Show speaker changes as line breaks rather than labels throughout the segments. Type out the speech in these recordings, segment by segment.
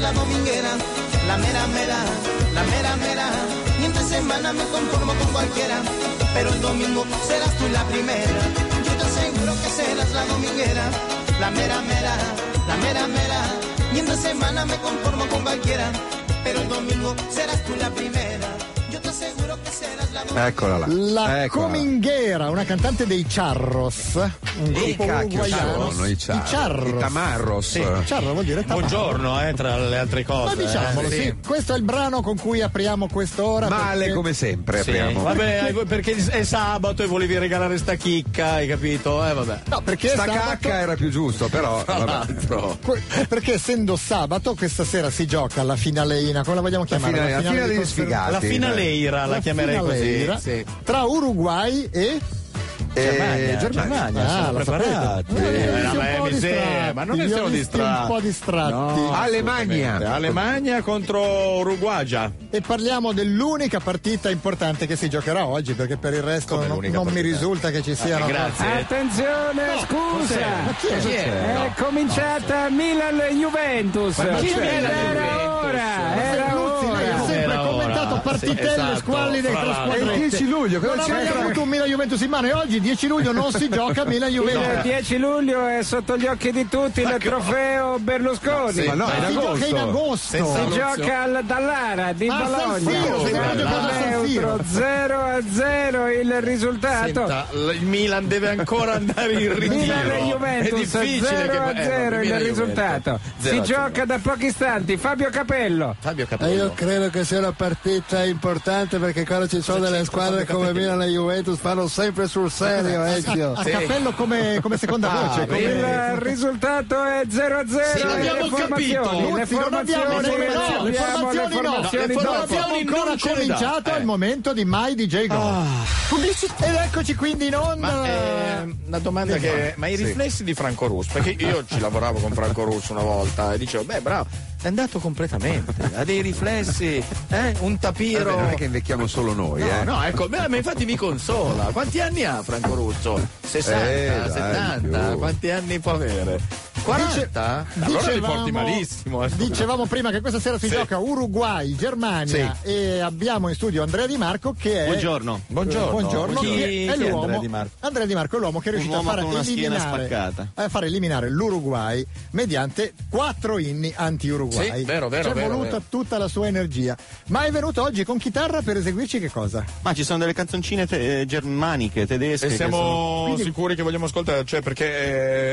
la dominguera, la mera mera, la mera mera. Y entre semana me conformo con cualquiera, pero el domingo serás tú la primera. Yo te aseguro que serás la dominguera, la mera mera, la mera mera. Y entre semana me conformo con cualquiera, pero el domingo serás tú la primera. Yo te aseguro que serás la dominguera.
Eccola là.
La
Eccola là.
Cominghera, una cantante dei Charros, un
Che
gruppo
cacchio
uruguaiano.
sono i Charros? I Tamarros.
Sì, Charro vuol dire tamarro.
Buongiorno, eh, tra le altre
Ma
cose.
diciamolo,
eh.
sì.
Sì.
questo è il brano con cui apriamo quest'ora.
Male
perché-
come sempre
Sì.
apriamo.
Vabbè, eh, perché è sabato e volevi regalare sta chicca, hai capito? Eh, vabbè.
No, perché
Sta
sabato-
cacca era più giusto, però. vabbè.
que- Perché essendo sabato, questa sera si gioca la finaleina, come la vogliamo chiamare?
finale- la finale degli
di confer-
sfigati.
La finaleira la,
la
chiamerei
finaleira
così. Sì.
Tra Uruguay e
Eh, Germania.
Ah,
siamo
lo
preparati.
sapevo. Eh,
Eh,
siamo un
vabbè,
po'
miseria,
distratti,
ma non ne
li ho
siamo
visti un
distratti.
po' distratti.
Alemagna.
Alemagna contro Uruguagia.
E parliamo dell'unica partita importante che si giocherà oggi, perché per il resto
Come
non,
l'unica
non mi
partita?
risulta che ci siano.
Grazie.
Attenzione, scusa,
Ma chi è?
è cominciata
chi è Milan e
Milan-Juventus. Era
Juventus?
ora, era
Berluzzi lei ha
ora.
sempre
Era
commentato
ora.
partitelle,
Sì, esatto,
squalli dei
fra
tre
l'altro.
squadretti.
E il 10 luglio, cosa
non
c'è?
abbiamo mai avuto un Milan Juventus in mano e oggi 10 luglio non si gioca Milan
Il
Juventus.
10 luglio è sotto gli occhi di tutti il trofeo Berlusconi.
Ma no,
si
è in
gioca in
agosto.
agosto.
Si gioca al Dallara di
A San Siro, si
Bologna.
sta giocando a San Siro.
Neutro 0 a 0 il risultato.
Senta, l- il Milan deve ancora andare in ritiro.
Milan e
è
Juventus 0
difficile che eh,
a 0 il risultato. esatto. Si gioca da pochi istanti Fabio Capello.
Fabio
Eh, Io credo che sia una partita importante perché quando ci sono delle squadre come Milan e Juventus fanno sempre sul serio, Ezio.
A cappello come, come seconda
Ah,
voce.
cioè,
come-
Il risultato è 0 a 0.
Sì, l'abbiamo
le formazioni,
capito.
Le
Luzzi, non abbiamo
formazioni,
le
abbiamo
formazioni,
le
no,
formazioni
le
dopo.
formazioni-
Abbiamo
non
ancora
ce ne dà.
cominciato
Eh.
il momento di My DJ Go. Ed eccoci quindi in onda.
Ma eh, una domanda che. Ma i riflessi di Franco Russo? Perché io ci lavoravo con Franco Russo una volta e dicevo, beh, bravo, è andato completamente. Ha dei riflessi, eh? Un
Vabbè,
tapiro.
non è che invecchiamo solo noi, eh.
No, no, ecco, beh, ma infatti mi consola. Quanti anni ha Franco Russo? 60,
Eh, dai,
70,
più.
quanti anni può avere? 40? allora li porti malissimo. eh.
Dicevamo prima che questa sera si gioca Uruguay, Germania e abbiamo in studio Andrea Di Marco che è
Buongiorno.
Eh,
Buongiorno.
buongiorno,
Chi-
che
chi
è
è
l'uomo
Andrea Di Marco?
Andrea Di Marco è l'uomo che è riuscito a
uomo
far,
con una schiena
eliminare,
spaccata.
a far eliminare l'Uruguay mediante quattro inni anti-Uruguay.
Sì, vero, vero,
C'è
vero,
voluta
vero.
tutta la sua energia. Ma è venuto oggi con chitarra per eseguirci che cosa?
Ma ci sono delle canzoncine te- eh, germaniche, tedesche.
E
che sono-
siamo sicuri che vogliamo ascoltare, cioè perché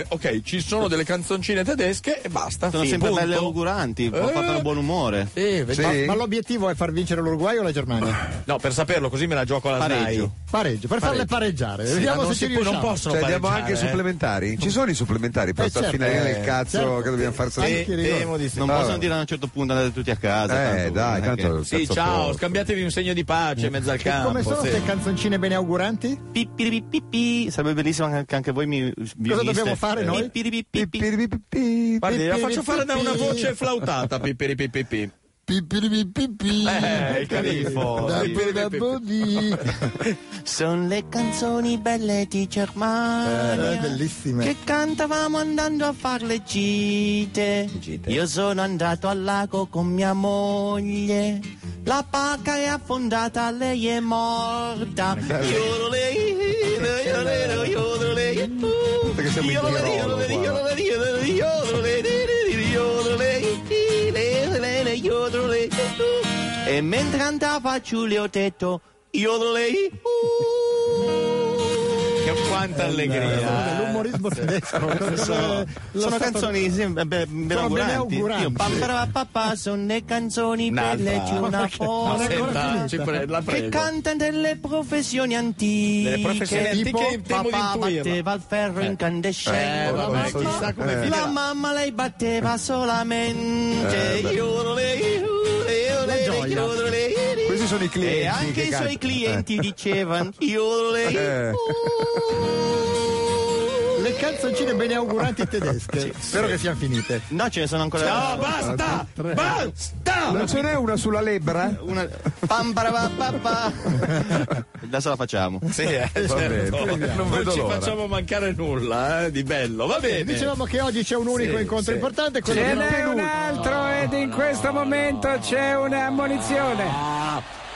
eh, ok, ci sono delle canzoncine tedesche e basta.
sono
fine,
sempre
punto.
belle auguranti,
Eh.
fanno buon umore.
Sì, vedi-
Sì.
Ma, ma l'obiettivo è far vincere l'Uruguay o la Germania?
No, per saperlo così me la gioco alla
Pareggio.
SNAI.
Pareggio, per farle pareggiare.
Sì, ma
Vediamo
non
se ci
si può-
riusciamo.
non possono
Cioè, diamo
pareggiare,
anche i
eh.
supplementari? Ci sono i supplementari per
Eh,
sta
certo,
finale del
eh,
cazzo
certo.
che dobbiamo far
Sì.
sentire?
Anche rigore.
Temo di sì.
Non
Ah,
possono
vabbè.
dire a un certo punto andate tutti a casa.
Eh,
tanto,
dai,
non è
tanto
che- Eh.
il
Sì,
cazzo
ciao,
posto.
scambiatevi un segno di pace in mezzo al campo.
Come sono
sì.
queste canzoncine beneauguranti?
Pippiripippi. Sarebbe bellissimo anche, anche voi mi vi
Cosa
uniste.
dobbiamo fare noi?
Pippiripippi.
Pi, pi, pi, pi, pi.
Guardi, la faccio fare da una
Pipiripipi.
voce flautata, pipiripipipi.
Pipiripipipi.
Eh, il califo.
Da
Pipiripipipi.
Bodì.
Sono le canzoni belle di Germania.
Eh, bellissime.
Che cantavamo andando a fare le gite.
Gite.
Io sono andato al lago con mia moglie. La pacca è affondata, lei è morta. Iodolei, iodolei, iodolei,
Perché siamo in
iodolei,
Tirolo,
iodolei,
guarda.
iodolei, iodolei, iodolei, iodolei, iodolei, iodolei. E mentre andava giù le ho detto Iodolei
Che quanta
Eh,
allegria.
L'umorismo tedesco. Lo
Sono
stato-
canzoni sì, be- be- benauguranti
benauguranti.
Io, papara papà, Sono le canzoni
Un'altra.
belle di
Ma
una
perché?
Ma
Non è ancora
senta,
finita.
ci pre- la prego.
che canta delle professioni antiche.
Delle professioni antiche
Tipo,
temo di
papà
intuirla.
batteva il ferro incandescente.
Eh,
la,
vabbè,
mamma,
chissà come
la
finirà.
mamma lei batteva solamente. Io lei, io lei,
La gioia.
io lei.
Questi sono i clienti
E anche
che
i suoi
cantano.
clienti dicevano io lei.
Eh.
Le canzoncine beneauguranti tedesche. Spero che siano finite.
No, ce ne sono ancora.
"Ah,
No, basta! Basta!
Non ce n'è una sulla lebbra?
Una... Pam, para, pa, pa, pa. Adesso la facciamo.
Sì, eh, certo. non, ci facciamo mancare nulla eh, di bello. Va bene.
Dicevamo che oggi c'è un unico
Sì,
incontro
sì.
importante, quello
Ce
di
n'è un
Montenudo.
altro ed in questo momento c'è un'ammonizione.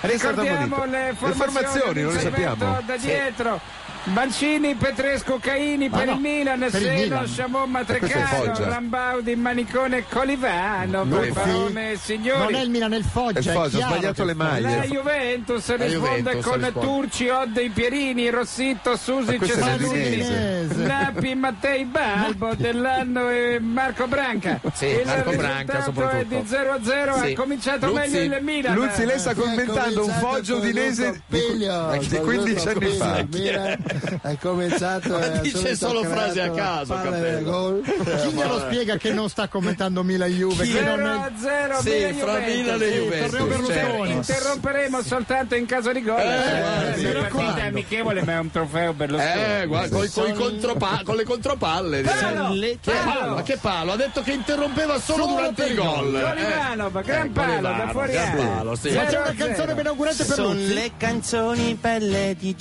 Ricordiamo
ammonito.
le
Le
formazioni,
formazioni, non le
l'intervento
sappiamo.
Da dietro. Mancini, Petresco, Caini Ah, per
no,
il Milan,
per il
Seno,
Milan.
Sciamon,
questo è
Matrecano,
Foggia.
Rambaudi, Manicone, Colivano,
Luzzi.
Barone,
Non è il
signori.
Milan, è il Foggia.
È il
è
Foggia, ho
chiaro
sbagliato
che-
le
La
maglie.
Juventus risponde
Juventus
con
risponde.
Turci, Oddi, Pierini, Rossitto, Susi,
Ma questo è
Cesarini,
l'Udinese.
Napi, Mattei Balbo, Dell'Anno e Marco Branca.
Sì,
il
Marco Branca
risultato
soprattutto.
è di 0 a 0,
Sì.
ha cominciato
Luzzi-
meglio il Milan.
Luzzi, lei
Ecco,
sta commentando un Foggia udinese di- di
Ecco,
15 anni fa.
È cominciato eh,
dice
subito
solo
ha creato
frasi a
la
caso,
palla
Cappello.
del gol.
Chi glielo spiega che non sta commentando Milan Juve? Che
0
non
a
è...
0
Sì, fra Milan e Juventus. certo.
torneo Berlusconi.
Interromperemo soltanto in caso di gol.
guardi,
Eh,
mi
partita
raccomando.
è amichevole, ma è un trofeo Berlusconi.
Eh, guarda, coi- coi contropa- con le contropalle. direi.
Palo,
Che
palo.
palo, ma che palo? Ha detto che interrompeva solo, durante i gol.
Eh,
Golivanov, gran palo, da fuori
gran
area.
palo, sì.
Zero
Facciamo
a
una
zero.
canzone benaugurante per
Sono
Luzzi.
le canzoni belle di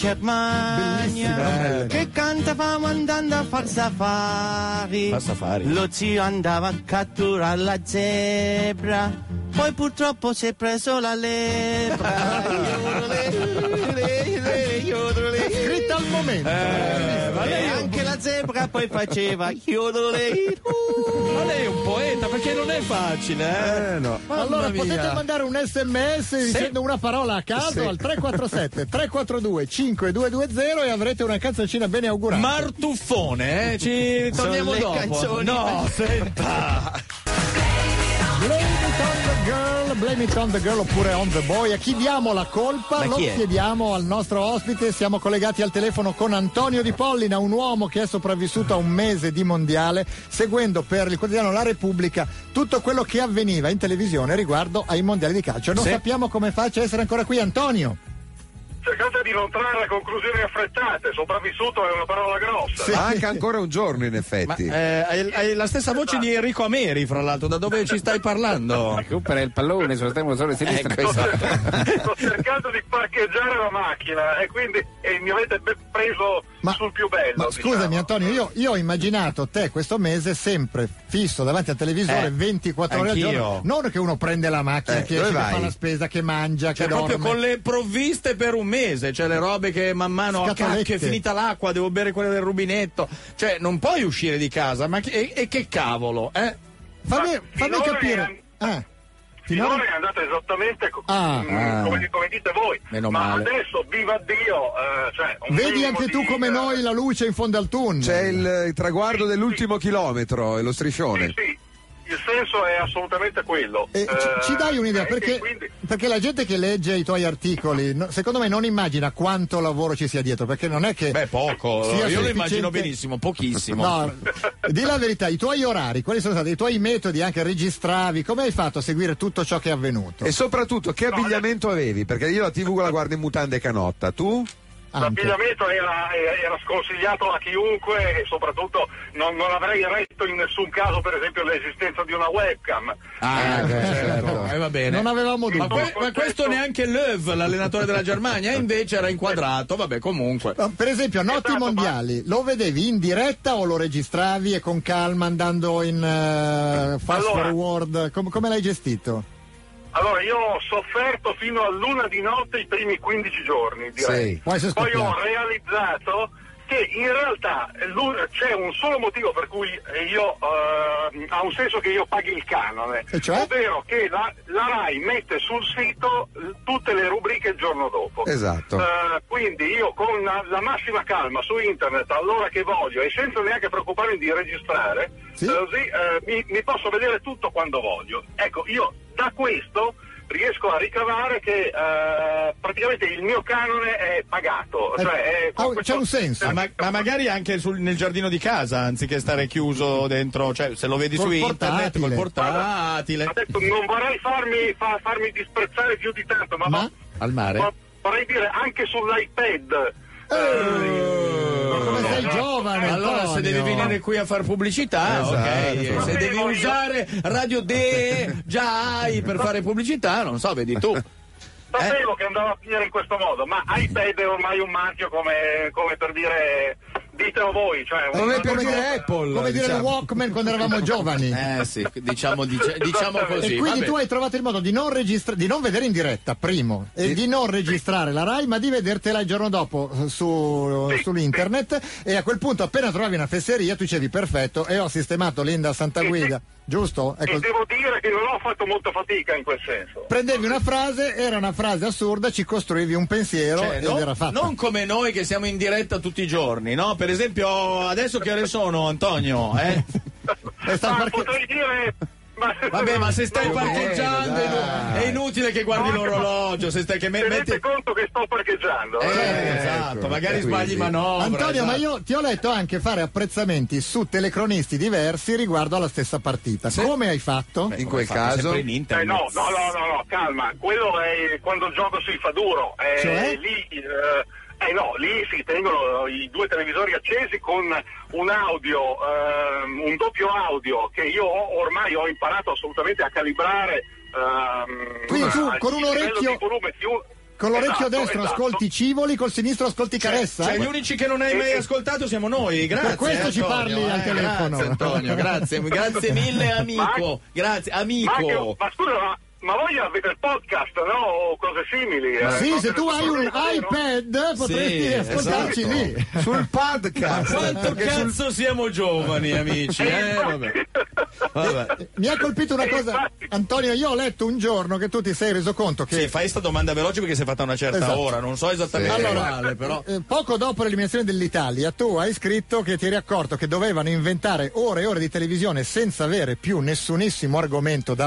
Germania
eh.
che cantavamo andando a far safari.
Far safari.
Lo zio andava a catturare la zebra, poi purtroppo si è preso la lepra.
Scritta al momento.
Eh, ma
e
lei è un-
anche la zebra poi faceva.
ma lei è un poeta, perché non è facile, eh?
Eh, no.
allora
mia.
potete mandare un sms dicendo una parola a caso al 347 342 5220 e avrete una canzoncina bene augurata.
Martuffone, eh? Ci ritorniamo
le
dopo.
canzoni.
No, senta.
Blame it on the girl, blame it on the girl oppure on the boy. A chi diamo la colpa?
Ma
Lo
chi è?
chiediamo al nostro ospite. Siamo collegati al telefono con Antonio Di Pollina, un uomo che è sopravvissuto a un mese di mondiale, seguendo per il quotidiano La Repubblica tutto quello che avveniva in televisione riguardo ai mondiali di calcio. Non
Sì.
sappiamo come faccia a essere ancora qui, Antonio.
Cercate di non trarre conclusioni affrettate, sopravvissuto è una parola grossa.
Manca ancora un giorno, in
Ma
effetti.
eh, hai, hai la stessa voce di Enrico Ameri, fra l'altro, da dove ci stai parlando?
Recupera il pallone, sostiamo solo il sinistro.
Ecco, esatto.
Sto cercando di parcheggiare la macchina e quindi e mi avete be- preso sul più bello.
ma
diciamo.
scusami Antonio, io, io ho immaginato te questo mese sempre fisso davanti al televisore
Eh,
24 ore al
anch'io.
giorno. Non che uno prende la macchina,
Eh,
che,
dove
esce, che
vai?
fa la spesa, che mangia,
Cioè,
che
proprio
dorme.
con le provviste per un mese, cioè le robe che man mano a
Scatolette.
cacchio è finita l'acqua, devo bere quella del rubinetto. Cioè, non puoi uscire di casa, ma che- e, e che cavolo, eh?
Fammi,
Ma
fammi
finora
capire. Ah,
Finora
finora-
è andata esattamente co-
Ah,
mm,
ah.
Come, come dite voi,
Meno
ma
male.
adesso viva Dio. eh, cioè, un
Vedi
minimo
anche
di-
tu come noi la luce in fondo al tunnel.
C'è il, il traguardo dell'ultimo chilometro e lo striscione.
Sì, sì, il senso è assolutamente quello.
Eh, ci,
Eh,
ci dai un'idea
e
perché,
quindi-
perché la gente che legge i tuoi articoli no- secondo me non immagina quanto lavoro ci sia dietro perché non è che
Beh, poco, io
Sia
lo
sufficiente-
immagino benissimo, pochissimo.
No, di la verità, i tuoi orari, quali sono stati i tuoi metodi, anche registravi, come hai fatto a seguire tutto ciò che è avvenuto?
E soprattutto, che abbigliamento avevi? Perché io la TV la guardo in mutande e canotta. Tu?
Anche.
L'abbigliamento era, era sconsigliato a chiunque e soprattutto non, non avrei retto in nessun caso per esempio l'esistenza di una webcam.
Ah, ecco, certo.
certo.
Eh, va bene.
Non avevamo
Ma
Ma,
dubbi.
que- ma questo neanche Löw, l'allenatore della Germania, invece era inquadrato, vabbè, comunque.
No, Per esempio, notti
Esatto, ma-
mondiali, lo vedevi in diretta o lo registravi e con calma andando in eh, fast
Allora.
forward? Com- come l'hai gestito?
Allora io ho sofferto fino a luna di notte i primi 15 giorni direi.
Sì,
poi si è
poi ho
scoppiato.
realizzato che in realtà eh, lu- c'è un solo motivo per cui eh, io ehm, ha un senso che io paghi il canone,
E cioè?
ovvero che la, la RAI mette sul sito l- tutte le rubriche il giorno dopo.
Esatto.
Eh, quindi io con la, la massima calma su internet all'ora che voglio e senza neanche preoccuparmi di registrare,
Sì.
eh, così eh, mi, mi posso vedere tutto quando voglio. Ecco, io da questo riesco a ricavare che eh, praticamente il mio canone è pagato.
Eh,
cioè, è-
ah, c'è un senso.
Eh,
Ma, ma magari anche sul- nel giardino di casa, anziché stare chiuso dentro, cioè se lo vedi
Col
su internet col
portatile.
portatile.
Adesso non vorrei farmi, fa- farmi disprezzare più di tanto, ma,
Ma?
Al mare?
ma vorrei dire anche sull'iPad.
Eh, come sei
Eh, no,
giovane.
Allora, se devi
Antonio.
venire qui a far pubblicità, ok. Se devi usare Radio D, già hai per fare pubblicità, non so, vedi tu.
Sapevo
Eh?
che andava a finire in questo modo, ma iPad è ormai un marchio come, come per dire ditelo voi. Cioè,
Non è
una-
per dire Apple.
Eh, Come dire il
diciamo.
Walkman quando eravamo giovani.
Eh sì, diciamo, dice- diciamo così.
E quindi
vabbè.
tu hai trovato il modo di non, registra- di non vedere in diretta, primo, e di non registrare la RAI, ma di vedertela il giorno dopo eh, su- sull'internet. E a quel punto, appena trovavi una fesseria, tu dicevi perfetto, e ho sistemato Linda a Santa Guida, giusto?
E
Ecco.
devo dire che non ho fatto molta fatica in quel senso.
Prendevi una frase, era una frase assurda, ci costruivi un pensiero
Cioè,
ed era
non,
fatta.
non come noi che siamo in diretta tutti i giorni, no? Per esempio, adesso che ore sono, Antonio? Eh?
E sta
Ma
perché-
potrei dire. Ma...
Vabbè, ma se stai
No,
parcheggiando è inu- è inutile che guardi l'orologio, se stai che me-
Tenete
metti...
conto che sto parcheggiando.
Eh,
eh.
esatto, magari sbagli manovra.
ecco, Antonio,
esatto.
ma io ti ho letto anche fare apprezzamenti su telecronisti diversi riguardo alla stessa partita. Come hai fatto?
In quel
Fatto
caso,
sempre in
Eh,
internet.
no, no, no, no, no, calma, quello è quando il gioco si fa duro. Eh,
Cioè?
Lì, eh, eh, no, lì si tengono i due televisori accesi con un audio, ehm, un doppio audio che io ho- ormai ho imparato assolutamente a calibrare. ehm,
Quindi tu
al
con un
livello
orecchio-
di volume più-
Con l'orecchio
Esatto,
destro
esatto.
ascolti Civoli, col sinistro ascolti Caressa? eh?
Cioè, gli unici che non hai mai ascoltato siamo noi, grazie.
Per questo ci
Antonio,
parli al
eh,
telefono.
Grazie, Antonio, grazie, grazie mille, amico. Grazie,
Ma, anche-
amico.
ma scusa, ma, ma voi avete il podcast, no? O cose simili? eh,
Sì,
cose
se tu
da
hai un
fare, no?
iPad potresti
Sì,
ascoltarci
esatto.
lì.
sul
Ma
podcast.
quanto
perché sul-
cazzo siamo giovani, amici? Eh, vabbè. esatto. Vabbè.
Mi ha colpito una cosa, Antonio. Io ho letto un giorno che tu ti sei reso conto che.
Sì, fai sta domanda veloce perché si è fatta a una certa
Esatto.
Certo, ora, non so esattamente
Allora,
quale, però.
eh, poco dopo l'eliminazione dell'Italia, tu hai scritto che ti eri accorto che dovevano inventare ore e ore di televisione senza avere più nessunissimo argomento da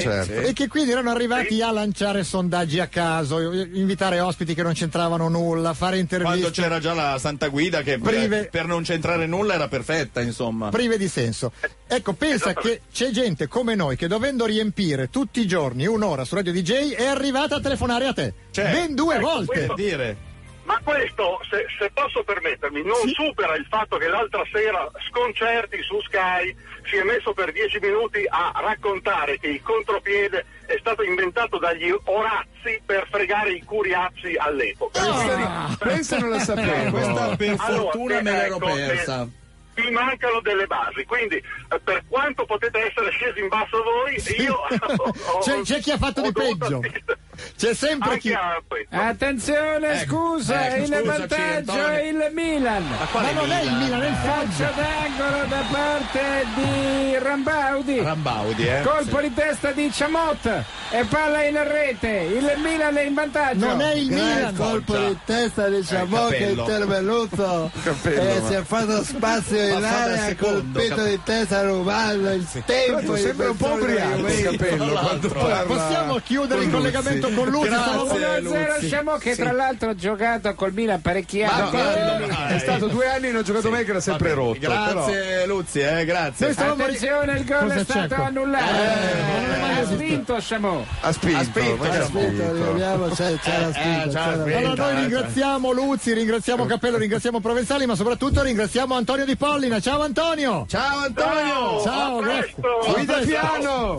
Sì, certo.
e che quindi erano arrivati a lanciare sondaggi a caso, eh, invitare ospiti che non c'entravano nulla, fare
Quando
interviste
c'era già la Santa Guida che per-
Prive-
per, non c'entrare nulla era perfetta, insomma.
prive di senso. Ecco, pensa
Esatto.
che c'è gente come noi che dovendo riempire tutti i giorni un'ora su Radio DJ è arrivata a telefonare a te.
Cioè,
ben due volte.
Per dire.
Ma questo, se, se posso permettermi, non supera il fatto che l'altra sera Sconcerti su Sky si è messo per dieci minuti a raccontare che il contropiede è stato inventato dagli Orazzi per fregare i Curiazzi all'epoca.
Ah.
Pensa, pensa non la sapevo.
Questa per
Allora,
fortuna
eh,
me l'ero
ecco,
persa.
eh, Mi mancano delle basi, quindi eh, per quanto potete essere scesi in basso voi, io ho-
C'è- c'è chi ha fatto di
ho dovuto-
peggio. C'è sempre
Anche
chi. eh,
a questo.
Attenzione,
Ecco,
scusa,
Eh,
ecco,
il
scusaci,
vantaggio è
Antonio.
il Milan.
Ma non è il Milan, è il
Calcio d'angolo da parte di Rambaudi.
Rambaudi, eh.
Colpo di testa di Ciamot e palla in rete. Il Milan è in vantaggio.
Non è il
Gran
Milan.
colpo
Già.
di testa
Eh,
di Ciamò che è
capello.
intervenuto e si è fatto spazio in
Passato al
area
secondo,
colpito
capello.
di testa rubando il tempo
Tanto
di
sembra un po'
persone
ubriaco
di
il capello
tra l'altro.
quando parla.
Possiamo chiudere il collegamento con lui?
Grazie.
1-0 Ciamot che tra l'altro ha giocato col Milan parecchi anni. Eh,
quando
Ah, È
mai?
stato due anni e non ho giocato mai che era sempre rotto.
Grazie Luzzi, eh, grazie.
Noi stavamo-
Attenzione, il gol
Cosa
è
c'è
stato
qua?
annullato. ha vinto Ciamot.
però ha spinto.
Ha spinto,
ma che
ha
ha
Aspetta,
spinto. Eh,
arriviamo, c'è- c'era scritto,
c'era
c'era-
scritto.
Allora noi ringraziamo Luzzi, ringraziamo Cappello, ringraziamo Provenzali, ma soprattutto ringraziamo Antonio Di Pollina. Ciao Antonio!
Ciao Antonio!
Ciao,
a
grazie.
presto.
Guida piano!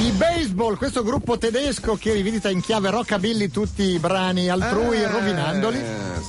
I Baseball, questo gruppo tedesco che rivisita in chiave rockabilly tutti i brani altrui,
Ah,
rovinandoli.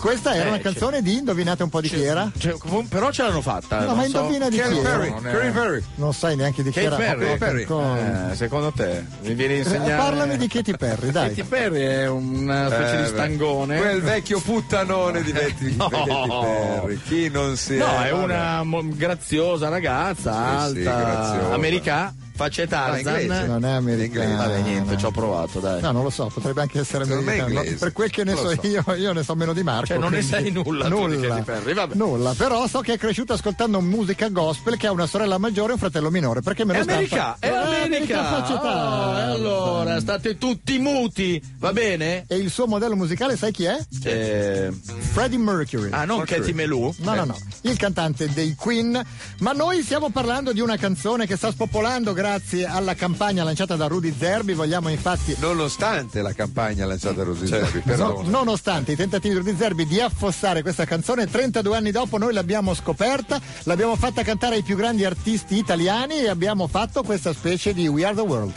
Questa era
eh,
una
c'è.
canzone di indovinate un po' di chi era?
Cioè, com- però ce l'hanno fatta.
No,
non
ma
so. Eh.
indovina di chi
Kerry
era.
Perry, Kerry Perry.
Non sai neanche di chi
Katy
era.
Perry.
Oh,
Perry.
porco.
Eh, secondo te mi viene a
Eh,
insegnare?
Parlami di Katy Perry,
Katy
dai.
Perry è una specie di
Eh,
stangone.
Quel vecchio puttanone di Betty,
No.
Perry. Chi non si
No, è
eh, vabbè.
una mo- graziosa ragazza,
Sì, sì,
alta,
graziosa.
americana, facce
Ah, inglese.
Tarzan.
Non è americana.
Vabbè, niente, ci ho provato, dai.
No, non lo so, potrebbe anche essere
Secondo me è
americano.
inglese.
Per quel che ne
Non
so,
lo so.
io, io ne so meno di Marco.
Cioè, non ne
quindi-
sai nulla tu di
Nulla.
Katy Perry, vabbè.
Nulla, però so che è cresciuta ascoltando musica gospel che ha una sorella maggiore e un fratello minore. Perché me
È
lo stampa?
America, è
Eh,
America.
faccia
Oh, e
tardi.
allora, state tutti muti, va bene?
E il suo modello musicale, sai chi è?
Eh,
Freddie Mercury.
ah, non Katy Melù?
No, no, no, il cantante dei Queen. Ma noi stiamo parlando di una canzone che sta spopolando grazie alla campagna lanciata da Rudy Zerbi vogliamo infatti
Nonostante la campagna lanciata da Rosicchia,
Certo.
No-
perdono.
nonostante i tentativi di Rudy Zerbi di affossare questa canzone, 32 anni dopo noi l'abbiamo scoperta, l'abbiamo fatta cantare ai più grandi artisti italiani e abbiamo fatto questa specie di We Are the World.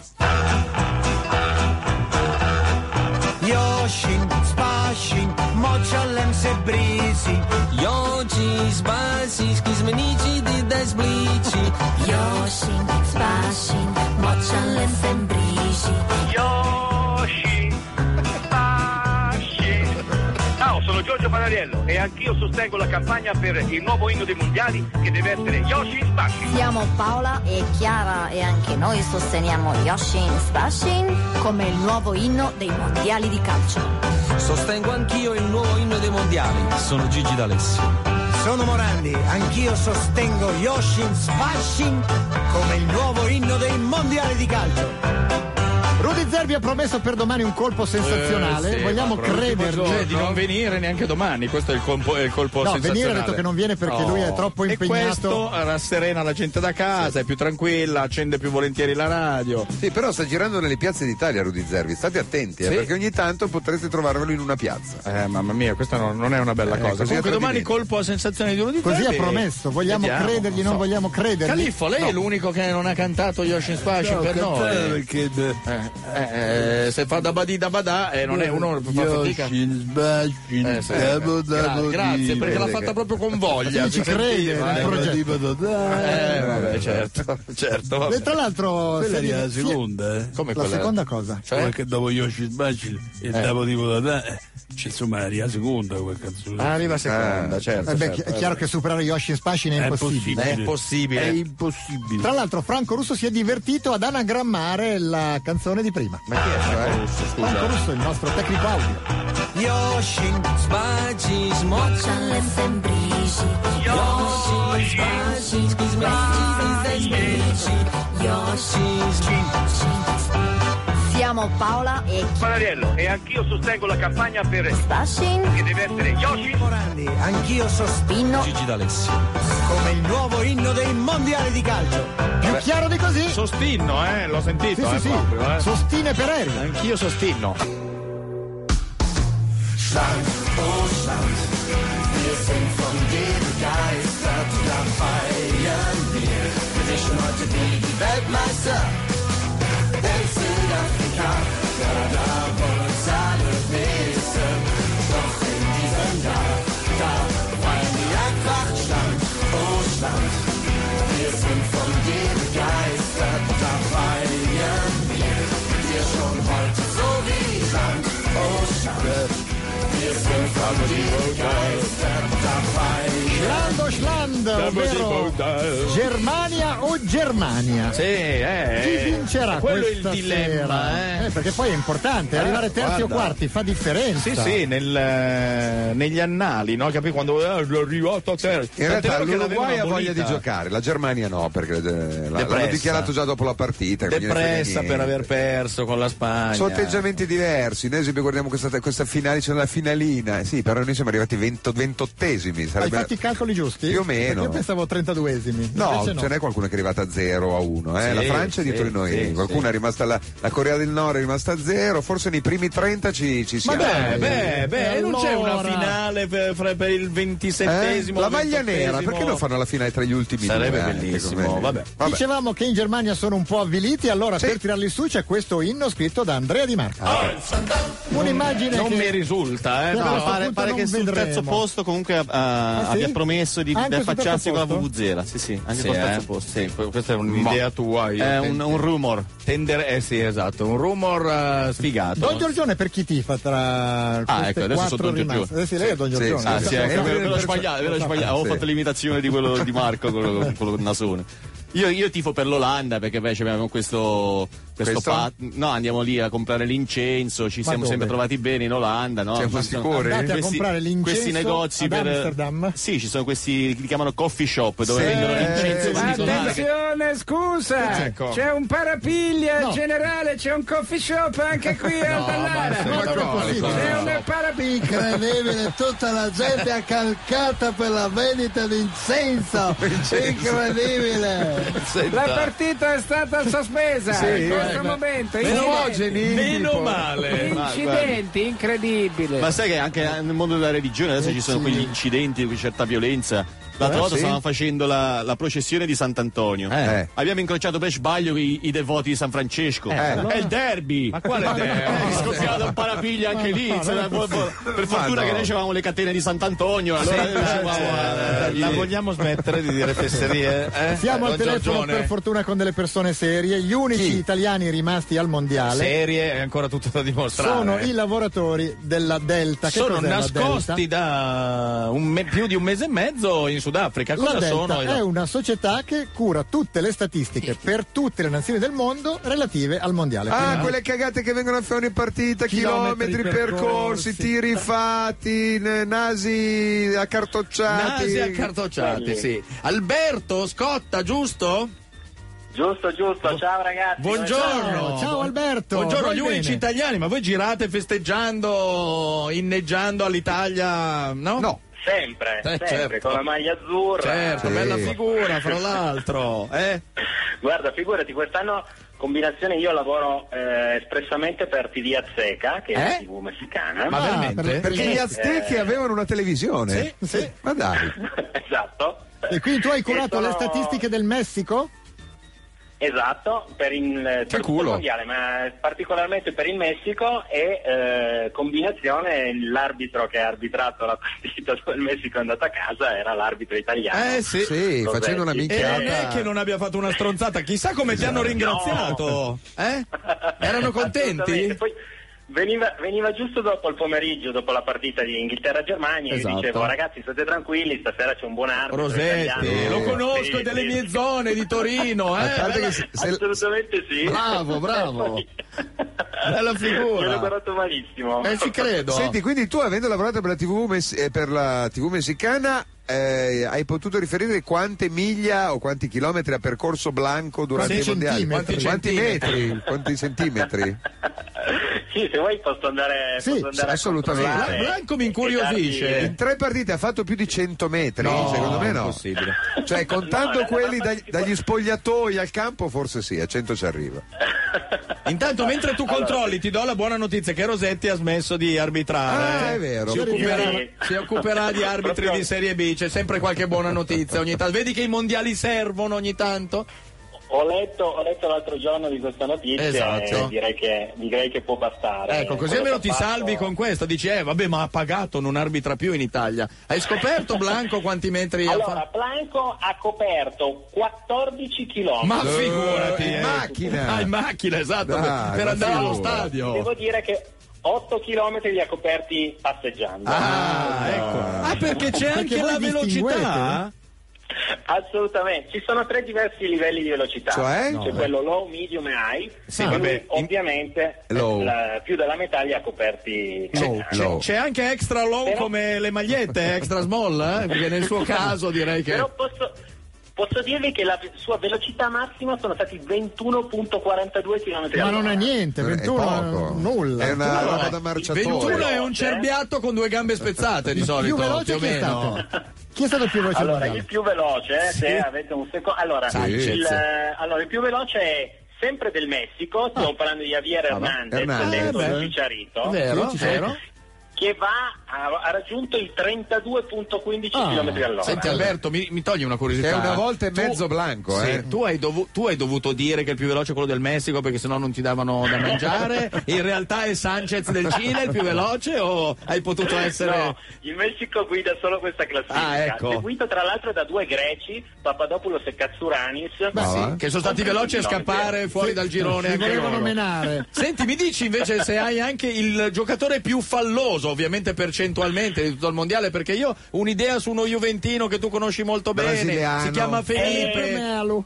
Yoshin, Spashin, Močalem se brizi.
Joči, spasi, skizmenici di desblici.
Josin, spasin, močan len sem briži.
Yoshi, Fasci. Ciao, sono Giorgio Panariello e anch'io sostengo la campagna per il nuovo inno dei mondiali che deve essere Yoshi Fasci.
Siamo Paola e Chiara e anche noi sosteniamo Yoshin Spashin come il nuovo inno dei mondiali di calcio.
Sostengo anch'io il nuovo inno dei mondiali. Sono Gigi D'Alessio.
Sono Morandi, anch'io sostengo Yoshin, Spashin come il nuovo inno dei mondiali di calcio.
Rudy Zerbi ha promesso per domani un colpo sensazionale,
Eh, sì,
vogliamo
ma per l'ultimo
crederci.
giorno Cioè, di non venire neanche domani, questo è il colpo, è il colpo
No,
sensazionale.
venire ha detto che non viene perché lui è troppo
E
impegnato.
questo rasserena la gente da casa, è più tranquilla, accende più volentieri la radio.
Sì, però sta girando nelle piazze d'Italia Rudy Zerbi, state attenti, eh,
Sì.
perché ogni tanto potreste trovarvelo in una piazza.
Eh, mamma mia, questa no- non è una bella
Eh,
cosa.
così
Comunque
a
domani
tradimento.
colpo a sensazione di uno di
Così ha
Eh,
Zerbi.
promesso, vogliamo
Vediamo,
credergli, non
so.
vogliamo credergli.
Califfo, lei è l'unico che non ha cantato Yoshin Spashi per noi. Eh, eh, eh, se fa da badì da badà eh, non è uno che fa fatica. Eh, sì.
boh,
Gra- grazie perché l'ha fatta proprio con voglia. si
Ci crede
sentiva,
nel
eh.
progetto.
Eh, vabbè, certo, certo. vabbè.
E tra l'altro,
Quella
se-
era la
sì,
seconda, eh?
Come
la
quella-
seconda cosa.
Cioè?
Perché dopo Yoshi Sbacci e dopo tipo da da, eh, c'è, insomma era la seconda quella canzone.
Ah, Arriva seconda, certo.
Eh beh, chi-
certo.
è chiaro che superare Yoshin Spashin è
È
impossibile.
È impossibile.
È impossibile.
Tra l'altro Franco Russo si è divertito ad anagrammare la canzone di prima.
Ma chi è Franco Russo,
Franco
scusa?
Russo, il nostro tecnico audio.
Yoshin, spasi,
Močan len sem briži.
Yoshin, spasi, skizmenici di desblici. Yoshin,
Siamo Paola e
Panariello e anch'io sostengo la campagna per
Spashin,
che deve essere Yoshi
Morandi, anch'io sostengo
Pino
Gigi D'Alessio.
come il nuovo inno dei mondiali di calcio.
Più chiaro di così.
Sostinno, eh, l'ho
Sì,
sentito,
sì,
eh,
sì.
proprio, eh.
Sostine Pereri.
Anch'io sostinno.
Schland o Schland, ovvero Germania o Germania.
Sì, eh.
Chi vincerà
Quello è il
questa sera?
dilemma, eh.
perché poi è importante,
Eh,
arrivare terzi o
guarda.
quarti fa differenza.
Sì, sì, nel, eh, negli annali, no? Capì quando eh, l'ho arrivato a terra.
In realtà l'Uruguay ha voglia di giocare, la Germania no, perché eh, la- l'hanno
Depressa.
dichiarato già dopo la partita. quindi non frega
Depressa per
niente.
aver perso con la Spagna.
Sono atteggiamenti diversi. Noi, ad esempio, guardiamo questa, questa finale, c'è la finalina. Eh Sì, però noi siamo arrivati 20 ventottesimi.
Ah,
Hai
Sarebbe...
fatto i calcoli giusti?
Più o meno.
Perché Io pensavo 32esimi.
No,
invece
ce n'è qualcuno che è arrivata a 0 a 1. Eh?
Sì,
la Francia è
sì,
dietro di noi,
sì,
qualcuno
sì.
è rimasta la, la Corea del Nord è rimasta a 0. Forse nei primi 30 ci, ci siamo.
Beh, beh, beh,
E
non c'è una
allora?
finale per, fra- per il
Eh?
ventisettesimo.
La maglia nera,
ventottesimo?
perché non fanno la finale tra gli ultimi
Sarebbe
due? anche,
bellissimo,
come-
vabbè.
Dicevamo che in Germania sono un po' avviliti, allora per tirarli su c'è questo inno scritto da Andrea Di Marco.
Ah,
Un'immagine
Non
che...
mi risulta, eh.
Però
no.
a questo
pare,
punto
pare
non
che sul
vedremo. Ah,
terzo posto comunque eh,
sì?
abbia promesso di
Anche sul terzo
affacciarsi con la
posto?
Vuvuzela. Sì, sì, anche
Sì,
sul terzo
eh.
posto.
Sì, que- questa è un'idea tua. Io
È
ten-
un, un rumor.
tendere- eh sì, esatto, un rumor eh, sfigato.
Don Giorgione per chi tifa tra queste
ecco, adesso
quattro
sono Don
rimaste?
Giorgione.
Eh sì, lei è Don
Sì,
Giorgione.
Ah, sì,
Sì,
ecco,
sì,
ve-
sì,
ve l'ho
sì.
sbagliato, ve l'ho sbagliato. Avevo
Sì.
fatto l'imitazione di quello di Marco, quello, quello con il nasone. Io, io tifo per l'Olanda perché beh, abbiamo cioè, questo questo,
Questo?
pat- no, andiamo lì a comprare l'incenso, ci
Ma
siamo
dove?
sempre trovati bene in Olanda, no?
C'è un
Questi-
fasticore? Andate
a
questi-
comprare l'incenso
questi negozi
ad
per
Amsterdam?
Sì, ci sono questi li chiamano coffee shop dove
Sì.
vendono l'incenso
Eh,
particolare.
Attenzione, scusa,
Ecco.
c'è un parapiglia generale, c'è un coffee shop anche qui a
No,
Dallara.
ma
C'è
come
un parapiglia.
Incredibile, tutta la gente ha calcato per la vendita di incenso! Incredibile!
La partita è stata sospesa
Sì,
in questo
guarda.
momento.
Meno-
Incidenti.
meno male.
Incidenti, incredibile.
Ma sai che anche nel mondo della religione
Eh,
adesso ci sono quegli incidenti, quella certa violenza. L'altra
Eh,
volta
sì.
stavamo facendo la, la processione di Sant'Antonio.
Eh.
Abbiamo incrociato per sbaglio i, i devoti di San Francesco.
Eh,
È il derby! Eh, Ma
quale derby?
È scoppiato un parapiglia anche lì. insomma, po- po- per
Ma
fortuna
no.
che noi avevamo le catene di Sant'Antonio. Allora "Ah,
Eh, la vogliamo smettere di dire fesserie? Eh?
Siamo al
Don
telefono
Giorgione?
per fortuna con delle persone serie. Gli unici italiani rimasti al mondiale
Serie è ancora tutto da dimostrare.
sono i lavoratori della Delta. Che
Sono
cos'è la Delta?
nascosti da un me- più di un mese e mezzo in Sudafrica.
La
Cosa
Delta
sono?
è una società che cura tutte le statistiche per tutte le nazioni del mondo relative al mondiale.
Ah,
Quindi-
quelle cagate che vengono a fare ogni partita,
Chilometri
chilometri, percorsi,
percorsi,
tiri fatti, n- nasi accartocciati.
Nasi accartocciati, sì. Alberto Scotta, giusto?
Giusto, giusto, ciao ragazzi.
Buongiorno.
Alberto.
Buongiorno,
Vai
gli
bene.
unici italiani, ma voi girate festeggiando, inneggiando all'Italia, no? No.
Sempre,
Eh,
sempre,
certo.
con la maglia azzurra.
Certo, bella figura, fra l'altro. Eh?
Guarda, figurati, quest'anno combinazione io lavoro eh, espressamente per TV Azteca, che è una
Eh?
TV messicana.
Ah, per- Perché gli aztechi
Eh,
avevano una televisione? Eh,
Sì, sì.
Ma dai.
Esatto.
E quindi tu hai
E
curato le
sono-
statistiche del Messico?
Esatto, per il, per tutto il
culo.
mondiale, ma particolarmente per il Messico e eh, combinazione l'arbitro che ha arbitrato la partita dove il Messico è andato a casa era l'arbitro italiano.
Eh sì,
Rosetti, che-
E non è che non abbia fatto una stronzata, chissà come ti hanno ringraziato. Eh? Erano
Assolutamente.
contenti?
Poi veniva, veniva giusto dopo il pomeriggio, dopo la partita di Inghilterra-Germania,
Esatto.
io dicevo ragazzi state tranquilli, stasera c'è un buon arbitro
Rosetti,
italiano".
lo conosco, è
Sì,
delle
sì.
mie zone di Torino, eh? Bella-
Assolutamente sì.
Bravo, bravo.
Bella
figura. Eh,
Me l'ho guardato malissimo.
Senti, quindi tu avendo lavorato per la TV, mes- eh, per la TV messicana eh, hai potuto riferire quante miglia o quanti chilometri ha percorso Blanco durante
Quanti
i mondiali?
centimetri?
Quanti
Quanti
metri? Quanti centimetri?
Sì, se vuoi posso andare, posso andare a
assolutamente.
controllare. E darti-
In tre partite ha fatto più di 100 metri,
No,
secondo me no.
impossibile.
Cioè, contando
No,
quelli dagli, dagli spogliatoi al campo, forse sì, a certo. 100 ci arriva.
Intanto, mentre tu controlli, ti do la buona notizia che Rosetti ha smesso di arbitrare.
Ah, è vero.
Si
Sì.
occuperà,
Sì.
si occuperà di arbitri di Serie B. C'è sempre qualche buona notizia ogni tanto. Vedi che i mondiali servono ogni tanto?
Ho letto, ho letto l'altro giorno di questa notizia
Esatto.
e direi che, direi che può bastare.
Ecco, così
Quello
almeno
che
ti
ho fatto-
salvi con questa. Dici, eh, vabbè, ma ha pagato, non arbitra più in Italia. Hai scoperto, Blanco, quanti metri ha
Allora,
fatto?
Blanco ha coperto 14 km.
Ma figurati, eh. Ah, in macchina, esatto,
Dai,
per- per
ma
andare allo
figurati.
stadio.
Devo dire che 8 km li ha coperti passeggiando.
Ah, ecco. Ah, perché c'è anche la velocità?
Assolutamente, ci sono tre diversi livelli di velocità,
Cioè?
c'è
No,
quello low, medium e high,
Sì,
e
vabbè,
lui, ovviamente
Low.
la- più della metà li ha coperti
C'è, c'è- c'è anche extra low
Però-
come le magliette, extra small, eh? perché nel suo caso direi che...
Però posso, posso dirvi che la ve- sua velocità massima sono stati 21.42 km
Ma non è
Eh,
niente, 21
poco.
Eh, nulla.
È una
No,
roba
eh.
da marciatore.
21 è un cerbiatto con due gambe spezzate di solito,
veloce
più o
chi è
meno.
Chi è stato il più veloce?
Allora,
mondiale?
il più veloce, eh,
Sì.
se avete un secondo... Allora,
Sì.
il,
Sì.
eh, allora, il più veloce è sempre del Messico, stiamo parlando di Javier
Ah, va.
Hernandez,
Hernandez.
detto
Eh, beh.
il Cicciarito,
Vero,
che-
vero.
eh, che va, ha, ha raggiunto i 32.15 km all'ora.
Ah. Senti Alberto, mi, mi togli una curiosità.
Che è una volta e mezzo Blanco,
sì,
eh.
Tu hai, dovu- tu hai dovuto dire che il più veloce è quello del Messico perché sennò non ti davano da mangiare. In realtà è Sanchez del Cile il più veloce o hai potuto essere...
No, il Messico guida solo questa classifica,
Ah, ecco.
seguito tra l'altro da due greci, Papadopoulos e Katsuranis.
Beh, sì, che sono stati veloci a scappare fuori dal girone
si
anche
volevano
loro.
menare.
Senti, mi dici invece se hai anche il giocatore più falloso, ovviamente percentualmente di tutto il mondiale, perché io ho un'idea su uno Juventino che tu conosci molto bene,
Brasiliano.
si chiama Felipe.
Felipe Melo.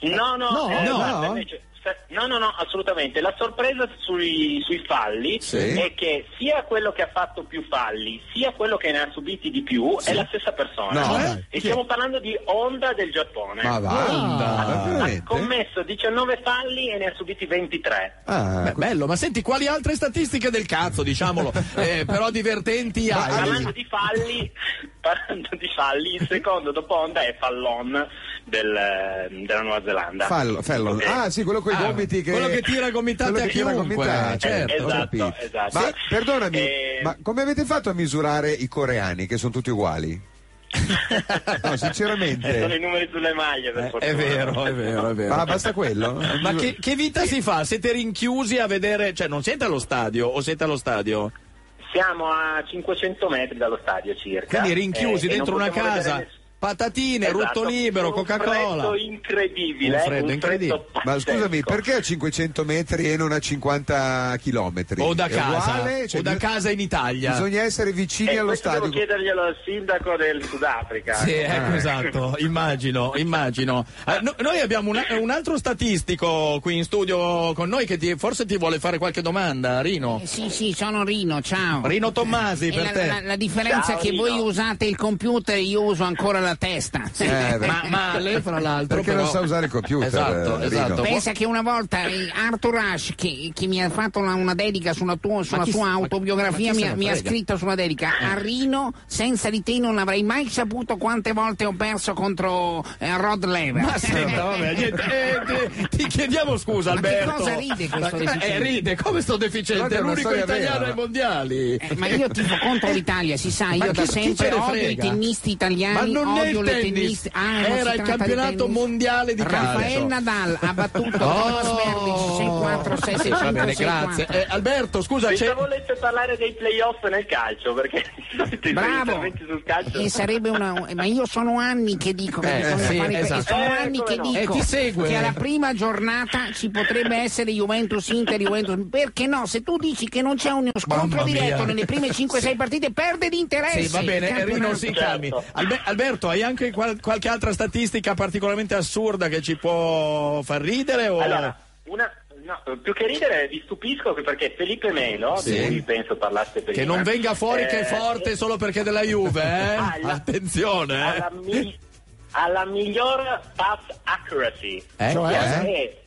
Eh, No, no,
No,
eh,
no.
guarda, invece, No, no, no, assolutamente. La sorpresa sui, sui falli
Sì.
è che sia quello che ha fatto più falli, sia quello che ne ha subiti di più è la stessa persona.
Cioè,
No, dai.
E stiamo parlando di Honda del Giappone.
Ma va,
Ah.
Honda,
Ha- ha
veramente?
commesso 19 falli e ne ha subiti 23.
Beh, bello, ma senti quali altre statistiche del cazzo, diciamolo, eh, però divertenti
Ma
hai.
parlando di falli, parlando di falli, il secondo dopo Honda è Fallon del, eh, della Nuova Zelanda.
Fallo, fello.
Ok.
Ah, sì, quello con i
Ah,
gomiti che.
quello che tira gomitate
quello che
a
tira
chiunque,
gomitate,
eh,
certo, ho
esatto,
capito.
esatto.
Ma perdonami,
Eh,
ma come avete fatto a misurare i coreani che sono tutti uguali? no,
Eh, sono i
sinceramente.
numeri sulle maglie, per fortuna.
È vero, è vero, è vero.
Ah, basta quello?
Ma che, che vita si fa? Siete rinchiusi a vedere, cioè non siete allo stadio o siete allo stadio?
Siamo a 500 metri dallo stadio circa.
Quindi rinchiusi
Eh, e
dentro
non
una
possiamo
casa,
vedere ness-
patatine,
Esatto,
rutto libero,
con un
Coca-Cola.
freddo incredibile,
Un
eh,
freddo
un
incredibile.
Ma scusami, perché a 500 metri e non a 50 chilometri?
O da
È
casa,
uguale? Cioè,
o da
bis-
casa in Italia.
Bisogna essere vicini
Eh,
allo
questo
stadio.
Devo chiederglielo al sindaco del Sudafrica.
Sì, ecco,
Eh.
esatto, immagino, immagino. Eh, no- noi abbiamo un, un altro statistico qui in studio con noi che ti- forse ti vuole fare qualche domanda, Rino.
Eh, Sì, sì, sono Rino, ciao.
Rino Tommasi
E
per
la,
te.
la- la differenza
Ciao,
è che
Rino.
voi usate il computer e io uso ancora la testa.
Eh, beh.
ma, ma lei fra l'altro...
Perché
però-
non sa usare il computer?
Esatto,
eh,
esatto.
Rino.
Pensa che una volta eh, Arthur Rush, che, che mi ha fatto una, una dedica sulla, tua- sulla
chi-
sua
ma- ma
autobiografia,
chi
mi,
se
ha-
ne
mi ha
frega?
scritto sulla dedica: A Rino, senza di te non avrei mai saputo quante volte ho perso contro eh, Rod Lever.
Ma senta, vabbè, niente, eh, ti, ti chiediamo scusa
Ma che
Alberto.
cosa ride questo
Ma- Eh,
deficiente?
ride, come sto deficiente?
Guarda,
È
è una
l'unico
storia
italiano
vera.
ai mondiali.
Eh, ma io tifo contro l'Italia, si sa,
Ma
io
chi-
da
chi
sempre
se ne
odio i
frega?
tennisti italiani,
Ma non è
odio
il
le
tennis,
tenniste. Ah, non
era
si
il
tratta di
campionato
tennis.
mondiale di
Rafael
calcio.
Nadal ha battuto
Oh.
Thomas Berdych 6-4, 6-6,
Va bene,
6-4.
grazie. Eh, Alberto, scusa, c'è...
Pensavo volesse parlare dei playoff nel calcio, perché i soliti
Bravo.
interventi sul calcio.
Che sarebbe una, ma io sono anni che dico che
Eh,
bisogna
sì,
fare que-
esatto.
sono
Eh,
anni
come
che
no.
dico
E ti segue.
che alla prima giornata ci potrebbe essere Juventus Inter Juventus perché no se tu dici che non c'è uno scontro
Mamma mia.
diretto nelle prime 5-6
Sì.
partite perde di interesse
Sì, va
il
bene, Rino
campionato.
si calmi. Albe- Alberto, hai anche qual- qualche altra statistica particolarmente assurda che ci può far ridere? O...
Allora, una- no, più che ridere vi stupisco perché Felipe Melo,
Sì.
di cui penso parlaste prima,
Che non venga fuori che è
eh,
forte solo perché è della Juve, eh?
Alla-
Attenzione, eh?
alla, mi- alla miglior pass accuracy.
Eh? Cioè?
Che-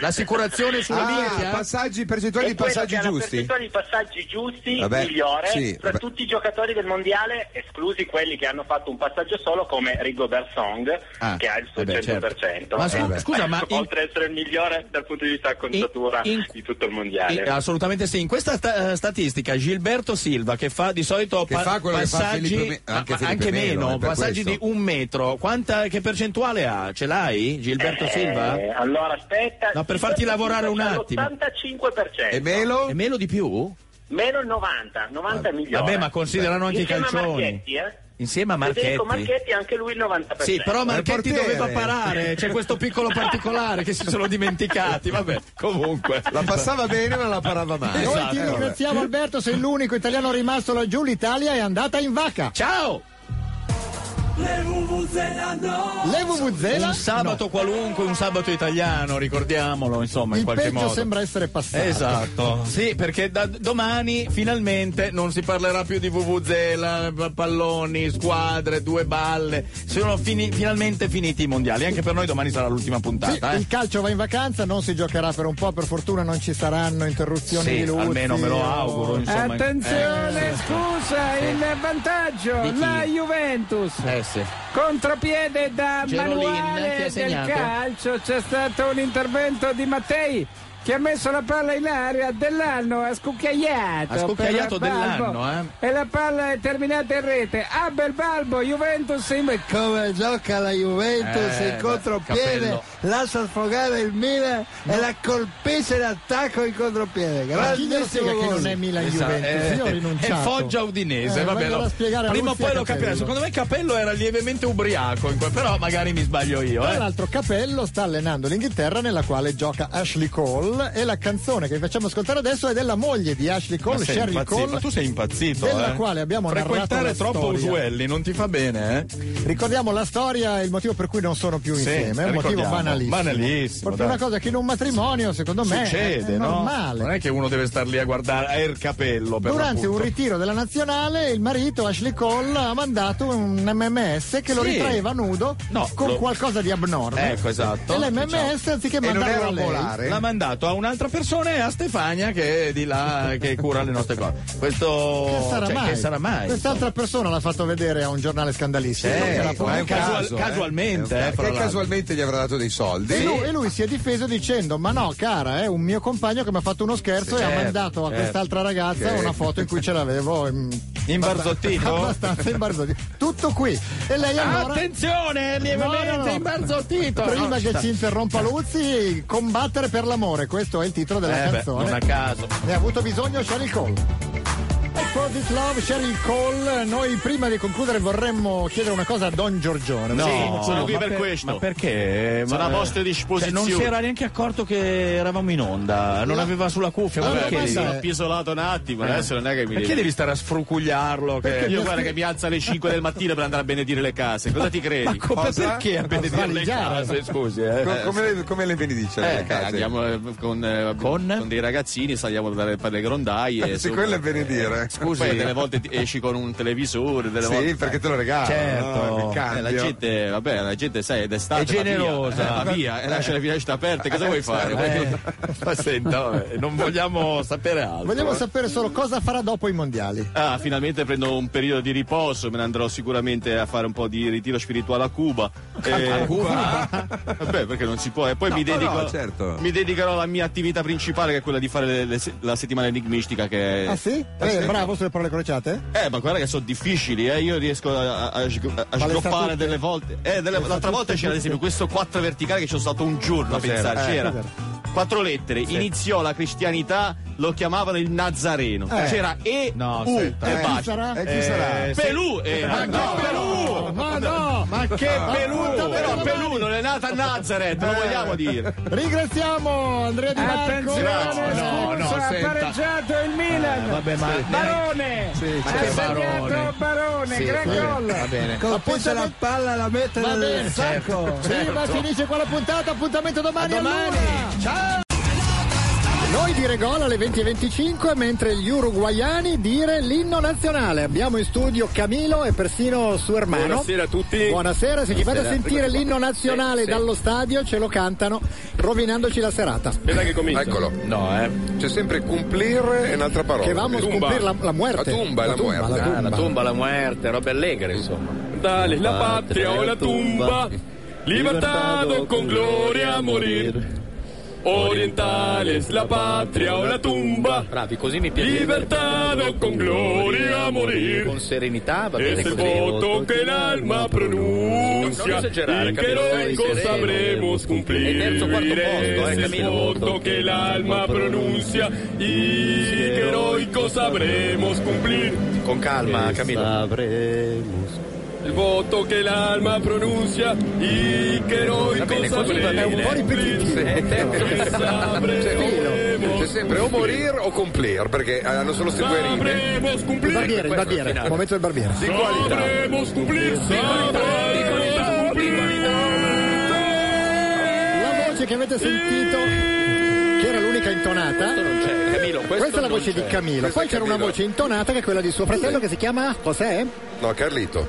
L'assicurazione sulla
Ah,
linea?
passaggi, percentuali
è
di
quello
passaggi
che ha la
giusti.
percentuale di passaggi giusti
Vabbè,
migliore
sì,
tra
vabbè.
tutti i giocatori del mondiale, esclusi quelli che hanno fatto un passaggio solo come Rigobert Song,
Ah,
che ha il suo
vabbè,
100%.
certo. Ma scu-
Eh,
scusa, ma in-
oltre ad essere il migliore dal punto di vista acconciatura di tutto il mondiale.
Eh, Assolutamente sì, in questa sta- eh, statistica Gilberto Silva che fa di solito
Che
pa-
fa quello che fa
passaggi
Filippo Me- anche
ma- ma
Filippo Melo,
meno,
eh, per
passaggi
questo.
di un metro, Quanta- che percentuale ha? Ce l'hai Gilberto
Eh,
Silva?
allora aspetta,
No, per farti lavorare un attimo.
L'85%.
Melo? E Melo di più?
Meno il 90, 90 è migliore.
Vabbè, ma considerano anche i
Insieme a
calcioni.
Marchetti, eh?
Insieme a
Federico
Marchetti.
Marchetti anche lui il 90%.
Sì, però Marchetti
portiere.
doveva parare, c'è questo piccolo particolare che si sono dimenticati, vabbè, comunque. Esatto.
La passava bene ma la parava male.
Noi ti
Eh, vabbè.
ringraziamo Alberto, sei l'unico italiano rimasto laggiù, l'Italia è andata in vacca.
Ciao!
Le vuvuzela no!
Le vuvuzela?
Un sabato qualunque, un sabato italiano, ricordiamolo, insomma, in
Il
qualche
peggio
modo.
sembra essere passato.
Esatto, sì, perché da domani finalmente non si parlerà più di Vuvuzela, p- palloni, squadre, due balle. Sono fini- finalmente finiti i mondiali. Anche per noi domani sarà l'ultima
Sì,
puntata. eh.
il calcio va in vacanza, non si giocherà per un po', per fortuna non ci saranno interruzioni
Sì,
di luci.
almeno me lo
o-
auguro, insomma.
Eh,
eh,
Attenzione, scusa, il
Di
vantaggio,
chi?
la Juventus.
Eh sì.
Contropiede da
Gerolin, chi ha
manuale del
segnato?
calcio, c'è stato un intervento di Mattei che ha messo la palla in aria dell'anno, ha scucchiaiato.
Ha scucchiaiato
per Balbo.
dell'anno, eh?
E la palla è terminata in rete. Ah, bel balbo, Juventus in...
Come gioca la Juventus
Eh,
in contropiede,
cappello.
lascia sfogare il Milan e la colpisce in attacco in contropiede. Grande
spiega che non è Milan
Esatto,
Juventus? Io ho
eh,
rinunciato.
È Foggia Udinese,
Eh,
vabbè.
vaglielo
lo-
a spiegare a
prima o
Ruzzi
poi
e
lo
Capello.
capirà. Secondo me Capello era lievemente ubriaco, in quel- però magari mi sbaglio io.
Tra
eh.
l'altro Capello sta allenando l'Inghilterra nella quale gioca Ashley Cole, Cole e la canzone che vi facciamo ascoltare adesso è della moglie di Ashley Cole,
sei
Sherry
impazzito,
Cole.
ma tu sei impazzito.
della
eh?
quale abbiamo narrato la
Frequentare troppo
storia.
Usuelli non ti fa bene, eh?
Ricordiamo la storia e il motivo per cui non sono più
Sì,
insieme, è un motivo
ricordiamo.
banalissimo.
Banalissimo,
Perché è
dai.
una cosa che in un matrimonio, secondo me,
Succede,
è
no?
normale.
Non è che uno deve star lì a guardare a
Er
il capello per
Durante un
l'appunto.
ritiro della nazionale, il marito Ashley Cole ha mandato un MMS che lo
Sì.
ritraeva nudo
No,
con
lo-
qualcosa di abnorme.
Ecco, esatto.
E l'MMS anziché mandarlo a lei,
L'ha mandato a un'altra persona e a Stefania che è di là che cura le nostre cose. Questo
Che sarà
cioè,
mai?
che sarà mai? Eh,
Quest'altra persona l'ha fatto vedere a un giornale scandalissimo.
Eh,
Sì,
che era
ma è un
pubblicato.
caso, eh.
casualmente,
È un
eh,
caso.
fra
che
l'altro.
casualmente gli avrà dato dei soldi.
E lui, e lui si è difeso dicendo: Ma no, cara, è un mio compagno che mi ha fatto uno scherzo
Sì,
e ha
certo,
mandato a
certo.
quest'altra ragazza
Che-
una foto in cui ce l'avevo mm,
Imbarzottito?
Abbastanza imbarzottito. Tutto qui. E lei
Ah,
allora.
Attenzione, lievemente
No, no, no.
imbarzottito.
Prima
No, ci
che
sta.
ci interrompa Luzzi, combattere per l'amore, questo è il titolo della
Eh beh,
canzone.
non a caso.
Ne ha avuto bisogno Sheryl Cole. E For This Love, Sheryl Cole, noi prima di concludere vorremmo chiedere una cosa a Don Giorgione.
No,
Sì,
sono
ma
qui per
per-
questo.
ma
perché?
Sono
Ma-
a vostra disposizione.
Cioè, non si era neanche accorto che eravamo in onda, non aveva sulla cuffia.
Vabbè,
perché
mi
devi-
sono appisolato un attimo,
Eh.
adesso non è che mi Eh,
Perché devi stare a sfrucugliarlo? Che...
Io guarda che mi alza alle 5 del mattino per andare a benedire le case. Cosa ti credi?
ma come- Cosa? perché a
Ma
benedire le
sbagliare.
case?
Scusi,
Co-
eh.
come, le- come le benedice?
Eh,
le case?
andiamo eh, con, eh, con dei ragazzini, saliamo dalle, per le
Eh,
grondaie.
sì,
su-
quello è benedire.
eh, Scusi,
Poi-
poi delle volte ti- esci con un televisore, delle
Sì,
volte.
perché te lo regalano, Certo. no? Il cambio.
Eh, la gente, vabbè, la gente sai, è
È
d'estate.
generosa.
Va via, eh, va via e lascia le finestre aperte. Cosa vuoi fare?
Eh, ma senta, vabbè, non vogliamo sapere altro.
Vogliamo
eh.
sapere solo cosa farà dopo i mondiali.
Ah, finalmente prendo un periodo di riposo, me ne andrò sicuramente a fare un po' di ritiro spirituale a Cuba. Eh,
A Cuba?
Beh, perché non si può. E poi
No,
mi,
no,
dedico,
no, certo.
mi dedicherò alla mia attività principale, che è quella di fare le- le se- la settimana enigmistica. Che è...
Ah sì? Eh, bravo sulle parole crociate?
Eh, ma guarda che sono difficili, eh. Io riesco a, a- a sgo- a
Ma le sa tutte?
sgoppare delle volte. Eh, delle-
Le sa
l'altra volta
tutte,
c'era ad
tutte?
esempio questo 4 verticale che ci sono stato un giorno a
Cos'era?
pensare.
Eh,
c'era
cos'era?
quattro lettere, iniziò la cristianità, lo chiamavano il Nazareno.
Eh.
C'era E,
No,
U e
senta. Eh,
basta.
chi sarà?
E chi sarà?
Eh, Pelù! eh,
Ma
no,
che
Pelù!
Ma no!
Ma che
Ah,
peluto!
Però Pelù non è nata a Nazareth,
Eh.
lo vogliamo
Eh.
dire.
Ringraziamo Andrea Di Marco.
Attenzione, scusa, ha pareggiato il Milan.
eh, vabbè, ma-
Eh, Barone!
Sì,
ha
certo.
segnato
Barone.
Barone,
Sì,
gran
va bene,
gol.
va bene.
Colpisce la
palla la mette
Va bene,
certo.
sacco.
Prima finisce qua la puntata, appuntamento domani,
A domani.
allora. Ciao! Noi dire gol alle 20.25 mentre gli uruguaiani dire l'inno nazionale. Abbiamo in studio Camilo e persino suo hermano.
Buonasera a tutti.
Buonasera, se ci fate
Buonasera.
sentire l'inno nazionale
Sì, sì.
dallo stadio ce lo cantano rovinandoci la serata.
Aspetta che comincia.
Eccolo.
No, eh.
C'è sempre cumplir è un'altra parola.
Che vamos a
Tumba.
cumplir la, la muerte.
La tumba e la, muerte.
Ah, la tomba, la muerte, robe allegre, insomma.
Dale,
la patria o la tumba, libertado con gloria a morir. Orientales, la patria o la tumba. Bravi, così mi piace. Libertado con gloria a morir. Con serenità, va
bene
Es el
così.
voto que el alma pronuncia.
esagerare,
y que
Camilo, sei
luego
eh,
sereno.
sabremos cumplir.
È terzo, quarto posto, eh,
Es el
Camilo.
voto que el alma pronuncia. Y que heroico sabremos cumplir.
Con calma, Camillo.
El voto que el alma pronuncia y que heroico
C'è sempre o morir o cumplir, perché hanno solo queste due rime.
Sabremos
Il
cumplir.
barbiere, il barbiere, il momento del barbiere.
Di qualità.
Sabremos cumplir. Sabremos
La voce che avete sentito, che era l'unica intonata.
Eh,
Eh, Questa è la voce di Camilo. Poi c'era una voce intonata che è quella di suo fratello che si chiama José
No, Carlito.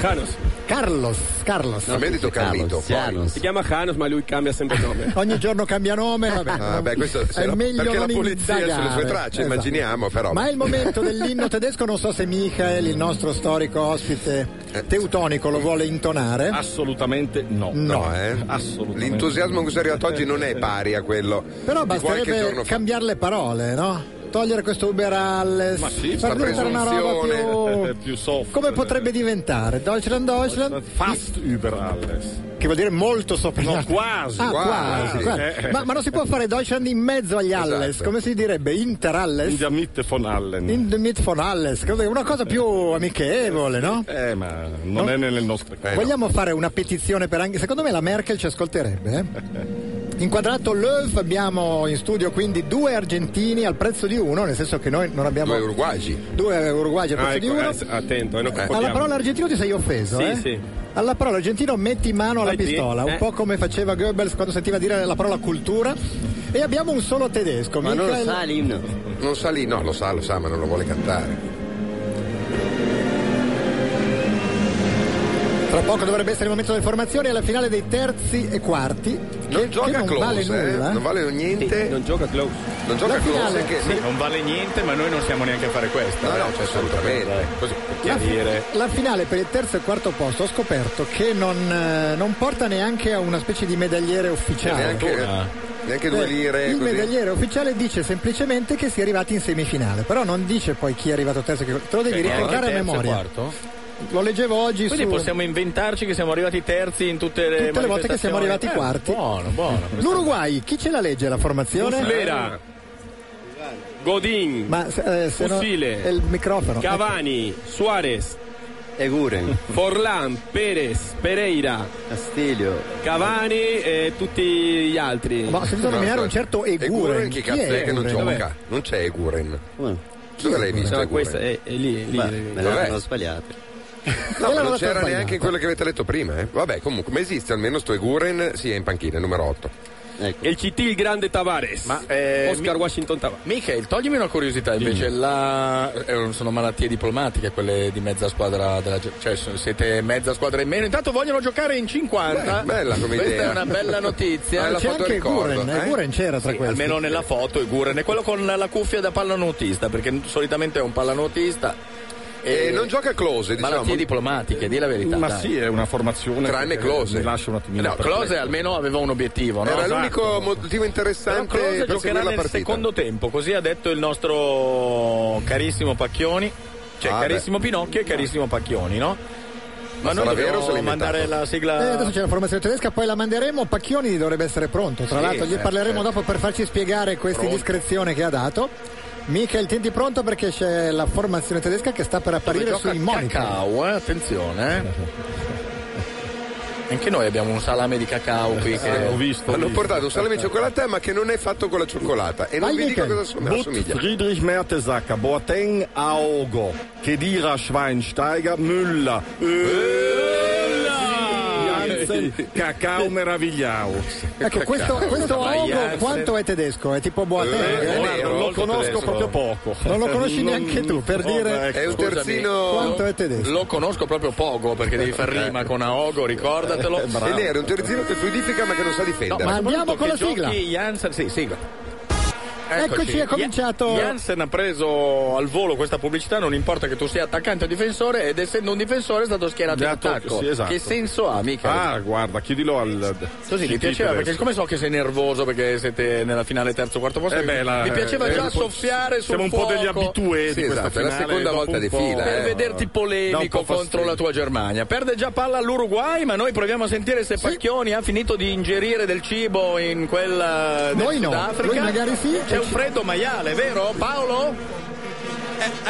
Janos.
Carlos. Carlos.
A me ha detto Carlito. poi.
Si chiama Janos, ma lui cambia sempre nome.
Ogni giorno cambia nome, vabbè.
Ah, beh, questo se
è
la-
meglio
perché la
non
polizia è sulle
indagare.
sue tracce,
Esatto.
immaginiamo, però.
Ma è il momento dell'inno tedesco, non so se Michael, il nostro storico ospite
Eh,
teutonico, lo vuole intonare.
Assolutamente no.
No, eh? Assolutamente. L'entusiasmo con cui sono arrivato oggi non è pari a quello.
Però
di qualche
basterebbe
giorno fa.
cambiare le parole, no? Togliere questo Uberalles,
Ma sì,
far
sta
diventare una roba
presunzione.
più... Come potrebbe diventare? Deutschland, Deutschland?
Fast über alles.
Che vuol dire molto sopra gli
No,
altri.
quasi.
Ah, quasi,
Quasi.
quasi.
Eh.
Ma, ma non si può fare Deutschland in mezzo agli Alles,
Esatto.
come si direbbe? Inter
In
Alles?
der Mitte von Allen.
In the mid von Alles, Credo che una cosa più amichevole, no?
Eh, ma non
No.
Eh,
è nelle nostre cose.
Vogliamo fare una petizione per anche. Secondo me la Merkel ci ascolterebbe. eh? Inquadrato l'œuf, abbiamo in studio quindi due argentini al prezzo di uno, nel senso che noi non abbiamo.
Due uruguagi.
Due uruguagi
Ah,
al prezzo di uno.
attento, eh, non
Alla parola argentino ti sei offeso,
Sì,
eh?
sì.
Alla parola argentino metti mano alla
Vai di-
pistola, un
eh.
po' come faceva Goebbels quando sentiva dire la parola cultura. E abbiamo un solo tedesco, Michael-
l'inno. Non sa l'inno, no, lo sa, lo sa, ma non lo vuole cantare.
Tra poco dovrebbe essere il momento delle formazioni alla finale dei terzi e quarti.
Non
che,
gioca
che non
close,
vale
eh,
nulla.
non vale niente. non gioca close. Non gioca
La
close,
finale.
che
Sì, non vale niente, ma noi non siamo neanche a fare questo.
eh.
No, no, cioè, assolutamente. Così, per
La, fi-
chiarire.
la finale per il terzo e quarto posto ho scoperto che non, eh, non porta neanche a una specie di medagliere ufficiale.
Cioè, Neanche, neanche
Beh,
due lire.
Il
così.
medagliere ufficiale dice semplicemente che si è arrivati in semifinale, però non dice poi chi è arrivato terzo e chi Te lo devi
Cioè,
ricordare a memoria. Lo leggevo oggi
Quindi
su.
possiamo inventarci che siamo arrivati terzi in tutte
Eh,
le
Tutte le volte che siamo arrivati quarti.
manifestazioni. Eh, buono, buono.
L'Uruguay, chi ce la legge la formazione?
Muslera. Godin.
Ma se- eh, se no-
Fusile.
è il microfono. Ecco.
Cavani, Suárez. Eguren. Forlan, Perez, Pereira. Castiglio. Cavani e tutti gli altri.
Ma ho sentito nominare un certo Eguren.
Eguren chi cazzo è, che non gioca?
Vabbè.
Non c'è Eguren. Dove l'hai visto?
No,
Eguren?
questa è, è lì, lì.
me l'hanno
sbagliato.
No, ma
Quella l'ho
non c'era
sbagliata.
neanche quello che avete letto prima, eh. Vabbè, comunque, ma esiste almeno sto Eguren, sì, è in panchina, è numero eh, 8.
E il CT, il grande Tavares. Oscar Washington Tavares.
eh, Michael, toglimi una Eh, curiosità invece, la- eh, sono malattie diplomatiche quelle di mezza squadra, della... ge- cioè so- siete mezza squadra in meno, intanto vogliono giocare in 50.
Beh, bella come
Questa
idea.
è una bella notizia.
Ah,
Eh, la C'è foto anche ricordo,
Eguren, eh? Eguren c'era tra
Sì,
questi.
Almeno nella foto Eguren, è quello con la cuffia da pallanuotista, perché solitamente è un pallanuotista. Eh,
E non gioca Close, diciamo.
Malattie diplomatiche, di la verità.
Ma
dai.
sì, è una formazione.
Tranne
che-
Klose.
mi Lascia un attimino.
No, Close almeno aveva un obiettivo. No?
Era
Esatto.
l'unico motivo
Però
interessante
Klose
per seguire
giocherà
la
nel
partita.
secondo tempo, così ha detto il nostro carissimo Pacchioni, cioè
Ah,
carissimo Pinocchio e carissimo Pacchioni, no? Ma,
Ma
noi
sarà vero o se l'ha
dobbiamo mandare
inventato?
la sigla.
Eh, adesso c'è la formazione tedesca, poi la manderemo. Pacchioni dovrebbe essere pronto. Tra
Sì,
l'altro, gli
certo,
parleremo
certo.
dopo per farci spiegare questa
Pronto.
indiscrezione che ha dato. Michael, tienti pronto perché c'è la formazione tedesca che sta per
Dove
apparire
gioca
sui monitor.
cacao, eh? attenzione. eh. Anche noi abbiamo un salame di cacao qui che
Eh, Hanno portato un
Eh,
salame di cioccolata, ma che non è fatto con la cioccolata. E non vi dico cosa sono,
Butt,
assomiglia.
Friedrich Mertesacker, Boateng, Aogo, Kedira, Schweinsteiger, Müller, Öller, Jansen, Cacao, Meravigliao.
Ecco, questo, questo Ogo quanto è tedesco? È tipo Boateng? eh?
guarda, lo conosco proprio poco.
Non lo conosci
Non-
neanche tu, per
Oh,
dire
beh, ecco, È un scusami. terzino-
quanto è tedesco.
Lo conosco proprio poco perché devi far
Eh.
rima con Aogo, ricordatelo.
E lei era un terzino che fluidifica ma che non sa difendere.
No, ma
Andiamo
soprattutto
con la
che
sigla.
giochi Jansen- sì, sigla.
Eccoci, è cominciato-
Ja- Jansen ha preso al volo questa pubblicità, non importa che tu sia attaccante o difensore, ed essendo un difensore è stato schierato in
Dato-
attacco.
sì, esatto.
Che senso ha, mica?
Ah, guarda, chiedilo al.
Così mi
CT
piaceva perché
tedesco.
siccome so che sei nervoso perché siete nella finale terzo quarto posto,
Eh beh, la-
mi piaceva
eh,
già
un po'
soffiare sul
siamo un po'
fuoco.
degli abitué di Sì, questa esatto, è la finale, seconda dopo volta un di po'- fila,
Per
eh.
vederti
Dà un
polemico
po'
contro
fastidio.
la tua Germania. Perde già palla all'Uruguay, ma noi proviamo a sentire se Pacchioni ha finito di ingerire del cibo in quella del
Noi no,
Sudafrica.
lui magari sì.
C'è un freddo maiale, vero Paolo?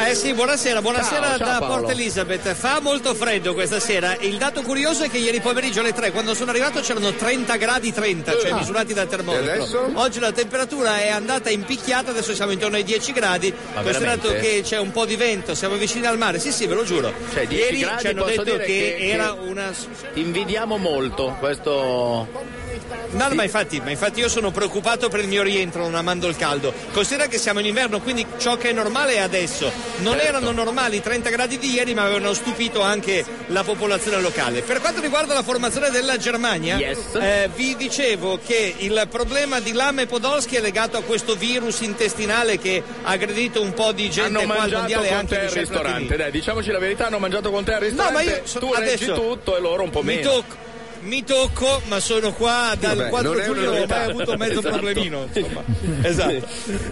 Eh sì, buonasera, buonasera
Ciao, ciao,
da
Paolo.
Porta Elizabeth. Fa molto freddo questa sera. Il dato curioso è che ieri pomeriggio alle 3, quando sono arrivato, c'erano 30 gradi 30, cioè
Ah.
misurati dal termometro.
E adesso?
Oggi la temperatura è andata in picchiata, adesso siamo intorno ai 10 gradi.
Ma
considerato
Ah, veramente?
che c'è un po' di vento, siamo vicini al mare. Sì, sì, ve lo giuro.
Cioè, 10
ieri
gradi,
ci hanno
posso
detto che,
dire che-
era
che-
una.
Ti invidiamo molto questo.
No, no, ma infatti, ma infatti io sono preoccupato per il mio rientro, non amando il caldo. Considera che siamo in inverno, quindi ciò che è normale è adesso. Non
Certo.
erano normali i 30 gradi di ieri, ma avevano stupito anche la popolazione locale. Per quanto riguarda la formazione della Germania,
Yes.
eh, vi dicevo che il problema di Lame e Podolski è legato a questo virus intestinale che ha aggredito un po' di gente
Hanno
qua al
mangiato
mondiale e
con
anche
te
di
al
certi altri
ristorante, dai, diciamoci la verità, hanno mangiato con te al ristorante.
No, ma io so-
tu leggi
adesso-
tutto e loro un po'
mi
meno.
tocco, mi tocco, ma sono qua dal
Vabbè,
4
non è
giugno,
una
non ho mai
novità.
avuto mezzo
Esatto.
problemino. insomma. Esatto.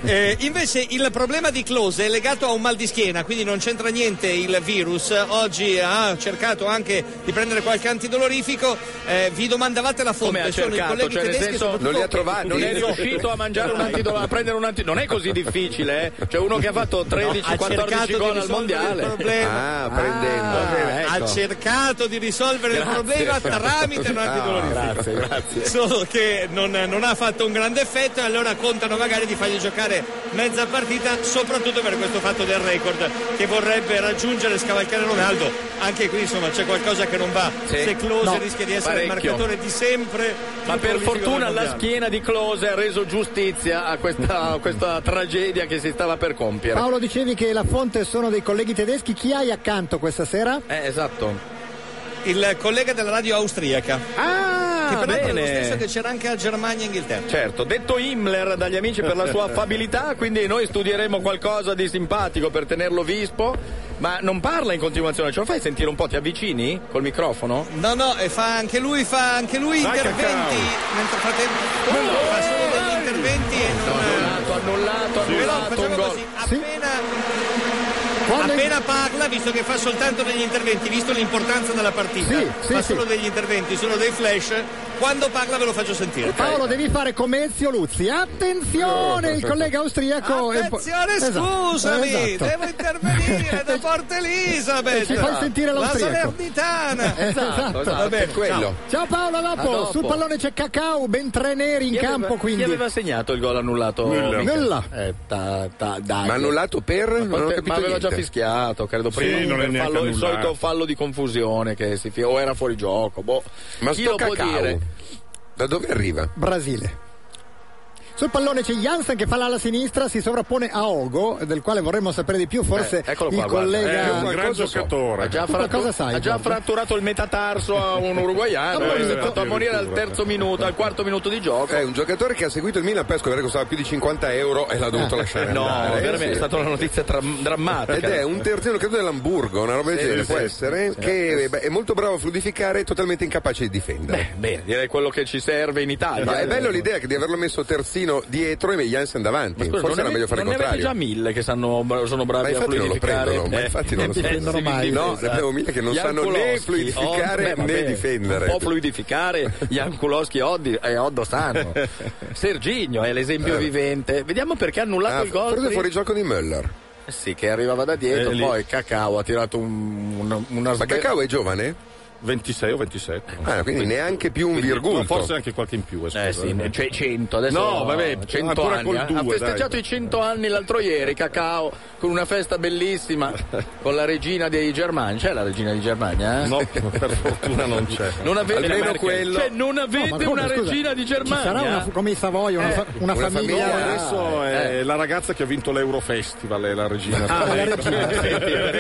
Eh, invece il problema di Close è legato a un mal di schiena, quindi non c'entra niente il virus. Oggi ha cercato anche di prendere qualche antidolorifico. Eh, vi domandavate la fonte,
Come ha
sono i
cercato,
colleghi
cioè nel
tedeschi
senso
soprattutto-
non è riuscito a mangiare un antidolorifico, a prendere un antidolorifico, non è così difficile, eh? C'è uno che ha fatto
No, ha
13-14
cercato di
gol al
risolvere il
mondiale.
problema.
Ah, prendendo.
Ah,
eh,
ha Ha cercato di risolvere
Grazie.
il problema tramite un
Ah,
antidolorifico.
grazie, grazie.
Solo che non, non ha fatto un grande effetto e allora contano magari di fargli giocare mezza partita, soprattutto per questo fatto del record che vorrebbe raggiungere e scavalcare Ronaldo. Anche qui insomma c'è qualcosa che non va.
Sì.
Se Close
No.
rischia di essere il
Parecchio.
marcatore di sempre.
Ma
più
per
prolifico
fortuna
del
la
mondiale.
schiena di Close ha reso giustizia a questa, a questa tragedia che si stava per compiere.
Paolo dicevi che la fonte sono dei colleghi tedeschi, chi hai accanto questa sera?
Eh, esatto.
Il collega della radio austriaca.
Ah,
che peraltro è lo
bene.
stesso che c'era anche a Germania e Inghilterra.
Certo, detto Himmler dagli amici per la sua affabilità, quindi noi studieremo qualcosa di simpatico per tenerlo vispo, ma non parla in continuazione, ce lo fai sentire un po', ti avvicini col microfono?
No, no, e fa anche lui, fa anche lui
Dai,
interventi. Mentre frattempo oh, fa solo degli interventi e non.
Annullato, annullato,
Però
annullato, un
facciamo
gol.
così, appena. Appena parla, visto che fa soltanto degli interventi, visto l'importanza della partita,
Sì, sì,
fa
sì.
solo degli interventi, solo dei flash, quando parla ve lo faccio sentire.
Paolo devi fare come Ezio Luzzi, attenzione il collega austriaco è un po'-
Attenzione,
Esatto,
scusami,
esatto.
devo intervenire da Porta Elisabeth.
Ci fai sentire
la
l'austriaco.
Salernitana.
Esatto, esatto,
Va bene,
è quello.
ciao.
Ciao Paolo, a dopo.
A dopo.
sul pallone c'è Cacao, ben tre neri in
Chi aveva-
campo quindi.
Chi aveva segnato il gol annullato?
Müller.
Mica.
Müller.
Eh, ta- ta- dai.
Ma annullato per?
Ma,
Non ho
per-
capito
ma aveva
niente.
già fischiato, credo.
Sì,
Prima
non è
il
neanche
fallo- il
annullato.
solito fallo di confusione che si fia, o era fuori gioco. Boh.
Ma
Chi
sto
lo può
Cacao?
dire?
Da dove arriva?
Brasile. Sul pallone c'è Jansen che fa l'ala sinistra, si sovrappone a Ogo, del quale vorremmo sapere di più, forse
Eh, eccolo
il
qua, guarda.
collega...
Eh, qualcosa so. Ha già,
Tu
frattu-
qualcosa sai,
ha già
Giorgio?
fratturato il metatarso a un
Ah,
uruguaiano. eh,
beh,
È
sì,
stato a morire al
addirittura.
terzo minuto, al quarto minuto di gioco.
È un giocatore che ha seguito il Milan per scoprire che costava più di 50 euro e l'ha dovuto lasciare
Eh. No,
andare.
veramente, è stata una notizia tra- drammatica.
Ed è un terzino, credo, dell'Amburgo, una roba del
Sì,
genere,
sì,
può
sì,
essere,
sì.
che eh, beh, è molto bravo a fluidificare e totalmente incapace di difendere.
Bene, Eh, direi quello che ci serve in Italia.
Ma è bello l'idea che di averlo messo terzino dietro e Jansen davanti.
Scusa,
Forse
non
era
ne-
meglio fare il
non ne avete
contrario.
già mille che sanno- sono
Ma
bravi a
infatti non lo
fluidificare
prendono, ma
Eh,
infatti non lo
eh,
prendono
sì,
mai.
in
No,
difesa.
ne abbiamo mille che non
Jan
sanno né
Kulowski,
fluidificare
Odd- oh, beh,
né
vabbè,
difendere.
Un po' fluidificare, Jan Kulowski Oddi- e Oddo sanno. Serginio è l'esempio
Eh.
vivente. Vediamo perché ha annullato
Ah,
il gol.
forse
prima.
fuori gioco di Möller.
Eh Sì, che arrivava da dietro,
Eh, lì.
poi Cacao ha tirato un, un- una
Ma
sve-
Cacao è giovane?
26 o 27.
Ah, quindi neanche più un
Quindi,
virgulto.
no, forse anche qualche in più. eh, scusa.
Eh sì, ne- cioè 100 adesso.
No, vabbè,
100
ancora
anni.
col
eh.
due,
ha festeggiato
dai.
i 100 anni l'altro ieri, Cacao, con una festa bellissima con la regina di Germania. C'è la regina di Germania? eh?
No, per fortuna non c'è.
Non avete
Almeno
Merkel.
quello.
Cioè, non avete
No, ma come,
una
scusa,
regina di
ci sarà
Germania. Eh.
una, come i Savoia, una, fa- una
Una famiglia,
Ah,
famiglia... Ah.
adesso è la ragazza che ha vinto l'Eurofestival, è la regina.
Ah, la regina.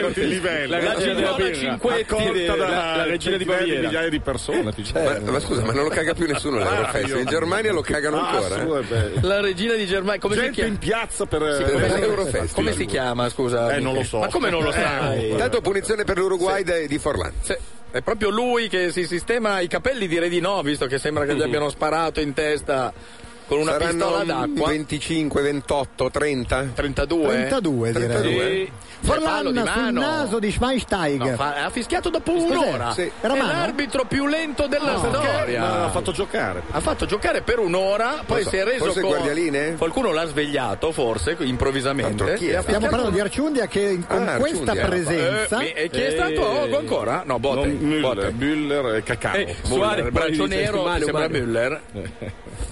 Di livello.
La regina
Accolta
della birra.
accolta
Accolta
da
dalla regina di
centinaia
Baviera.
migliaia di persone. ti giuro.
Cioè,
Ah,
Ma, ma scusa, ma non lo caga più nessuno l'Eurofest.
io-
In Germania lo cagano
Ah,
ancora.
su,
eh.
eh, beh.
La regina di Germania. Come si
Gente
chiama?
in piazza per,
Sì,
eh,
per
per
l'Eurofestival.
Come si chiama, scusa?
Eh, non lo so.
Ma come non lo sai?
Eh, Tanto punizione per l'Uruguay dai- di Forlan.
Se- È proprio lui che si sistema i capelli, direi di no, visto che sembra che gli abbiano sparato in testa con una pistola
Saranno
d'acqua.
25, 28, 30?
32?
32 direi.
Sì. Fallo di
Forlan sul
mano.
naso di Schweinsteiger.
No, fa- ha fischiato dopo
Cos'è?
un'ora.
Sì.
È
Era mano?
l'arbitro più lento della
Ah,
storia.
Ma l'ha fatto giocare.
Ha fatto giocare per un'ora, poi
so,
si è reso
forse
conto.
guardialine?
Qualcuno l'ha svegliato, forse, improvvisamente.
Tanto chi
e
era?
ha
Stiamo
fischiato-
parlando di Arciundia che in- con
Ah,
questa
Arciundia.
presenza...
Eh, mi- e chi è stato a Ogo ancora? No, boh. Botte.
Non Müller,
Botte.
Müller e Cacao.
Eh,
Müller,
Suarez,
bravi
braccio
di-
nero,
Mario,
sembra
Mario.
Müller. Eh.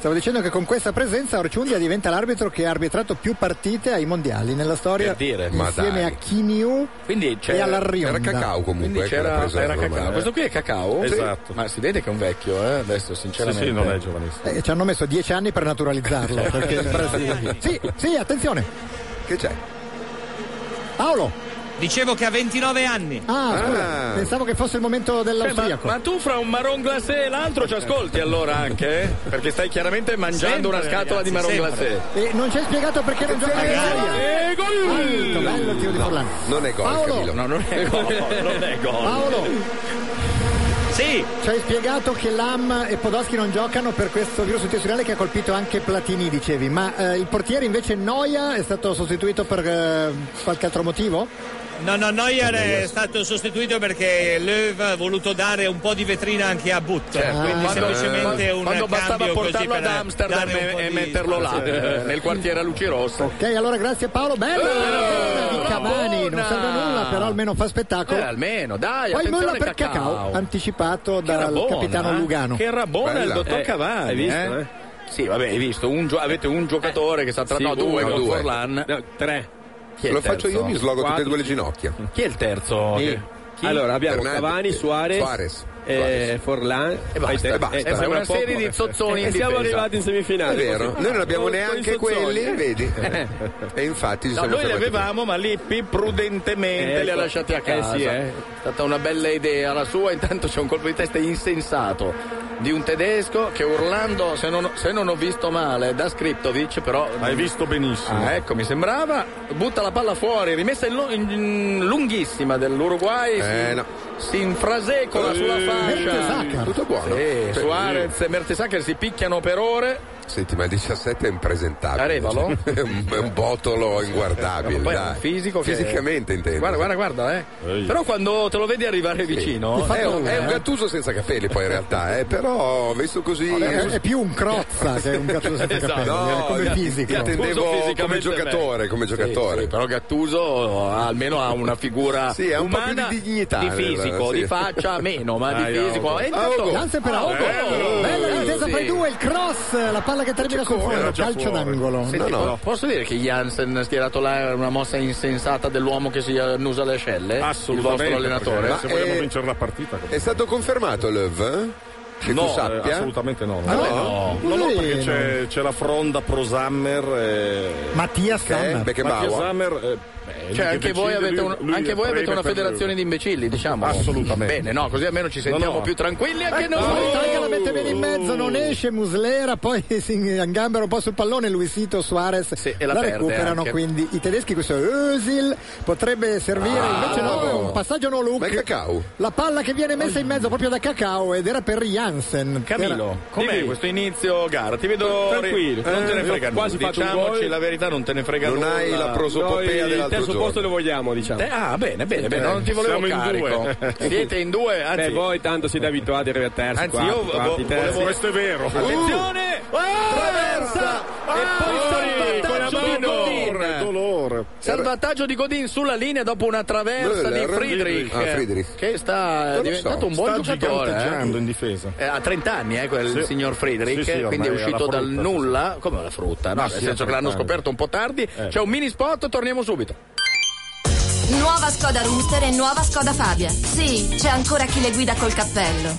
Stavo dicendo che con questa presenza Orciundia diventa l'arbitro che ha arbitrato più partite ai mondiali nella storia
Per dire. Ma
insieme
dai.
a Kimiu
Quindi c'era,
e all'Arrionda.
Era Cacao comunque.
Quindi
che l'ha
c'era,
preso
era
la Roma.
cacao. eh. Questo qui è cacao?
Esatto.
Ma si vede che è un vecchio, eh? Adesso,
Sì,
sinceramente.
sì, non è giovanissimo.
Eh, ci hanno messo dieci anni per naturalizzarlo. perché il Brasile- Sì, sì, attenzione.
Che c'è?
Paolo.
Dicevo che ha 29 anni.
Ah,
Ah.
scusa, pensavo che fosse il momento
Cioè, ma,
dell'austriaco.
ma tu fra un marron glacé e l'altro ci ascolti allora anche? eh? Perché stai chiaramente mangiando
Sempre,
una scatola di marron
ragazzi,
glacé.
E non ci hai spiegato perché non gioca la Italia.
E
Bello,
gol!
bello il tiro di Forlan.
Non è gol,
Paolo.
Camillo.
No, non è gol, non è gol.
Paolo,
Sì,
ci hai spiegato che Lam e Podolski non giocano per questo virus intestinale che ha colpito anche Platini, dicevi, ma eh, il portiere invece Noia è stato sostituito per eh, qualche altro motivo?
No, no, Neuer è stato sostituito perché Löw ha voluto dare un po' di vetrina anche a Butt. quindi
Eh,
semplicemente un
Certo. Ah, quando bastava
cambio così
portarlo
per
ad Amsterdam
dare un
e,
po'
e
di-
metterlo là, eh, nel quartiere a luci rosse.
Ok, allora grazie Paolo.
Oh,
Bello di Cavani, non serve a nulla, però almeno fa spettacolo.
Eh, almeno, dai,
Poi
attenzione
molla per cacao,
Cacao.
anticipato dal
Rabona,
capitano
eh?
Lugano.
Che rabona il
Bella. Eh,
dottor Cavani.
hai visto, eh?
Sì, vabbè, hai visto. un gio- avete un giocatore che sa tra
Sì,
no, due,
uno,
con
due.
Forlan. tre.
Lo faccio io, mi slogo tutte e due le ginocchia.
Chi è il terzo?
Sì.
Che- chi?
Allora, abbiamo
Fernandez.
Cavani, Suarez,
Suarez.
eh,
Suarez.
Forlan,
e basta.
Paiter.
E basta.
Eh,
È
sembra
una
poco.
serie di zozzoni
E
in
siamo
difesa.
arrivati in semifinale.
È vero.
Noi non abbiamo
Con-
neanche
con i zozzoni.
quelli, vedi?
Eh.
E infatti ci
No,
siamo
noi le
fermati
avevamo, ma Lippi prudentemente
Eh,
le ha
ecco.
lasciate a
Eh,
casa.
sì, eh.
È stata una bella idea la sua, intanto c'è un colpo di testa insensato di un tedesco che urlando, se non, se non ho visto male, da Skriptovic però...
Hai visto benissimo.
Ah, ecco, mi sembrava, butta la palla fuori, rimessa in, lu- in- lunghissima dell'Uruguay, si, si infrasecola sulla fascia.
Tutto buono.
Sì,
Sì.
Suarez e Mertesacker si picchiano per ore.
Senti, ma il 17 è impresentabile.
Arevalo?
Cioè, è un, è un botolo inguardabile.
Ma poi è un
dai.
fisico che-
Fisicamente intendo.
Guarda, guarda, guarda, eh. Però quando te lo vedi arrivare
Sì.
vicino,
è un, è un
eh.
gattuso senza capelli poi in realtà, eh, però visto così...
È, è più un crozza che un gattuso senza
Esatto.
capelli,
No,
eh, come
gattuso
fisico.
intendevo come giocatore, come giocatore.
Sì, sì, però Gattuso eh, almeno ha una figura
Sì, ha un po' più
umana,
di dignità, eh,
di fisico,
sì.
di faccia meno, ma di
Dai, oh. Ah,
fisico.
Augo.
E intanto-
Augo.
Lanza per Augo.
Bello.
Bella l'intesa
Sì.
fra i due, il cross, la palla che termina sul fondo, calcio d'angolo.
Senti, però, Posso dire che Jansen ha schierato là era una mossa insensata dell'uomo che si annusa le ascelle? Il vostro allenatore?
perché Se
Eh,
vogliamo vincere la partita.
È stato confermato Löw? eh? Che
no,
tu sappia?
eh, assolutamente no.
Ah,
no,
no?
no, no, perché
Poverino.
c'è, c'è la fronda pro Sammer. E...
Mattias
Che è?
Sammer.
Beckenbauer. Mattias Sammer, eh, beh,
Cioè,
lui che
anche voi
decide,
avete,
lui-
un-
lui
anche voi avete
preme
una
per lui.
federazione di imbecilli, diciamo.
Assolutamente.
Bene, no, così almeno ci sentiamo
No, no.
più tranquilli anche
Ecco,
noi.
Stoica la mette bene in mezzo, non esce Muslera, poi si ingambera un po' sul pallone Luisito Suarez
e
la,
la perde
recuperano
anche.
quindi i tedeschi, questo è Özil, potrebbe servire
Ah,
invece no, è
oh.
un passaggio no
Ma è
look.
cacao.
La palla che viene messa in mezzo proprio da Cacao ed era per Jansen.
Camillo, com'è
Era-
questo inizio gara? Ti vedo
Tranquillo.
Non te ne
Eh,
frega nulla.
ho quasi fatto un
Diciamoci
gol.
la verità, non te ne frega
Non
nulla.
hai la prosopopea
del
dell'altro giorno.
Te- ah, bene, bene, bene, non ti volevo
Siamo
carico.
in due.
Siete in due, anzi.
Beh, voi tanto siete abituati ad arrivare terzi,
Anzi,
quarti,
io vo-
quarti, terzi.
volevo-
Questo è vero.
Attenzione! Uh! Traversa!
Ah!
e poi salvataggio di Godin.
Dolore.
Salvataggio di Godin sulla linea dopo una traversa
Müller,
di Friedrich,
Ah, Friedrich.
che sta
Non lo
diventato
so,
un buon
sta
giocatore.
giganteggiando
eh.
in difesa.
Eh, ha 30 anni eh, quel
Sì.
signor Friedrich,
Sì, sì, ormai
quindi è
alla
uscito dal
frutta, sì.
nulla, come la frutta, no?
Ma
nel
sì,
senso che l'hanno
importante.
scoperto un po' tardi. C'è un mini spot, torniamo subito.
Nuova Skoda Rooster e nuova Skoda Fabia. Sì, c'è ancora chi le guida col cappello.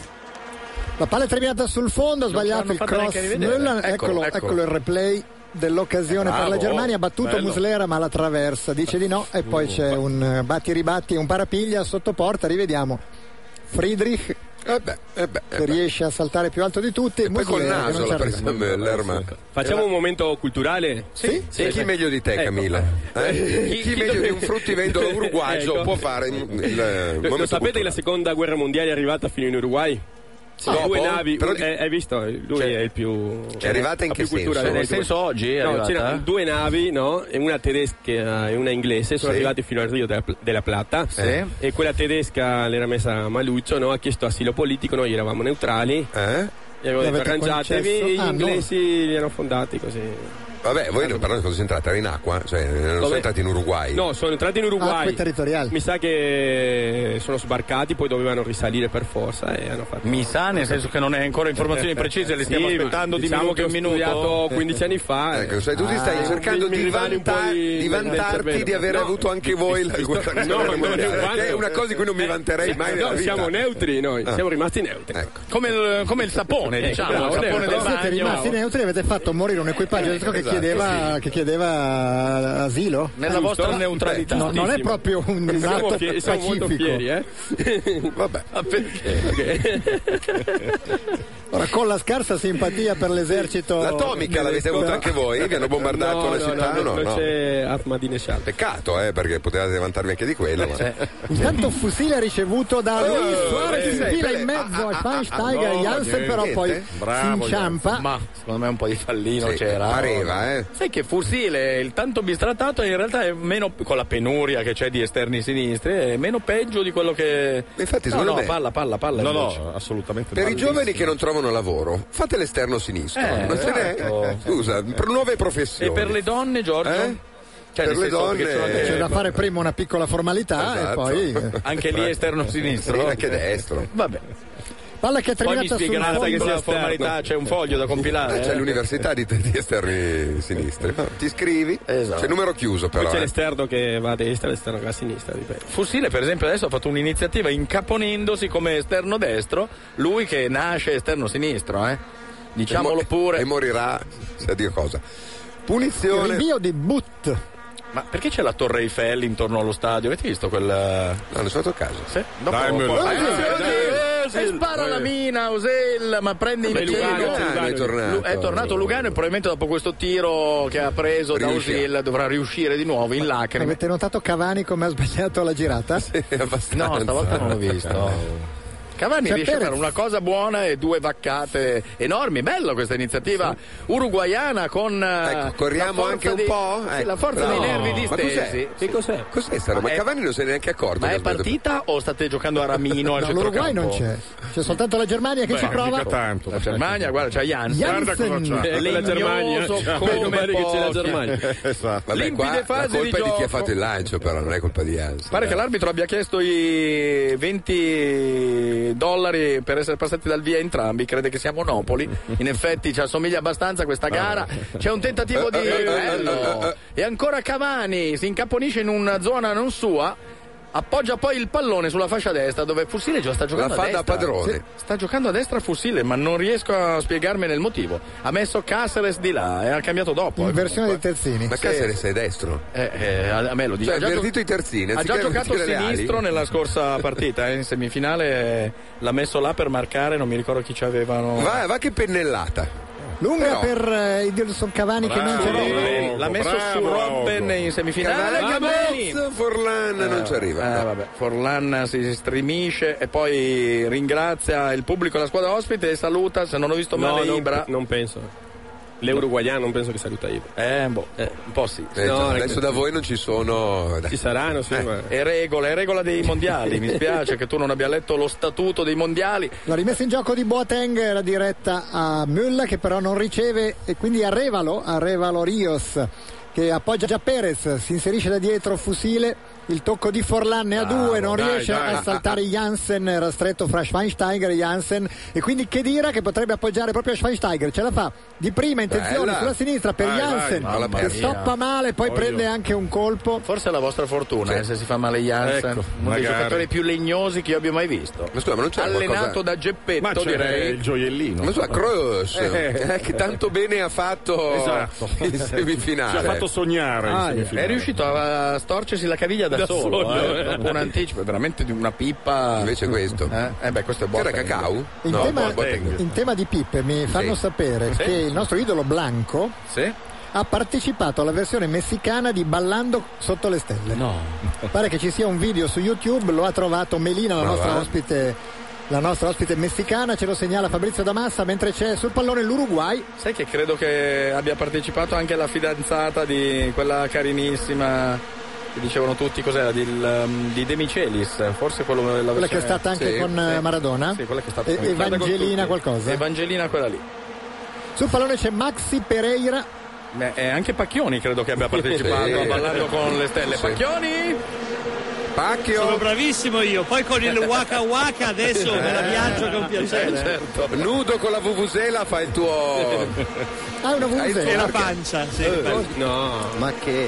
La palla è terminata sul fondo, ha sbagliato
l'hanno
il
fatta
cross.
neanche rivedere.
Müller, eccolo,
Eccolo, eccolo.
eccolo il replay dell'occasione
Bravo,
per la Germania, ha battuto
bello.
Muslera ma la traversa, dice di no e poi c'è un eh, batti ribatti, un parapiglia sotto porta, rivediamo. Friedrich che riesce a saltare più alto di tutti,
Poi col
Muslera che
naso
non
l'ha
c'è
presa Müller, ma...
Facciamo un momento culturale? Sì. Ecco.
E chi meglio di te, Camilla? Eh? Chi, meglio di un fruttivendolo uruguayo
Ecco.
può fare il, il
Lo-
momento
Lo sapete che la seconda guerra mondiale è arrivata fino in Uruguay?
Sì.
Due
Dopo?
navi,
Però
un-
di-
eh, hai visto? Lui
Cioè,
è il più.
È arrivata in
la
che
più cultura
senso?
delle
Nel
due.
senso
oggi è
no,
arrivata?
c'erano due navi, no? E Una tedesca e una inglese, sono
Sì.
arrivate fino al Rio della, Pl- della Plata.
Sì.
E quella tedesca l'era messa Maluccio, no? Ha chiesto asilo politico, noi eravamo neutrali. E avevo detto
Eh? L'avete
arrangiatevi,
concesso?
gli
Ah, no.
inglesi li hanno fondati così.
Vabbè, voi non- però cosa siete entrati? Era in acqua? Cioè, non
Dove-
sono entrati in Uruguay?
No, sono entrati in Uruguay.
Acque territoriali.
Mi sa che sono sbarcati, poi dovevano risalire per forza e hanno fatto.
Mi sa, nel senso che non è ancora informazioni precise, le stiamo
Sì, ma
aspettando di
diciamo
minuto
che
in
ho studiato
minuto.
15 anni fa.
Ecco, cioè, tu ti
Ah.
stai cercando
Mi- mi
di,
rivali un po'
vanta- di
del
vantarti
cervello.
di aver
No,
avuto anche
di-
voi
di-
la
di-
guerra
no,
mondiale,
non è
che
quanto.
è Cioè, una cosa di cui non mi vanterei
Sì,
mai
no,
nella vita.
siamo neutri noi,
Ah.
siamo rimasti neutri.
ecco. Come il, come il sapone,
Ecco,
diciamo,
bravo,
il sapone
bravo.
del
Però siete rimasti
bagno.
neutri e avete fatto morire un equipaggio tedesco che,
Esatto,
chiedeva, che chiedeva asilo.
Nella
Giusto?
vostra neutralità.
No, non è proprio un
Siamo
atto
fie- siamo molto
pacifico.
fieri, eh.
Esatto. Vabbè.
Ma perché?
Ora, con la scarsa simpatia per l'esercito.
L'atomica l'avete avuta anche voi? Vi hanno bombardato
No,
la
no,
città?
no,
No,
non
no.
c'è Ahmadinejad.
Peccato, eh, perché potevate vantarvi anche di quello. ma-
Intanto fusile ricevuto da Luis Suarez
eh,
in
eh,
fila
eh,
in mezzo a
ah,
Schweinsteiger
no,
Jansen, però poi
niente. Bravo,
si inciampa.
Ma secondo me un po' di fallino
Sì,
c'era.
pareva, realtà, eh.
Sai che Fursile, il tanto bistrattato, in realtà è meno, con la penuria che c'è di esterni sinistri, è meno peggio di quello che...
Infatti,
no,
secondo
no,
me-
palla, palla, palla.
No, no,
assolutamente.
Per i giovani che non trovano lavoro, fate l'esterno sinistro.
Eh,
non se n'è.
esatto.
Scusa, per nuove professioni.
E per le donne, Giorgio?
Eh?
Cioè,
Per
nel
le
senso
donne- eh,
che ci sono anche-
C'è da fare prima una piccola formalità Ah, e
Esatto.
poi.
Anche lì esterno sinistro.
Sì, anche destro.
Vabbè.
Palla che è
Poi mi
terminata sul
spiegheranno che
fondo.
sia formalità, c'è un foglio da compilare.
Certo. Eh, c'è l'università di, di esterni sinistri. Ti iscrivi? Esatto. C'è il numero chiuso
Esatto. Poi
però.
c'è
eh.
l'esterno che va a destra, l'esterno che va a sinistra. dipende. Fussile, per esempio, adesso ha fatto un'iniziativa incaponendosi come esterno destro, lui che nasce esterno sinistro, eh. Diciamolo
E mo-
pure.
E
Ah,
morirà, sa Dio cosa.
Il
Punizione.
rinvio di Butt.
Ma perché c'è la Torre Eiffel intorno allo stadio? Avete visto quel. eh, No,
non sono toccato.
Sì, dopo.
Dammelo.
poi-
Dai,
Eh,
dai,
eh, sì, spara la mina, Osel, ma prende in
Beh,
pieno.
Lugano, Lugano è tornato. eh.
Lu- Eh, È tornato Lugano e probabilmente dopo questo tiro che ha preso
Riuscirà.
da Osel dovrà riuscire di nuovo in lacrime.
Avete notato Cavani come ha sbagliato la girata?
abbastanza.
No, stavolta non l'ho visto. Cavani
C'è
riesce a
Perez.
fare una cosa buona e due vaccate enormi. Bella questa iniziativa uruguayana con. eh,
Ecco, corriamo
la forza
anche un
dei-
po'?
sì,
Ecco.
la forza dei
No.
nervi
Ma
distesi.
cos'è?
Sì, cos'è?
Cos'è Sara? Ma
Eh,
Cavani non se n'è neanche accorto.
Ma
che
è
ha sbagliato.
partita o state giocando a Ramino al
No,
centrocampo?
l'Uruguay non c'è. C'è soltanto la Germania che
Beh,
ci prova.
mica tanto. La Germania, guarda, c'è Jans.
Jansen.
Eh, la Germania.
Cioè,
Come
meno male
pochi.
Esatto. Vabbè,
Limpide
qua la
fasi di
colpa è di chi
gioco.
ha fatto il lancio, però non è colpa di Hans.
Pare
Eh.
che l'arbitro abbia chiesto i 20 dollari per essere passati dal via entrambi, crede che sia Monopoli. In effetti ci assomiglia abbastanza questa gara. C'è un tentativo
Eh,
di bello. E ancora Cavani si incaponisce in una zona non sua. Appoggia poi il pallone sulla fascia destra dove Fussile già sta giocando
La fa
a
da
destra.
padrone.
Sì, Sta giocando a destra Fussile, ma non riesco a spiegarmene il motivo. Ha messo Caceres di là e ha cambiato dopo. eh,
Inversione dei terzini.
Ma Cassere sei destro.
eh, eh, a a me lo dice.
Cioè,
Ha già
invertito i terzini,
Ha già
anziché
giocato
invertire le
sinistro
ali.
nella scorsa partita, eh, in semifinale eh, l'ha messo là per marcare, non mi ricordo chi ci avevano.
Va, va che pennellata.
Lunga
Però-
per eh, Edilson Cavani che non
Sì,
c'è
Eh, l'ha- l'ha messo su Robben in semifinale.
Cavani,
Cavani!
Gabozzo, Forlan non ci arriva.
Eh, vabbè. Forlan si strimisce e poi ringrazia il pubblico e la squadra ospite e saluta, se non ho visto No, male, non- Ibra. non penso. L'Uruguayano non penso che saluta Ibra. Eh, boh, eh, un po' sì.
Eh, già, adesso da voi non ci sono. Eh. Ci
saranno, sì. È regola, è regola dei mondiali. Mi spiace che tu non abbia letto lo statuto dei mondiali.
La rimessa in gioco di Boateng era diretta a Müller che però non riceve e quindi a Revalo, a Revalo Rios che appoggia già Perez, si inserisce da dietro Fusile, il tocco di Forlan
Ah,
ne ha due, non
dai,
riesce
dai.
a saltare Jansen, era stretto fra Schweinsteiger e Jansen e quindi Chedira che potrebbe appoggiare proprio a Schweinsteiger, ce la fa di prima intenzione
Bella.
sulla sinistra per
Vai, vai,
Jansen
mamma
che
mia.
stoppa male, poi
Voglio.
prende anche un colpo.
Forse è la vostra fortuna eh, se si fa male Jansen,
Ecco,
uno dei
magari.
giocatori più legnosi che io abbia mai visto.
Ma scusa, ma non c'era
Allenato
qualcosa-
da Geppetto,
Ma c'è
direi.
il gioiellino. Ma scusa, Kroos, eh, che tanto bene ha fatto
Esatto.
in semifinale.
Ci ha fatto
sognare
Ah, è riuscito a storcersi la caviglia da,
Da
solo,
solo,
eh,
eh.
dopo un anticipo, è veramente di una pippa.
Invece questo.
Eh, eh, beh, questo è buono.
Era Cacao?
In, tema, in tema di pippe mi fanno sapere
Sì.
che il nostro idolo Blanco
Sì?
ha partecipato alla versione messicana di Ballando sotto le stelle.
No.
Pare che ci sia un video su YouTube, lo ha trovato Melina, la
Ma
nostra
va.
ospite. La nostra ospite messicana ce lo segnala Fabrizio Damassa mentre c'è sul pallone l'Uruguay.
Sai che credo che abbia partecipato anche la fidanzata di quella carinissima che dicevano tutti cos'era di, um, di De Michelis, forse quello la
Quella che è stata anche con eh, Maradona.
Sì, quella che è stata
E-
con- guarda con
Evangelina
tutti.
qualcosa.
Evangelina quella lì.
Sul pallone c'è Maxi Pereira.
Beh, e anche Pacchioni credo che abbia partecipato
Sì.
a ballando con le stelle.
Sì.
Pacchioni!
Pacchio!
Sono bravissimo io, poi con il waka waka adesso
Eh.
me la viaggio con piacere.
Eh, certo. Nudo con la vuvuzela fa il tuo.
Ah, una
Hai il tuo
vuvuzela.
marca-
Eh,
no, ma che.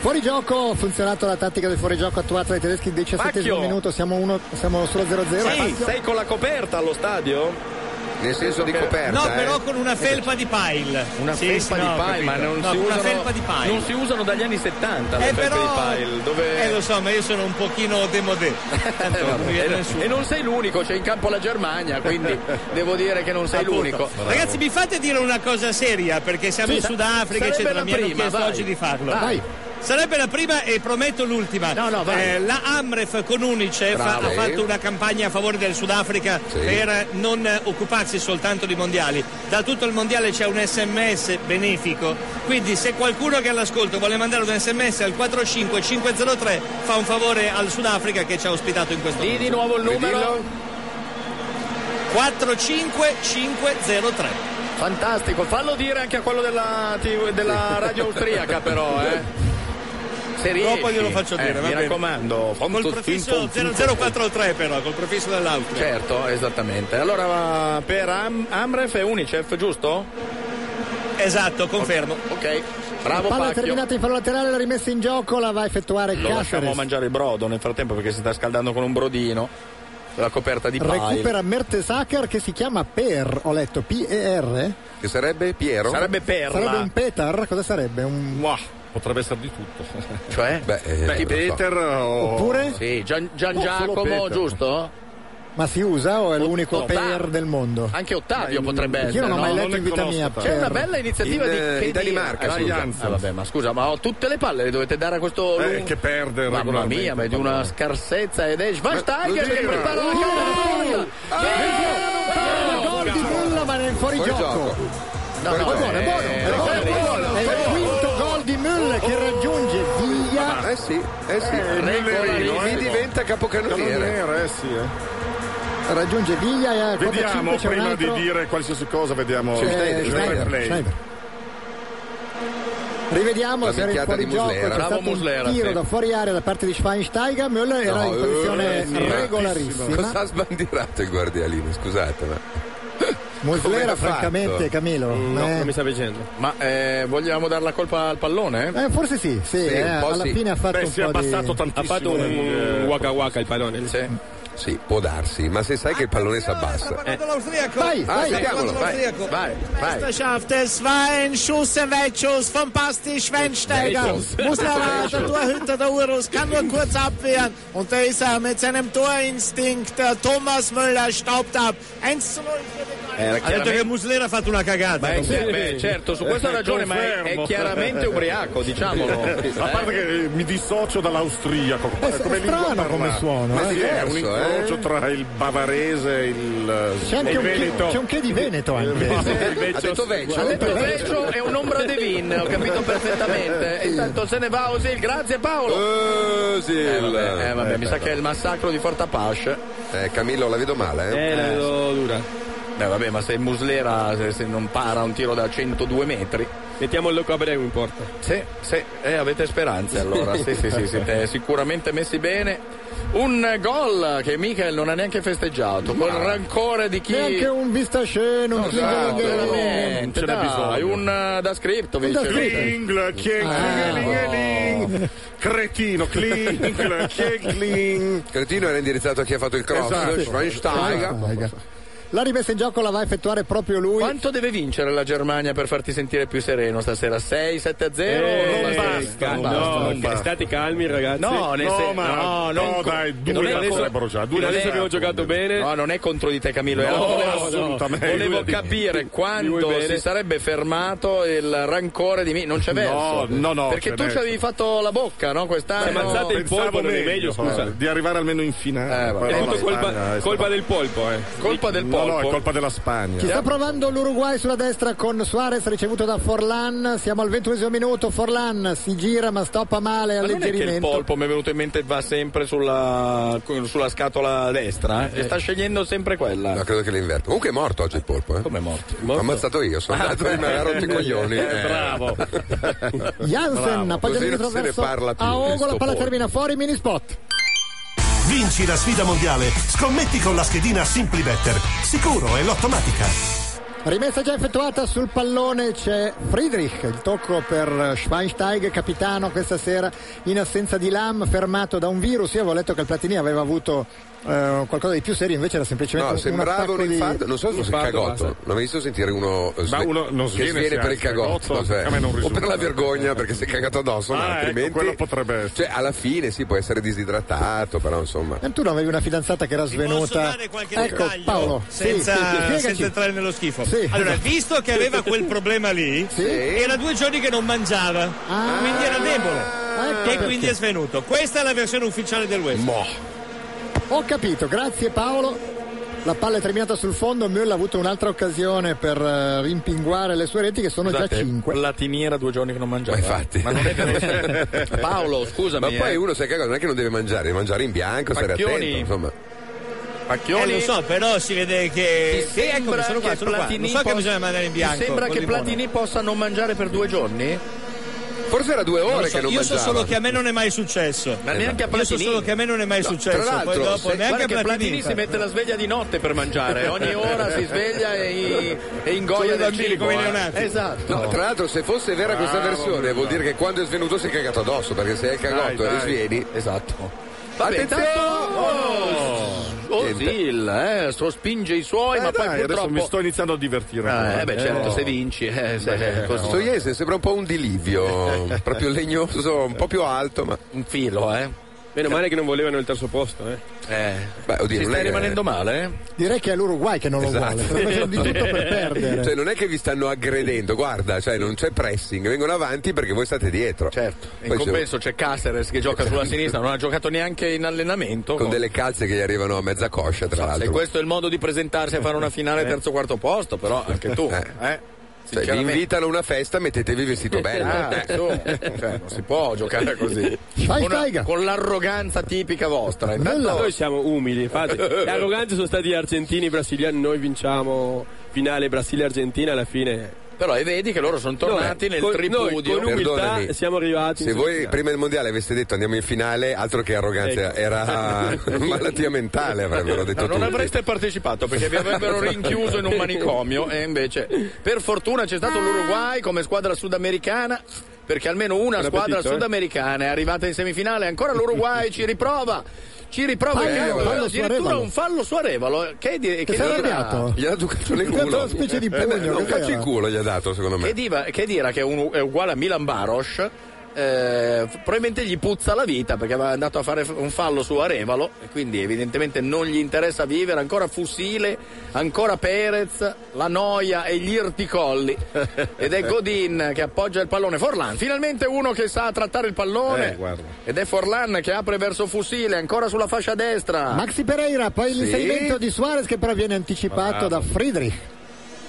Fuori gioco, ha funzionato la tattica del fuorigioco attuata dai tedeschi il 17
Pacchio.
minuto, siamo, uno, siamo solo 0-0.
Sì, sei con la coperta allo stadio?
Nel senso di coperta.
No,
eh.
però
con una felpa di pile.
Una
Sì,
felpa
sì,
di
no, ho
pile,
capito.
ma non,
No,
si
una
usano,
felpa di pile.
non si usano dagli anni 70 le
Eh,
felpe
però-
di pile. Dove...
Eh lo so, ma io sono un pochino demodé. Tanto
Eh,
non mi viene
vabbè.
nessuno.
e non sei l'unico, c'è in campo la Germania, quindi devo dire che non sei
Appunto.
l'unico.
Ragazzi, mi fate dire una cosa seria, perché siamo
Sì,
in
sa-
Sudafrica,
sarebbe
eccetera.
la
Mi hanno
prima,
chiesto
vai.
oggi di farlo.
Vai.
Sarebbe la prima e prometto l'ultima.
vai.
Eh, la Amref con Unicef
Bravo.
ha fatto una campagna a favore del Sudafrica per non eh, occuparsi soltanto di mondiali. Da tutto il mondiale c'è un sms benefico, quindi se qualcuno che all'ascolto vuole mandare un sms al 45503 fa un favore al Sudafrica che ci ha ospitato in questo
Dì
momento.
di nuovo il numero.
45503.
Fantastico, fallo dire anche a quello della, TV della radio austriaca però, eh. Se riesci.
Dopo glielo faccio
Eh,
dire, va
mi
bene.
raccomando.
Col prefisso 0043 però, col prefisso dell'auto.
Certo, esattamente. Allora per Am- Amref e Unicef, giusto?
Esatto, confermo.
Ok, bravo
palla
Pacchio.
terminata in fallo laterale, la rimessa in gioco la va a effettuare
Lo lasciamo
Cáceres.
mangiare il brodo nel frattempo perché si sta scaldando con un brodino. La coperta di pile.
Recupera Mertesacker che si chiama Per, ho letto P-E-R.
Che sarebbe Piero?
Sarebbe Perla.
Sarebbe un Petar, cosa sarebbe? Un...
Potrebbe essere di tutto. Cioè?
Beh, eh,
Beh,
non lo
Peter
o-
Oppure?
Sì, Gian, Gian
Oh, solo
Giacomo,
Peter.
giusto?
Ma si usa o è l'unico
no,
Per del mondo?
Anche Ottavio potrebbe
io
essere.
non ho mai
no?
letto in vita mia.
C'è una
Per.
bella iniziativa
In,
di
eh,
che
in
dire?
Danimarca,
Ah,
scusa.
Janssen. Ah, vabbè, ma scusa, ma ho tutte le palle le dovete dare a questo.
Eh,
lungo-
che perde
Mamma
regolarmente,
mia, ma è di una
pallone.
scarsezza ed è Schweinsteiger
lo
che
dico.
prepara la
Uh!
gara.
Ah! Gol di Müller ma nel fuorigioco.
No, no,
è buono, è buono,
eh,
è buono, è buono. È il quinto gol di Müller che raggiunge via.
Oh. Eh sì, eh sì.
regolarissimo.
Mi diventa capocannoniere.
Canoniere, eh sì. eh.
Raggiunge Viglia e a quota
Vediamo,
5 c'è un
prima di
altro.
dire qualsiasi cosa, vediamo
C'è Schneider,
il
Schneider,
replay.
Schneider. Rivediamo
La
se era in
minchiata di
fuorigioco,
Muslera.
c'è
Bravo
stato
Muslera,
un tiro
sì.
da fuori area da parte di Schweinsteiger, Müller era
No,
in
eh,
posizione
sì.
regolarissima.
Cosa ha sbandirato il guardialino? Scusate, ma. Come l'ha
Muslera
fatto?
francamente Camilo. eh.
sta piacendo. Ma eh, vogliamo dare la colpa al pallone?
Eh, forse sì, sì, eh, alla fine ha fatto un po'
Eh,
di...
tantissimo.
Ha fatto un,
nel-
eh, waka waka il pallone.
Sì, può darsi, ma se sai che il pallone si abbassa.
Eh. L'austriaco.
Vai, Ah, vai, sentiamolo, vai,
l'austriaco.
vai,
Meisterschaft, es war ein Schuss, ein Weitschuss von Basti Schweinsteiger. Weitschuss. Musler war der Torhüter der Urus, kann nur kurz abwehren. Und da ist er mit seinem Torinstinkt. Der Thomas Müller staubt ab. 1
Eh,
zu 0 für den
Eh,
ha detto che Muslera ha fatto una cagata.
Beh, sì, beh, certo, su questo ha ragione, ma è- è chiaramente ubriaco, diciamolo.
A parte che Ecco, eh, mi dissocio dall'austriaco.
È- è
lingua
strano
parlata.
come suono,
Ma
eh.
sì, è un
Diverso, eh.
incrocio tra il bavarese e il.
C'è anche
e il
un che,
veneto.
c'è un che di Veneto anche.
Ha detto Vecchio.
Ha detto Vecchio è un'ombra di Vin, ho capito perfettamente. Intanto se ne va Osil, grazie Paolo. Eh, vabbè, eh, vabbè, mi sa che è il massacro di Forta Pasch.
Eh, Camillo, la vedo male, eh?
dura. Beh, vabbè, ma se Muslera se, se non para un tiro da 102 metri. Mettiamo il Loco Abreu in porta. Sì, sì, eh, avete speranze allora. sì, sì, sì, siete sicuramente messi bene. Un gol che Michael non ha neanche festeggiato, col rancore di chi.
Neanche un vistasceno, un
Esatto,
Kingeling.
veramente, dai, un eh, da scritto,
Da
vince.
Kling, chien,
Ah. Oh.
klingelingeling. Cretino, Kling, chien, Kling.
Cretino era indirizzato a chi ha fatto il cross.
Esatto.
Schweinsteiger.
Ah.
La rimessa in gioco la va a effettuare proprio lui.
Quanto deve vincere la Germania per farti sentire più sereno stasera? 6-7-0?
Eh,
non
basta,
basta, non
no,
basta,
non
ok.
basta.
State calmi ragazzi.
No, nel
no,
sen-
ma
no,
no,
non-
dai, due
non è-
sarebbero già, due
non
adesso
è-
abbiamo giocato bene.
No, non è contro di te Camillo, era-
No,
volevo,
no, assolutamente.
volevo
Lui ha-
capire
Lui
quanto
bene.
si sarebbe fermato il rancore di me, non c'è
No,
verso.
no, no,
perché
c'è
tu ci
verso.
avevi fatto la bocca, no? Quest'anno
Pensavo insomma, Di arrivare almeno in finale.
È
Però
tutto
la
colpa-
Spagna è
colpa
stata-
del polpo, eh.
Colpa del
No, no,
polpo.
è colpa della Spagna.
Ci sta provando l'Uruguay sulla destra con Suarez ricevuto da Forlan. Siamo al ventuesimo minuto. Forlan si gira ma stoppa male
Ma non è che il
all'alleggerimento.
polpo mi è venuto in mente va sempre sulla, sulla scatola destra eh? e sta scegliendo sempre quella.
No, credo che l'inverto. Comunque è morto oggi il polpo, eh? Come
è morto? Ah,
Ammazzato io, sono andato e mi ha rotto i coglioni.
Eh, bravo.
Jansen
Bravo,
a pagina
così
di
non se ne
traverso
parla più,
a
di
Ogo, la
sto
palla
polpo.
termina fuori, mini spot.
Vinci la sfida mondiale. Scommetti con la schedina Simply Better. Sicuro e l'ottomatica.
Rimessa già effettuata sul pallone c'è Friedrich, il tocco per Schweinsteiger, capitano questa sera in assenza di Lam, fermato da un virus. Io avevo letto che il Platini aveva avuto eh, qualcosa di più serio, invece era semplicemente
No,
un, un
sembrava
attacco
un infarto,
di...
non so se fosse il cagotto, non mi visto sentire uno, eh,
Ma
sve-
uno non
che
sviene
sviene
se
per
ha
il
il cagotto,
cagotto, cioè,
a me non
o per
risulta.
la vergogna perché si è cagato addosso, no,
Ah, ecco,
altrimenti
quello potrebbe essere.
Cioè, alla fine sì, può essere disidratato, però insomma.
Eh, Tu non avevi una fidanzata che era svenuta. Ecco, Paolo, sì,
senza,
sì, spiegaci.
senza entrare nello schifo.
Sì.
Allora, visto
Ah.
che aveva quel problema lì, era due giorni che non mangiava, quindi era debole. e quindi è svenuto. Questa è la versione ufficiale del West.
Boh.
Ho capito, grazie Paolo. La palla è terminata sul fondo, Müller ha avuto un'altra occasione per eh, rimpinguare le sue reti che sono
Esatto,
già 5.
Platiniera due giorni che non mangiava. Ma
infatti.
non è per Paolo, scusami.
Ma poi
eh.
uno sai che cosa, non è che non deve mangiare, deve mangiare in bianco, stare
Pacchioni.
attento, insomma.
Eh, lo so, però si vede che. Sì, eccomi, sono qua, sono qua. Lo so che
possa-
bisogna mandare in bianco.
Ti sembra
col
che
limone.
Platini possa non mangiare per due giorni?
Forse era due
Non lo so, io so solo che a me non è mai successo. Esatto.
Ma neanche a
Io so
Platini.
solo che a me non è mai
No,
successo.
Tra l'altro,
Poi dopo
se-
neanche
guarda
a
che Platini si mette la sveglia di notte per mangiare. Ogni ora si sveglia e, e ingoia del cibo. eh. Esatto.
No, tra l'altro, se fosse vera questa
Bravo,
versione,
Bruno.
vuol dire che quando è svenuto si è cagato addosso, perché se è cagotto
Dai,
e
dai.
svieni.
Esatto. Vabbè,
Attenzione!
intanto- Oh, Ozil, eh, sospinge i suoi,
Eh,
ma
dai,
poi
adesso
purtroppo...
mi sto
iniziando a divertire. eh, beh, certo, se vinci. Eh, se-
Beh,
così-
questo Iese sembra un po' un dilivio, proprio legnoso, un po' più alto, ma
un filo, eh.
Meno male che non volevano il terzo posto, eh. Beh, oddio,
Ci stai
non è che- Esatto.
rimanendo male, eh?
Direi che è l'Uruguay che non lo
Esatto.
vuole. Stanno facendo di tutto per perdere.
Cioè, non è che vi stanno aggredendo, guarda, cioè non c'è pressing, vengono avanti perché voi state dietro. Certo.
In compenso c'è Caceres che gioca sulla sinistra, non ha giocato neanche in allenamento.
con delle calze che gli arrivano a mezza coscia, tra
Se
l'altro.
questo è il modo di presentarsi a fare una finale terzo o quarto posto, però anche tu,
Eh.
eh?
Cioè, vi
Sinceramente.
invitano a una festa, mettetevi vestito bello.
Ah,
Eh.
insomma, cioè, non si può giocare così.
Vai,
Una-
Taiga.
con l'arroganza tipica vostra. Intanto-
Noi siamo umili, infatti. Gli arroganti sono stati gli argentini, i brasiliani, noi vinciamo finale Brasile-Argentina alla fine.
Però e vedi che loro sono tornati
No,
nel
con- noi
tripudio.
con umiltà
Perdonami.
siamo arrivati.
Se voi prima del mondiale aveste detto andiamo in finale, altro che arroganza,
Ecco.
era malattia mentale, avrebbero detto
Ma non
tutti.
avreste partecipato perché vi avrebbero rinchiuso in un manicomio e invece per fortuna c'è stato l'Uruguay come squadra sudamericana perché almeno una
Buon
squadra
appetito, eh.
sudamericana è arrivata in semifinale ancora l'Uruguay ci riprova ci riprova
Fallo,
il campo,
fallo su
addirittura
Arevalo.
un fallo su Arevalo eh, che, di- che
Che si è
dirà-
arrabbiato?
Gli ha dato un calcio
Gli
nel
ha dato
culo.
una specie di
Eh, beh,
pugno,
Un
cos'era?
calcio in culo gli ha dato, secondo me.
che, diva- che dirà che è, un- è uguale a Milan Baros eh, probabilmente gli puzza la vita perché aveva andato a fare un fallo su Arevalo e quindi evidentemente non gli interessa vivere ancora Fusile ancora Perez la noia e gli irticolli ed è Godin che appoggia il pallone Forlan finalmente uno che sa trattare il pallone
Eh, guarda.
ed è Forlan che apre verso Fusile ancora sulla fascia destra
Maxi Pereira, poi
Sì.
l'inserimento di Suarez che però viene anticipato
Bravo.
da Friedrich.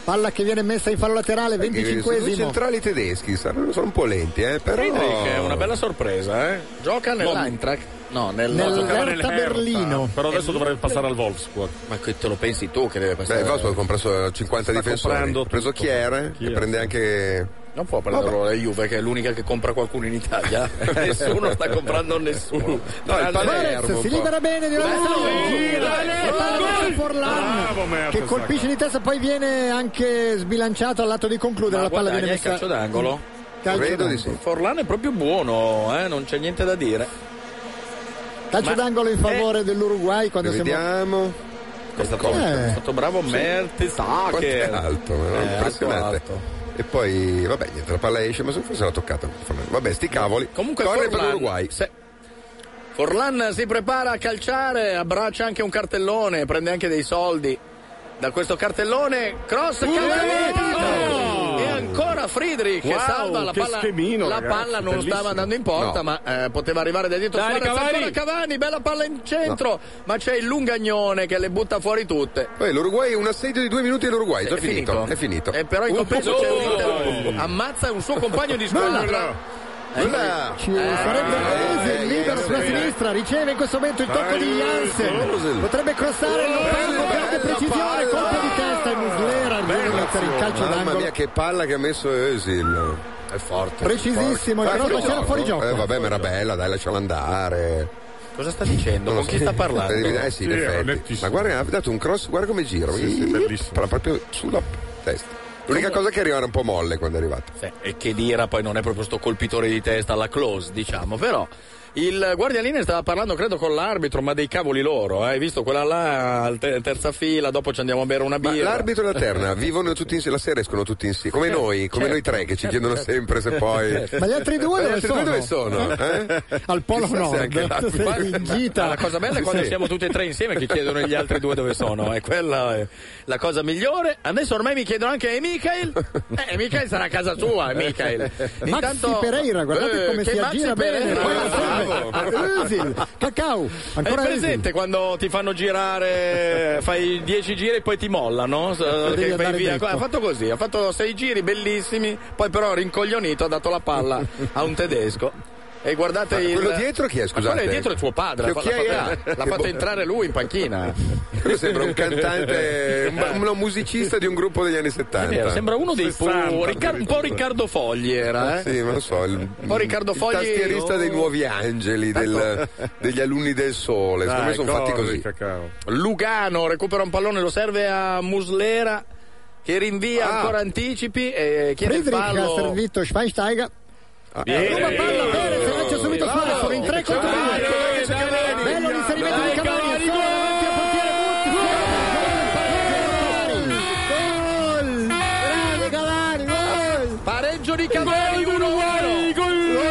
Palla che viene messa in fallo laterale,
I
25esimo.
Eh, centrali tedeschi saranno- sono un po' lenti, eh, però...
Friedrich è una bella sorpresa eh? gioca nell'Eintracht no nel,
Nel-
giocava
Hertha
nell'Hertha.
Berlino.
Però adesso dovrebbe passare al Wolfsburg.
Eh, Ma che te lo pensi tu che deve
Beh,
passare?
il Wolfsburg ha comprato 50
Sta
difensori,
comprando
ha preso
tutto.
Chiere e
Chier.
prende anche...
Non può prenderlo la Juve che è l'unica che compra qualcuno in Italia. nessuno sta comprando nessuno.
No, il
Suarez si libera bene di Ronaldo, gira e palla verso Forlan che colpisce di testa, poi viene anche sbilanciato al lato di concludere.
Ma
La palla
guadagna
viene
il
messa
calcio d'angolo?
Calcio d'angolo.
Forlan è proprio buono, eh, non c'è niente da dire.
Calcio
Ma- Eh.
d'angolo in favore dell'Uruguay quando siamo
Vediamo.
Questa
Eh.
volta è stato bravo Mertes. Ah,
Quanto
che
è alto, ma
Eh,
impressionante.
alto, alto.
E poi, vabbè, niente, la palla esce, ma forse l'ha toccata. Vabbè, sti cavoli.
Comunque
Corre per
Forlan-
l'Uruguay.
se- Forlan si prepara a calciare, abbraccia anche un cartellone, prende anche dei soldi. Da questo cartellone, cross,
Oh!
calcio E ancora Friedrich che
Wow,
salva la
che
palla.
schemino,
la
ragazzi,
palla non
bellissimo.
stava andando in porta,
No.
ma eh, poteva arrivare da dietro.
Dai,
Suarez,
Cavani.
ancora Cavani, bella palla in centro, ma c'è il lungagnone che le butta fuori tutte.
Poi l'Uruguay, un assedio di due minuti all'Uruguay, già
È
finito.
finito.
È finito.
E però in compenso c'è un
Oh,
inter- ammazza un suo compagno di squadra. Eh,
Nulla.
Ci sarebbe Ozil, libero sulla sinistra, riceve in questo momento il tocco di Jansen, potrebbe crossare, lo prende con grande precisione, colpo di testa e Muslera arriva a mettere il calcio
Mamma
d'angolo.
mia, che palla che ha messo Özil. È forte.
Precisissimo, il
Forte.
gioco,
Ah,
c'era fuori gioco.
Eh, vabbè, ma era bella, dai, lasciala andare.
Cosa sta dicendo?
Non lo
Con
so.
Eh, chi sta parlando?
Eh sì, in effetti. Ma guarda, ha dato un cross, guarda come giro. Però proprio sulla testa. L'unica cosa è che arrivava un po' molle quando è arrivato.
Sì, e che Dira poi non è proprio sto colpitore di testa alla close, diciamo, però Il guardialine stava parlando, credo, con l'arbitro, ma dei cavoli loro. eh. Hai visto quella là, al te- terza fila, dopo ci andiamo a bere una
Ma
birra.
l'arbitro e la terna vivono tutti insieme, la sera escono tutti insieme, come
Certo,
noi, come
certo,
noi tre che ci
certo,
chiedono
certo.
sempre se poi.
Ma gli altri due
Ma
dove
gli altri due dove
sono?
sono? Eh?
Al Polo
Chissà se
Nord.
anche l'arbitro-
Guarda, La cosa bella è quando
Sì.
siamo tutti e tre insieme che chiedono gli altri due dove sono. E quella è la cosa migliore. Adesso ormai mi chiedono anche, e Michael? Eh, Michael sarà a casa sua, eh, Michael. Eh,
Maxi Pereira, guardate come
che
si
Maxi
aggira bene.
Pereira,
Poi la
bravo.
serve. Özil, Cacao,
Hai
Eh, ancora Özil.
presente quando ti fanno girare, fai 10 giri e poi ti mollano? S-
devi
che vai
andare
via.
dritto.
Ha fatto così, ha fatto 6 giri bellissimi, poi però rincoglionito ha dato la palla a un tedesco. E guardate
Ma
il...
Ah, quello dietro chi è,
Ma
scusate?
quello dietro è tuo padre,
Che
l'ha fa-
occhiaie
l'ha fatto-
ha?
l'ha
Che
fatto
bo-
entrare lui in panchina.
Quello sembra un cantante, un, ba- un musicista di un gruppo degli anni
È
70.
vero, Eh, sembra uno dei più-
60,
Riccardo- un po' Riccardo Fogli era, eh?
Ah, Sì, ma lo so. Il,
Un po' Riccardo
il
Fogli- oh.
tastierista dei Nuovi Angeli, del-
Ecco.
degli alunni del sole. Secondo me
Dai,
sono fatti
corri,
così.
Lugano recupera un pallone, lo serve a Muslera che rinvia
Ah.
ancora anticipi e chiede il
Friedrich ha
fallo.
servito Schweinsteiger.
Bene.
Roma palla bene, se lancia subito Swanson in 3 contro 2. Bello l'inserimento di Cavani, solo davanti al portiere Mutti. Gol! Grande Cavani, gol!
Pareggio di Cavani, 1-1.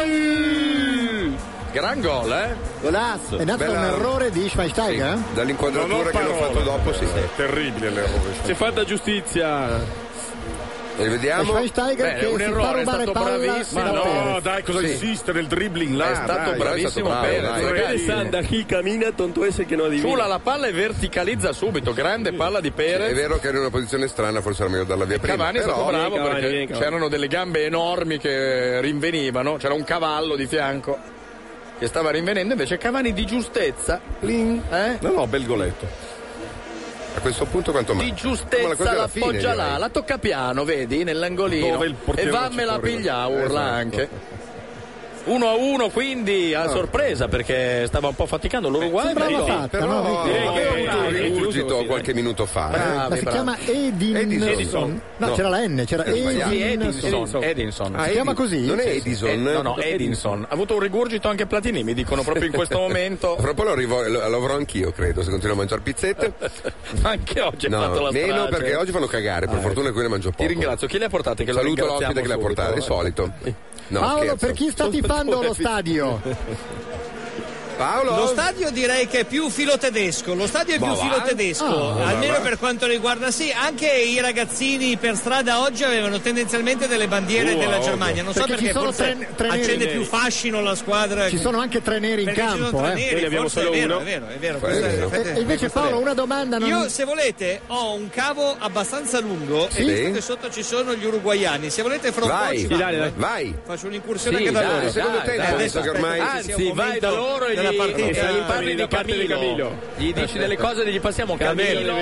Mm, Gran gol, eh?
Golasso. È nato da un
Bella-
errore di Schweinsteiger? eh?
Dall'inquadratura che hanno fatto dopo, sì. Terribile l'errore.
Si è fatta giustizia.
E
E
vediamo.
Schweinsteiger che si fa rubare palla
bravissimo.
da
Ma no,
Perez.
dai, cosa
Esiste nel dribbling là.
È stato
dai,
bravissimo
dai,
Perez,
dai,
ragazzi.
dai.
Sanda, chi camina, tonto ese che non adivina.
Ciula la palla e verticalizza subito, grande palla di
È
Perez.
vero che era in una posizione strana, forse era meglio darla via prima.
Cavani è stato
però-
bravo perché c'erano delle gambe enormi che rinvenivano, c'era un cavallo di fianco che stava rinvenendo, invece Cavani di giustezza, plin, eh?
No, no, bel goletto.
A questo punto quanto
di
manca? Ma cosa
giustezza
alla
la
fine,
appoggia là,
direi.
la tocca piano, vedi, nell'angolino
Dove il
e
portiere non ci
vammela a
corre.
pigliare, urla
Esatto.
anche. 1 a 1 quindi a sorpresa perché stava un po' faticando l'Uruguay
Sembrava
però-
fatta, però- no?
Eh,
Direi che è un rigurgito qualche minuto fa. eh.
eh?
Ah,
Ma si chiama Edinson.
Edinson.
No,
No.
c'era la N, c'era
Eh, sbagliato.
Edinson.
Edinson. Edinson.
Ah, Si chiama Edinson. così?
Non è
Sì, sì.
Edison?
Eh, no, no, Edinson. Ha avuto un rigurgito anche Platini, mi dicono proprio in questo momento.
Fra poco lo, rivo- lo- lo avrò anch'io, credo, se continuo a mangiare pizzette.
Ma anche oggi ha fatto la
meno
strage. Ah, eh.
perché oggi fanno cagare, per fortuna qui ne mangio poco.
Ti ringrazio. Chi le ha portate? Che lo
Saluto
ringraziamo
l'ospite che le ha
subito, Ah,
portate,
eh.
il solito. No,
Paolo,
scherzo.
per chi sta tifando lo stadio?
Paolo?
Lo stadio direi che è più filo tedesco, lo stadio è
Ma
più
va?
filo tedesco,
Ah.
almeno
Ma va?
per quanto riguarda sì, anche i ragazzini per strada oggi avevano tendenzialmente delle bandiere
Uh,
Oh,
della
ovvio.
Germania, non so
Perché
perché,
ci sono
forse
tre- tre neri.
accende più fascino la squadra.
Ci sono anche tre neri in
Perché ci sono
campo,
tre
eh.
neri,
Noi ne abbiamo
forse
solo
è vero,
uno.
è vero, è vero,
Eh,
questo è-
è vero. E- e invece,
questo è
Paolo,
vero.
una domanda, non-
Io se volete ho un cavo abbastanza lungo
Sì.
e visto che sotto ci sono gli uruguaiani, se volete fra un po'
Vai,
ci
sì,
vado,
dai, dai.
eh.
Vai.
Faccio un'incursione
Sì,
anche da
dai,
loro.
secondo te no,
adesso
visto che ormai-
aspetta ci sia un
Anzi, vai
momento
da loro e
della
gli,
partita.
e gli parli di Camillo. Gli dici delle cose, gli passiamo Camillo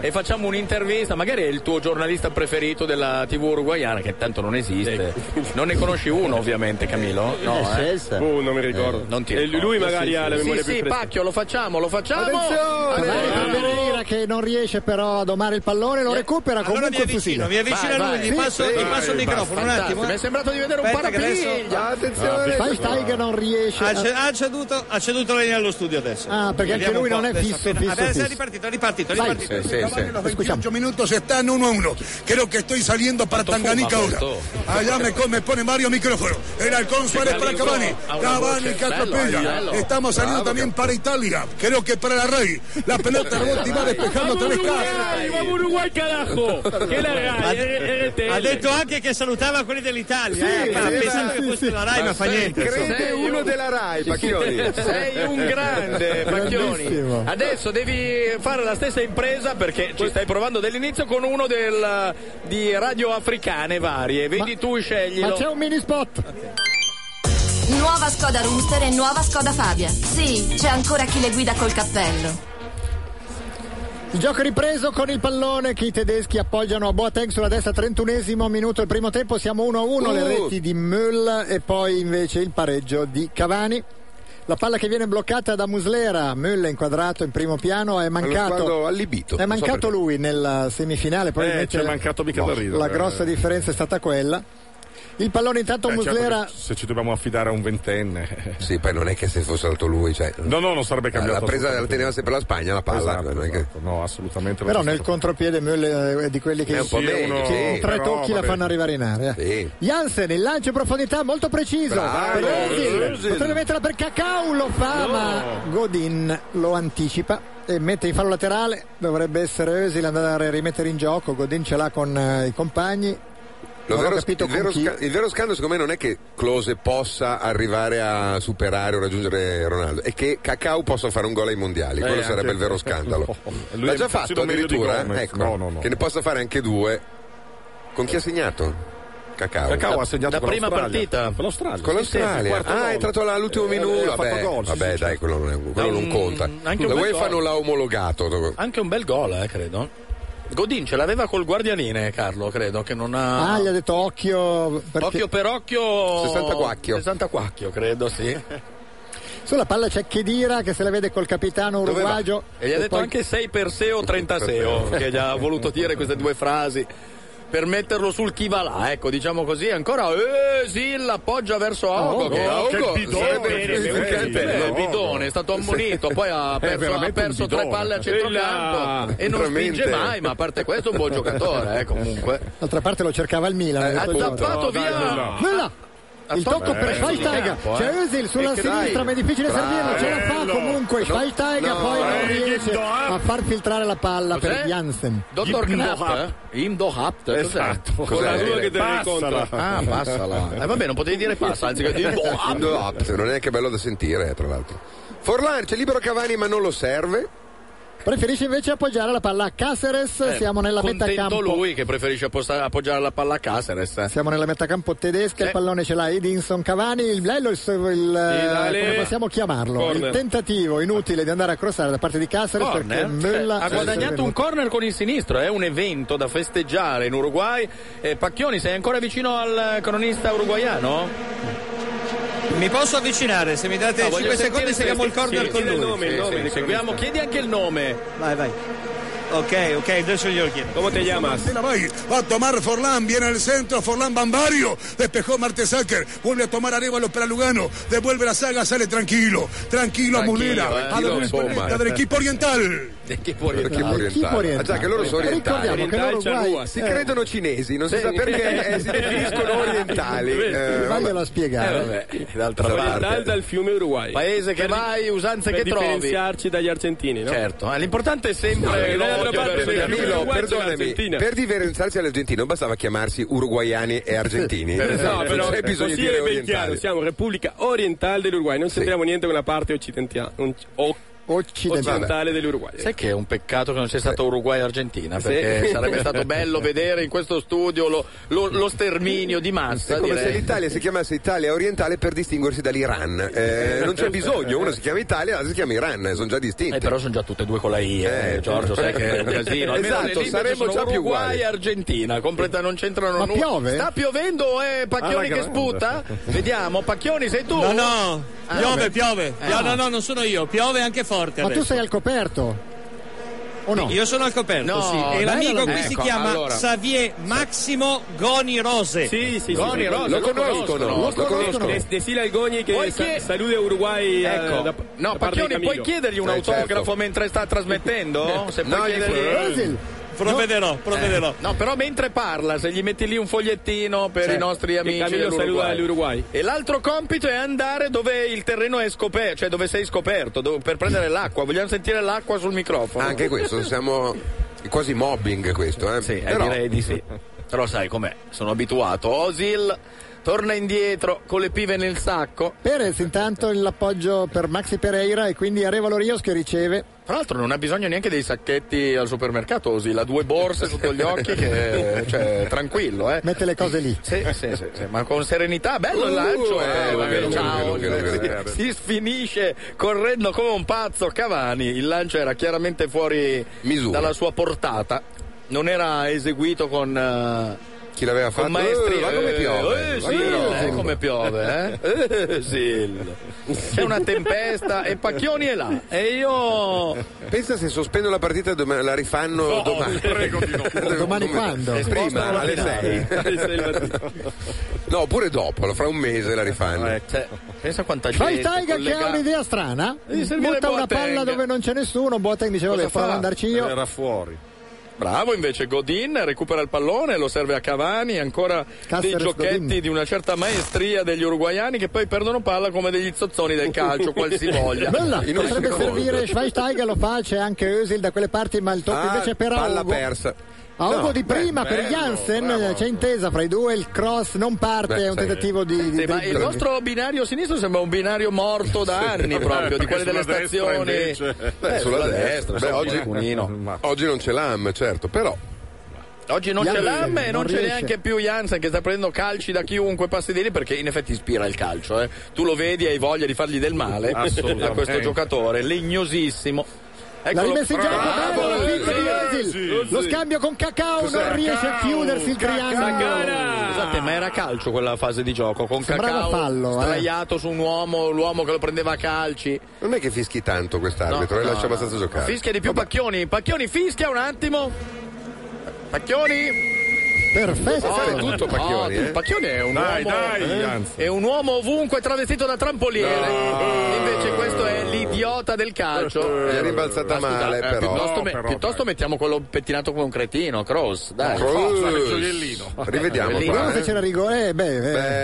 e facciamo un'intervista. Magari è il tuo giornalista preferito della TV uruguayana, che tanto non esiste. Non ne conosci uno, ovviamente, Camillo? No, eh?
Oh, non mi ricordo.
Eh, non ti
E
ricordo.
lui magari
Sì,
ha
sì,
la
sì.
memoria
Sì,
più
sì,
fresca.
pacchio, lo facciamo, lo facciamo.
Cavani fa Pereira che non riesce però a domare il pallone, lo recupera
Allora mi
comunque
avvicino,
fusile.
mi avvicino a lui, gli passo, gli passo il microfono un attimo. eh.
Mi è sembrato di vedere un
Aspetta che adesso-
parapiglia. Ah,
Attenzione. Schweinsteiger Ah, non riesce.
Ha, ce-
a-
ha ceduto, ha ceduto lei nello studio adesso.
Ah, perché anche
Vediamo un
lui
po'
non è
adesso
fisso,
appena-
fisso,
Adesso
fisso.
è ripartito, è ripartito, è
Vai.
ripartito.
Sí, sí, sí.
Los 28 minutos están uno a uno. Creo que estoy saliendo para Tanganica
fuma,
ahora. Allá me, co- me ponen varios micrófonos. El halcón Suárez para
calentó
Cavani.
a una
Cavani
noche.
que
Bello,
atropella.
bello.
Estamos saliendo
Bravo,
también para Italia. Creo que para la Rey. La pelota rebota y va despejando tres
Uruguay, Uruguay, carajo! Che la
Oh, Ha,
Rai, eh, eh,
ha detto anche che salutava quelli dell'Italia.
Sì,
eh, ma
sì,
pensavo che fosse la Rai, ma, fa niente. insomma.
Crede uno della Rai, Pacchioni.
Sei
Eh.
un grande, Pacchioni. Adesso devi fare la stessa impresa perché ci stai provando dall'inizio con uno del- di radio africane varie. Vedi tu, sceglilo.
Ma c'è un mini spot.
Nuova Skoda Rooster e nuova Skoda Fabia. Sì, c'è ancora chi le guida col cappello.
Il gioco è ripreso con il pallone che i tedeschi appoggiano a Boateng sulla destra, 31 minuto del primo tempo, siamo 1-1, le
Uh.
reti di Müll e poi invece il pareggio di Cavani. La palla che viene bloccata da Muslera, Müll è inquadrato in primo piano, è mancato,
sguardo allibito,
è
non so
mancato lui nella semifinale, probabilmente
ci è mancato mica da ridere.
la grossa differenza è stata quella.
Il pallone intanto
Eh, certo
Muslera
che se ci dobbiamo affidare a un ventenne.
Sì, poi non è che se fosse stato lui, cioè.
No, no, non sarebbe cambiato.
La presa la
assolutamente.
teneva sempre la Spagna, la palla.
Esatto,
non è che-
esatto. No, assolutamente.
Però
non
nel contropiede Müller è di quelli che,
È un po'
che
meglio,
che
sì,
tre
però,
tocchi la
vabbè.
fanno arrivare in area.
Jansen il lancio in profondità molto preciso
Bravo,
eh,
Per Özil.
Özil.
potrebbe metterla per Cacao lo fa ma
Godin lo anticipa e mette in fallo laterale, dovrebbe essere Özil andare a rimettere in gioco, Godin ce l'ha con eh, i compagni.
Lo
Non ho
vero-
capito
il, vero
con chi.
sca- il vero scandalo secondo me non è che Close possa arrivare a superare o raggiungere Ronaldo, è che Cacao possa fare un gol ai mondiali,
Eh,
quello
anche-
sarebbe il vero scandalo.
Lui
L'ha
è
già
persino
fatto
meglio di
addirittura,
Gomez.
eh? ecco,
No, no, no.
che ne possa fare anche due. Con chi ha segnato? Cacao.
Cacao ha segnato
La
con
prima
l'Australia.
partita.
Con l'Australia.
Con
sì, sì, il
l'Australia.
quarto
ah,
gol.
è entrato là all'ultimo
Eh,
minuto.
ha fatto
Vabbè,
gol, sì,
vabbè,
sì, Mm,
dai, quello non, è- quello
Dai,
non
un-
conta.
anche un
La
bel
UEFA
gol.
non l'ha omologato.
Anche un bel gol, eh, credo. Godin ce l'aveva col guardianine, Carlo, credo, che non ha...
Ah, gli ha detto occhio perché
Occhio per occhio...
60 quacchio.
60 quacchio, credo, sì.
sulla palla c'è Chedira che se la vede col capitano uruguagio
E gli ha detto
poi-
anche 6 per sé o 30 seo, che gli ha voluto dire queste due frasi. Per metterlo sul chi va là, ecco, diciamo così, ancora Özil appoggia verso Augo. che
Augo,
Augo
che bidone,
sarebbe
che
terrificante.
bidone.
Eh, il bidone, è stato ammonito, poi ha
È
perso,
veramente
ha perso
un
tre
bidone.
palle a
Ella-
centrocampo e non spinge
veramente.
mai, ma a parte questo è un buon giocatore, eh, comunque. Eh,
D'altra parte lo cercava il Milan.
ha
ricordo.
zappato via-
Quella! Il tocco
Eh,
per
eh,
Schweinsteiger,
campo, eh.
c'è Özil sulla
E che
sinistra,
dai.
ma è difficile
Bravo.
servirlo, ce la fa
Bello.
comunque
No,
Schweinsteiger,
no,
poi non
eh,
riesce a far filtrare la palla per
Cos'è?
Jansen.
Dottor Knapp? eh? Imdo Hapt? Cos'è?
Esatto.
Cos'è?
Cos'è?
Quello che deve
Passala.
contra. Ah, passala. Eh, vabbè, non potevi dire boh. passa, anzi che Imdo Hapt.
Indo Up, Ah, non è che bello da sentire, eh, tra l'altro. Forlan c'è libero Cavani, ma non lo serve.
Preferisce invece appoggiare la palla a Caceres,
Eh,
siamo nella metà
contento
campo.
lui che preferisce apposta- appoggiare la palla a Caceres. eh.
Siamo nella metacampo tedesca, il pallone ce l'ha Edinson Cavani, il bello il, il- eh,
dale.
come possiamo chiamarlo? Il
Corner.
tentativo inutile di andare a crossare da parte di Caceres perché
Corner.
Müller
Eh, ha
è
guadagnato un
venuto.
corner con il sinistro, è un evento da festeggiare in Uruguay. Eh, Pacchioni, sei ancora vicino al cronista uruguaiano?
Mi posso avvicinare? Se mi date
No, voglio
5 secondi
sentire se-
seguiamo il corner
sì,
con
chiedi
lui.
il nome, il nome, seguiamo, chiedi anche il nome.
Vai, vai. Ok, ok, adesso glielo chiedo.
¿Cómo
te llamas?
Va a tomar Forlán, viene al centro, Forlán Bambario, despejó Martesacker, vuelve a tomar Arevalo para Lugano, devuelve la saga, sale tranquilo, tranquilo, a Mulera,
eh,
a devolver
tranquillo,
la
insomma.
del equipo oriental.
Equipo
Equipo orientale. Ah, già, che loro sono orientali.
Ricordiamo che Orientale l'Uruguay- Cianua.
si
Eh.
credono cinesi, non si sa perché eh, si definiscono orientali. Eh, vabbè.
Vaglielo a spiegare.
vabbè, d'altra
Orientale
parte.
Eh, dal fiume Uruguay.
Paese che vai, usanze
per
che trovi.
differenziarci dagli argentini, no?
Certo, eh, l'importante è sempre
No, perché dall'altra
l'odio
parte
verso gli
c'è
argentini.
Danilo,
Uruguay c'è
perdonami,
l'Argentina.
per differenziarsi all'argentino non bastava chiamarsi uruguaiani e argentini. Eh,
Eh, No,
Non
però
c'è bisogno di
così
dire
è ben chiaro,
orientali.
siamo Repubblica Orientale dell'Uruguay, non c'entriamo niente con la parte occidentia- un- o- occidentale dell'Uruguay.
Sai che è un peccato che non sia stato Uruguay-Argentina,
Sì.
perché sarebbe stato bello vedere in questo studio lo, lo- lo sterminio di massa.
È come se
direi.
l'Italia si chiamasse Italia orientale per distinguersi dall'Iran. Eh, non c'è bisogno, uno si chiama Italia, l'altro si chiama Iran, eh, sono già distinti.
però sono già tutte e due con la I, eh, Giorgio, sai che è un casino. Almeno le
esatto,
lingue
saremmo
sono
già più uguali.
Uruguay-Argentina, completa, non c'entrano
Ma
nulla.
piove?
Sta piovendo o è Oh, eh,
Ah,
Ah,
Pacchioni
Alla
che sputa? Vediamo, Pacchioni sei tu?
No, no,
Ah,
piove,
vabbè.
piove.
Eh,
No,
no.
no, no, non sono io, piove anche forte.
Ma tu
adesso.
sei al coperto. O no?
Io sono al coperto,
No,
sì. E
dai,
l'amico
allora-
qui si
Ecco,
chiama
allora.
Xavier Maximo Goni Rose.
Sì, sì, sì, sì. Desila il Gogni che
Vuoi
sa-
che-
saluta Uruguay. eh,
Ecco,
da-
no,
da parte di
Pacchioni, puoi
Camillo.
chiedergli un
Eh,
autografo
certo.
mentre sta trasmettendo?
Eh.
Se puoi
No, gli
chiedergli-
puoi- Özil.
Provvederò,
No.
provvederò.
Eh, No, però mentre parla, se gli metti lì un fogliettino per
Certo.
i nostri
Che
amici
Camillo saluta
dell'Uruguay.
l'Uruguay.
E l'altro compito è andare dove il terreno è scoperto, cioè dove sei scoperto, dove- per prendere l'acqua. Vogliamo sentire l'acqua sul microfono.
Anche questo, siamo è quasi mobbing questo, eh.
Eh, direi di sì. Però sai com'è, sono abituato. Osil torna indietro con le pive nel sacco.
Perez intanto l'appoggio per Maxi Pereira e quindi Arevalo Rios che riceve.
Tra l'altro non ha bisogno neanche dei sacchetti al supermercato, Osil, ha due borse sotto gli occhi che cioè tranquillo, eh.
Mette le cose lì.
Sì, sì, sì, sì, ma con serenità, bello il lancio.
Uh,
eh,
eh,
va bene,
lungo,
ciao.
lungo, lungo, lungo.
Si, si sfinisce correndo come un pazzo Cavani. Il lancio era chiaramente fuori
Misura.
dalla sua portata. Non era eseguito con eh,
Chi l'aveva fatto?
Con maestri.
Eh, ma come piove?
Eh,
Ma
sì,
che roba?
eh, come piove, eh? Eh, sì. C'è una tempesta e Pacchioni è là. E io.
Pensa se sospendo la partita doma- la rifanno
No,
domani.
prego di no.
Domani
quando? Esposta
Prima,
alla
alle
finale.
6.
Alle sei del
no, oppure dopo, lo fra un mese la rifanno.
Eh, cioè, pensa quanta
Schweinsteiger che ha un'idea strana,
Gli servirebbe
butta una
Boateng.
palla dove non c'è nessuno, Boateng dice vabbè,
Cosa
provo
fa? Eh,
ad andarci io.
Era fuori. Bravo invece Godin recupera il pallone, lo serve a Cavani, ancora
Cáceres,
dei giochetti di una certa maestria degli uruguaiani che poi perdono palla come degli zozzoni del calcio, qual si voglia.
Bella,
In un
potrebbe
secondo.
servire Schweinsteiger, lo fa, c'è anche Özil da quelle parti, ma il tocco
Ah,
invece per
palla
Augo.
persa.
A Augo
No,
di
beh,
prima per
bello,
Jansen,
bravo.
c'è intesa fra i due, il cross non parte,
Beh,
è un
sai,
tentativo di... di
Sì, ma il
dribbling.
nostro binario sinistro sembra un binario morto da anni proprio, di quelli delle stazioni.
Beh, sulla destra, beh,
insomma,
oggi, oggi non ce l'ha, ma certo, però.
Oggi non c'è
Jansen
l'AM e
non
non c'è
riesce.
neanche più Jansen che sta prendendo calci da chiunque passi di lì perché in effetti ispira il calcio. eh. Tu lo vedi e hai voglia di fargli del male
Assolutamente.
a questo giocatore legnosissimo.
La
Eccolo.
rimessa in gioco,
Bravo,
bello la
Özil.
finta di Özil. Lo scambio con Cacao
Cos'è?
non riesce a chiudersi il triangolo.
Scusate, ma era calcio quella fase di gioco con
Sembrava
Cacao
fallo, eh.
sdraiato su un uomo, l'uomo che lo prendeva a calci.
Non è che fischi tanto quest'arbitro,
No,
e
no,
lascia
no.
abbastanza giocare.
Fischia di più Pacchioni. Pacchioni fischia un attimo. Pacchioni. Oh,
Perfetto.
Può fare tutto Pacchioni, eh.
Pacchioni è un
Dai,
uomo
dai,
eh,
Jansen.
è un uomo ovunque travestito da trampoliere. Invece questo è l'idiota del calcio.
Gli Eh, è rimbalzata
Ma scusa, eh,
male, però.
Piuttosto,
No,
me-
però,
piuttosto mettiamo quello pettinato come un cretino, Cross. Dai,
Kroos.
Forza, gioiellino.
Rivediamo
Gioiellino.
qua,
Prima
eh.
fece la rigore, eh, beh, eh.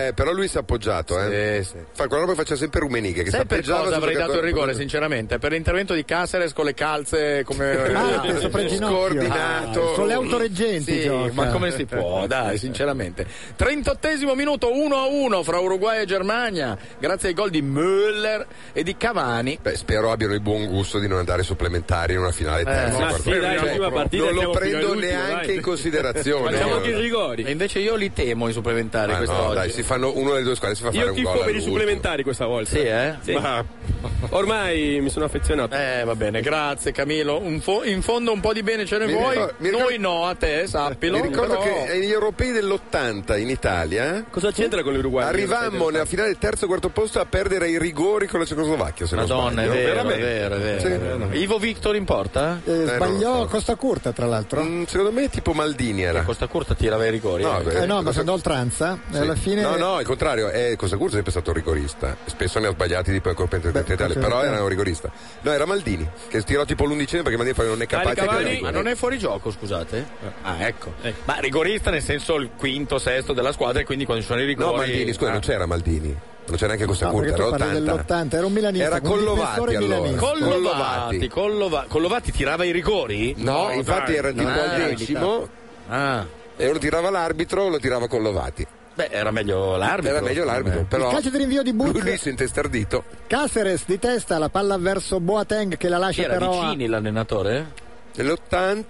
Beh, però lui si è appoggiato, eh. Fa quella roba che faceva sempre Rummenigge, che
Sai per
s'appoggiava
cosa
sul
avrei dato il
giocatore-
rigore, sinceramente? Per l'intervento di Caceres con le calze come eh,
Ah, sopra il ginocchio.
scordinato.
Ah, sono le autoreggenti
Sì,
gioca.
ma come si può? Dai, sinceramente. 38 minuto 1-1 fra Uruguay e Germania, grazie ai gol di Müller e di Cavani.
Beh, eh, spero abbiano il buon gusto di non andare supplementari in una finale terza.
Eh, ma
quarta.
sì, dai,
Cioè,
l'ultima partita
non lo
siamo fino
prendo
all'ultimo,
neanche
dai.
in considerazione.
Facciamo
Eh.
anche i rigori. E invece io li temo i supplementari
Ma
quest'oggi.
no, dai, si fanno uno delle due squadre si fa fare
Io
un
tifo
gol.
per i
all'ultimo.
supplementari questa volta.
Sì, eh? Sì.
Ma ormai mi sono affezionato.
Eh, va bene, grazie Camilo. Un fo- in fondo un po' di bene ce ne
Mi
vuoi?
ricordo- mi ricordo-
Noi no, a te, sappilo.
Mi ricordo
però-
che eh, negli europei dell'80 in Italia.
Cosa c'entra con l'Uruguay?
Arrivammo nella finale del terzo e quarto posto a perdere i rigori con la Cecoslovacchia. Se
Madonna, è
non sbaglio.
vero, è
Veramente.
vero, è vero,
Sì.
è vero. Ivo Victor in porta?
Eh,
non
sbagliò Costa Curta tra l'altro.
Mm, secondo me è tipo Maldini era.
Eh, Costa Curta tirava i rigori.
No,
Eh no, ma
Costa-
se andò a oltranza, e
sì.
alla fine
No, no, il contrario, eh, Costa Curta è sempre stato un rigorista. Spesso ne ha sbagliati di poi colpa intercontinentale,
certo.
però era un rigorista. No, era Maldini, che tirò tipo l'undicesimo perché Maldini poi non è capace di
ma non è fuori gioco, scusate? Ah, ecco. Ma rigorista nel senso il quinto, sesto della squadra e quindi quando ci sono i rigori...
No, Maldini, scusa,
Ah.
non c'era Maldini. Non c'era neanche Costa
No,
Curta,
perché
era
tu parli
80.
dell'80, era un milanista.
Era
quindi un
Collovati,
difensore
allora.
milanista.
Collovati, Collovati, Collovati tirava i rigori?
No, infatti era tipo
Ah,
al decimo. E lo tirava l'arbitro, lo tirava con Lovati.
Beh, era meglio l'arbitro.
Era meglio l'arbitro, però.
Il calcio di rinvio di
Lui
Butz,
lì si è intestardito.
Caceres di testa, la palla verso Boateng che la
Chi
lascia
era
però a
Vicini l'allenatore?
Ehm,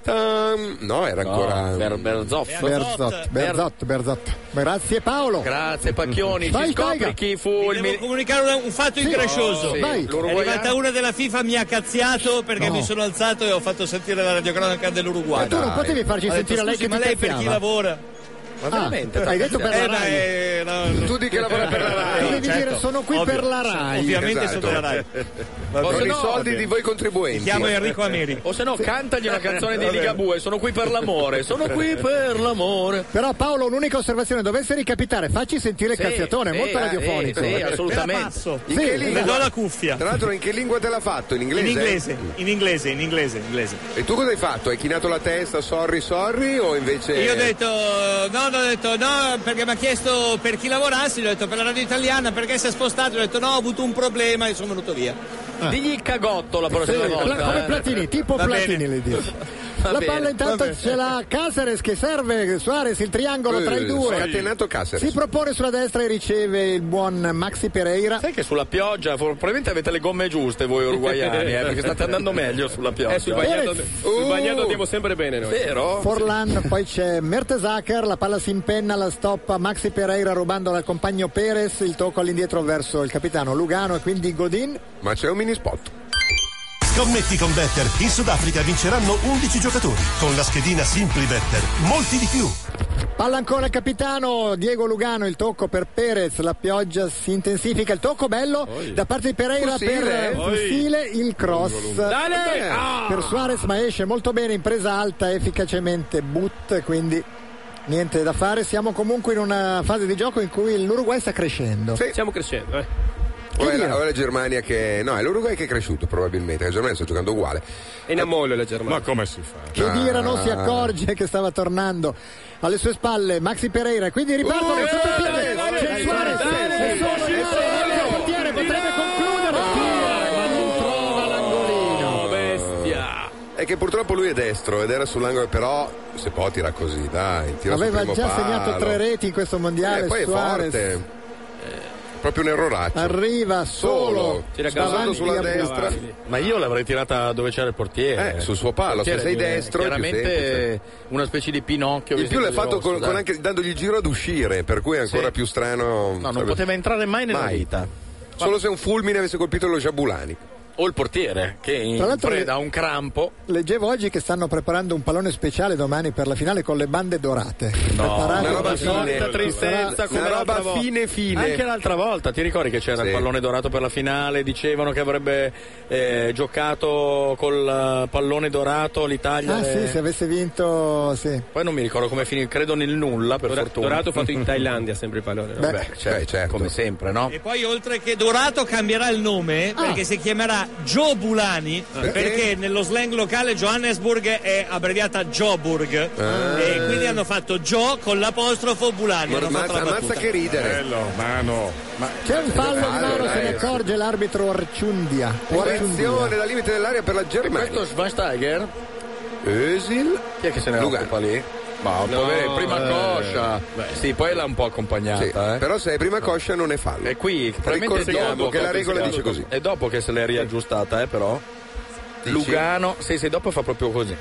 Nell'80 no, era ancora
Ber- Berzoff.
Berzot, Berzot, Berzot. Grazie Paolo.
Grazie Pacchioni,
Vai,
ci scopri
Taiga.
chi fu il...
Devo
mi-
comunicare una- un fatto
Sì.
increscioso.
Oh, sì.
È
L'Uruguaiano-
arrivata una della FIFA, mi ha cazziato perché mi sono alzato e ho fatto sentire la radiocronaca dell'Uruguay.
Ma tu non potevi farci
Ho detto,
sentire lei
"Scusi,
che
ma
ti
lei per chi
cazziava?"
lavora?
Ma veramente, Ah, hai detto per la
Eh,
Rai.
ma, eh, no, no.
Tu di che lavora per la Rai.
Devi
certo.
dire, sono qui
Ovvio.
per la Rai.
Ovviamente
Esatto.
sono per la Rai.
Con
se
i
no,
soldi
vabbè.
di voi contribuenti.
Chiamo Enrico Ameri.
O se no, cantagli una canzone di Ligabue, sono qui per l'amore, sono qui per l'amore.
Però Paolo, un'unica osservazione, dovesse ricapitare, facci sentire il
Sì,
cazziatone, è
sì,
molto
eh,
radiofonico.
sì, sì, assolutamente.
In
Sì,
che
le
lingua?
do la cuffia.
Tra l'altro, in che lingua te l'ha fatto? In
In
inglese?
inglese, in inglese, in inglese, in inglese.
E tu cosa hai fatto? Hai chinato la testa, sorry, sorry? O invece.
Eh.
Io ho detto no, no, ho detto no, perché mi ha chiesto per chi lavorassi, gli ho detto per la radio italiana, perché si è spostato, gli ho detto no, ho avuto un problema e sono venuto via.
Digli il cagotto la
Ah. Sì,
prossima volta.
pla- come
eh.
Platini, tipo
Va
Platini
bene.
le dici.
Va
la
bene,
palla
va
intanto
bene.
ce l'ha Caceres che serve Suarez il triangolo tra i due.
Scatenato Caceres.
Si propone sulla destra e riceve il buon Maxi Pereira.
Sai che sulla pioggia, for- probabilmente avete le gomme giuste voi uruguaiani, eh, perché state andando meglio sulla pioggia.
Eh, sul bagnato,
Perez.
sul bagnato andiamo sempre bene noi.
Vero?
Forlan, poi c'è Mertesacker, la palla si impenna, la stoppa Maxi Pereira rubandola al compagno Perez, il tocco all'indietro verso il capitano Lugano e quindi Godin.
Ma c'è un mini spot.
Scommetti con Better. In Sudafrica vinceranno 11 giocatori. Con la schedina Simply Better, molti di più.
Palla ancora il capitano Diego Lugano, il tocco per Perez, la pioggia si intensifica, il tocco bello da parte di Pereira
Fussile,
per
eh?
Fussile, il cross.
Dale! Ah!
Per Suarez ma esce molto bene, in presa alta, efficacemente boot, quindi niente da fare, siamo comunque in una fase di gioco in cui l'Uruguay sta crescendo.
Stiamo crescendo, eh.
O è, la, o è la Germania che. No, è l'Uruguay che è cresciuto probabilmente. La Germania sta giocando uguale. Ah,
E in ammollo la Germania.
Ma come si fa?
Chedira non
Ah.
si accorge che stava tornando alle sue spalle Maxi Pereira quindi ripartono
Uh,
il
dai, dai,
sottopiede c'è
dai,
Suarez
dai,
è
dai,
solo
dai,
in
dai,
area il portiere potrebbe concludere tira ma non trova l'angolino
bestia.
È che purtroppo lui è destro ed era sull'angolo, però se può tira così, dai, tira sul
aveva
primo
già
palo.
segnato tre reti in questo mondiale
Eh, poi è
Suarez
forte. Proprio un erroraccio.
arriva
Solo.
solo
Tira Cavani
davanti
sulla
a Buffon.
destra.
Ma io l'avrei tirata dove c'era il portiere.
Eh, sul suo palo, se
Portiere,
sei
eh,
destro è più
Chiaramente
semplice.
una specie di pinocchio.
In
vestito
più l'ha
di
fatto
rosso,
con,
dai.
con anche dandogli giro ad uscire, per cui è ancora più strano.
No, non poteva entrare mai nella
Mai.
vita.
Solo se un fulmine avesse colpito lo Giabulani.
O il portiere, che
Tra
in
l'altro-
preda a un crampo.
Leggevo oggi che stanno preparando un pallone speciale domani per la finale con le bande dorate. Preparate
una roba
per-
fine, tristezza, come
Una roba
l'altra volta.
fine, fine.
Anche l'altra volta, ti ricordi che c'era
Sì.
il pallone dorato per la finale? Dicevano che avrebbe eh, giocato col eh, pallone dorato l'Italia.
Ah
eh.
sì, se avesse vinto sì.
Poi non mi ricordo come finì, credo nel nulla per fortuna.
Dorato fatto in Thailandia, sempre il pallone. no?
Beh,
certo,
cioè, come sempre, no?
E poi oltre che Dorato cambierà il nome
Ah.
perché si chiamerà Joe Bulani perché nello slang locale Johannesburg è abbreviata Joburg
Ah.
e quindi hanno fatto Joe con l'apostrofo Bulani. hanno fatto la battuta.
Bello, mano. Ma
C'è un fallo di
Fallo,
mano, se ne
dai.
accorge l'arbitro Orciundia.
Eh,
Attenzione, la limite dell'area per la Germania.
Questo Schweinsteiger?
Özil?
Chi è che se ne
Lugano.
occupa lì? Ma
No,
povero, prima
eh.
coscia. Sì, poi l'ha un po' accompagnata.
Sì,
eh.
Però se è prima coscia non è fallo.
E qui probabilmente
Ricordiamo
dopo
che la regola dice così.
E dopo che se l'è riaggiustata, eh, però. Lugano, sì, sì, dopo fa proprio così.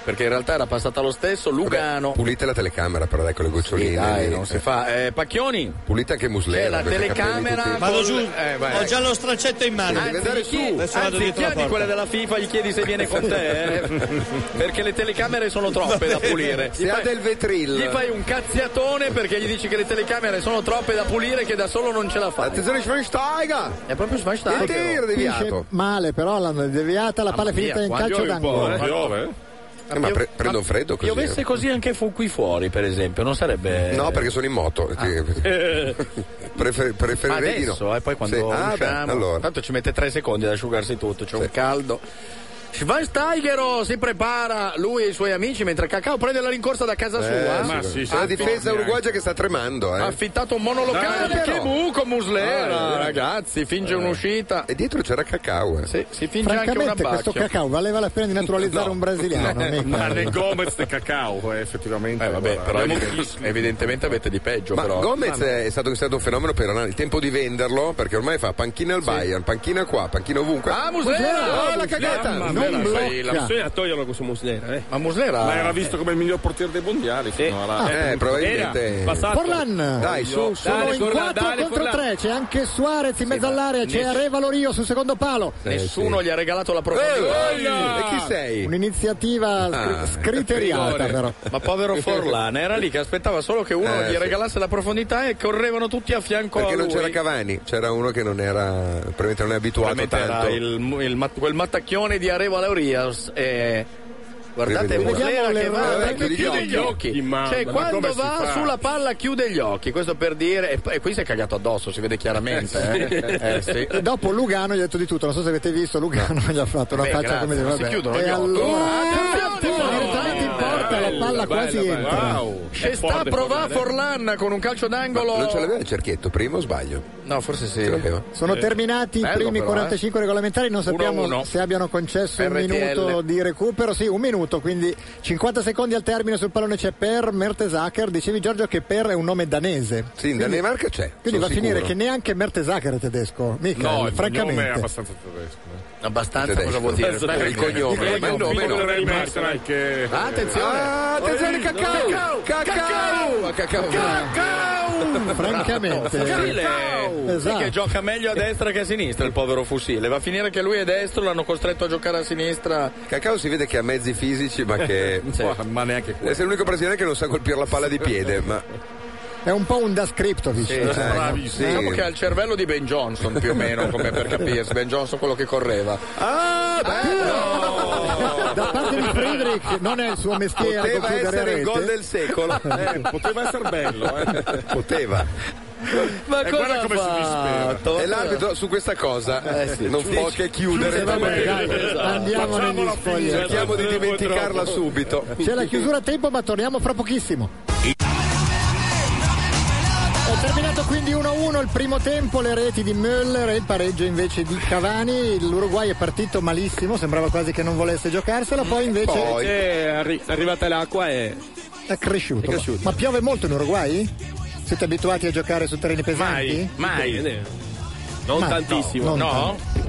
Perché in realtà era passata lo stesso, Lugano.
Pulite la telecamera, però dai, con le goccioline.
Sì, dai,
lì.
non si fa. Eh, Pacchioni?
Pulite anche Muslera.
C'è la
avete capelli
telecamera.
tutti-
Vado giù,
Eh, vai,
ho
ecco.
già lo straccetto in mano.
Anzi,
Anzi,
gli chiedi-
Adesso vado
anzi,
dietro la
chiedi
porta.
quella della FIFA, gli chiedi se viene con te, eh, perché le telecamere sono troppe da pulire.
Se ha del vetril.
Gli fai un cazziatone perché gli dici che le telecamere sono troppe da pulire che da solo non ce la fa.
Attenzione Schweinsteiger!
È proprio
Il
Schweinsteiger.
tiro deviato. Male però l'hanno deviata, la palla è finita
mia,
in
Ah, qua
calcio
piove un po',
d'angolo.
eh. Piove, eh?
Eh, ma pre- prendo un freddo così. eh.
Piovesse così anche fu qui fuori, per esempio, non sarebbe.
No, perché sono in moto.
Eh,
Prefer-
ma
preferirei di no.
adesso, eh, poi quando
Sì. Ah, beh,
usciamo,
allora.
tanto ci mette tre secondi ad asciugarsi tutto, c'è un caldo. Schweinsteiger si prepara lui e i suoi amici mentre Cacao prende la rincorsa da casa sua.
Eh, la difesa uruguaia che sta tremando, eh.
Ha affittato un monolocale.
Dai,
che
però.
buco Muslera,
Dai, dai.
eh, ragazzi, finge un'uscita.
Ah, E dietro c'era Cacao, eh.
Sì, si finge anche una
Francamente
bacchia.
questo cacao valeva la pena di naturalizzare un brasiliano. amico.
Ma De Gomez e Cacao, eh, effettivamente.
Eh, vabbè,
guarda,
però
abbiamo
evidente-
visto.
evidentemente avete di peggio.
Ma
però.
Gomez è stato considerato un fenomeno per il tempo di venderlo, perché ormai fa panchina al Bayern, panchina qua, panchina ovunque.
Ah, Muslera!
Oh, la cagata!
Mamma mia, la- la- Bisogna Cioè, toglierlo questo Muslera, eh.
Ma Muslera. Ah.
Ma era visto come il miglior portiere dei mondiali. fino alla-
Eh, probabilmente.
Era passato.
Forlan
Dai, su, su.
sono in
Forlan,
4
dale,
contro
Forlan.
3 c'è anche Suarez in mezzo all'area c'è
ness-
Arevalo Rio sul secondo palo
Nessuno gli ha regalato la
Eh,
profondità.
e chi sei?
un'iniziativa scri-
Ah,
scriteriata
rigore.
però
Ma povero Forlan era lì che aspettava solo che uno
Eh,
gli
sì.
regalasse la profondità e correvano tutti a fianco
Perché
a
non
lui.
c'era Cavani, c'era uno che non era, probabilmente non è abituato
Veramente era
tanto.
il mu- il mat- quel mattacchione di Areva Laurias e guardate
Rivediamo.
Muslera che
Vediamo
va che
l'errore. Chiudi gli
chiude gli occhi,
occhi. Mamma,
cioè
ma
quando
come si
va
fa?
sulla palla chiude gli occhi questo per dire e, e qui si è cagato addosso si vede chiaramente eh. Eh, sì.
e dopo Lugano gli ha detto di tutto non so se avete visto Lugano gli ha fatto una
Beh,
faccia
grazie,
come dire
non si
vabbè
chiudono
e
gli occhi.
allora
Attenzione,
direttamente in porta la palla quasi entra
Ci sta a provare Forlan con un calcio d'angolo
Non ce l'aveva il cerchietto prima o sbaglio?
No, forse sì.
Ce l'aveva?
Sono terminati i
Bello
primi
però, eh.
45 regolamentari, non sappiamo
Uno a uno.
se abbiano concesso un
RTL.
minuto di recupero, sì, un minuto, quindi 50 secondi al termine sul pallone c'è Per Mertesacker, dicevi Giorgio che Per è un nome danese.
Sì, in
Quindi-
Danimarca c'è.
Quindi
sono
va a finire
sicuro.
che neanche Mertesacker è tedesco, mica,
No, il nome è
francamente.
abbastanza tedesco. eh.
Abbastanza cosa vuol dire? Aspetta, il cognome.
Il cognome, no.
Ah, attenzione!
Ah, attenzione, cacao! Cacao!
Cacao! Cacao!
Francamente.
Fussile!
Esatto.
Sì, che Esatto. gioca meglio a destra che a sinistra, il povero Fussile. Va a finire che lui è destro, l'hanno costretto a giocare a sinistra.
Cacao si vede che ha mezzi fisici, ma che. Eh,
Sì,
Certo.
ma neanche quello.
Sei l'unico presidente che non sa colpire la palla di piede, ma.
È un po' un dascriptovic.
Sì, bravissimo. Diciamo che ha il cervello di Ben Johnson più o meno, come per capirsi. Ben Johnson quello che correva.
Ah, bello!
Ah! Da parte di Friedrich non è il suo mestiere.
Poteva
concludere a
essere il
rete.
gol del secolo. Eh, poteva essere bello, eh. Poteva.
Ma
E
cosa
guarda come si dispera. E l'arbitro su questa cosa
Eh, sì.
non può che chiudere.
Sì, vabbè, dai, andiamo negli sfogli.
Cerchiamo di dimenticarla subito.
C'è la chiusura a tempo, ma torniamo fra pochissimo. È terminato quindi 1-1 il primo tempo, le reti di Müller e il pareggio invece di Cavani. L'Uruguay è partito malissimo, sembrava quasi che non volesse giocarsela, poi invece
Poi è arri- arrivata l'acqua e
è cresciuto.
È cresciuto.
Ma piove molto in Uruguay? Siete abituati a giocare su terreni pesanti?
Mai, mai. Non
Ma- no,
tantissimo.
non
No?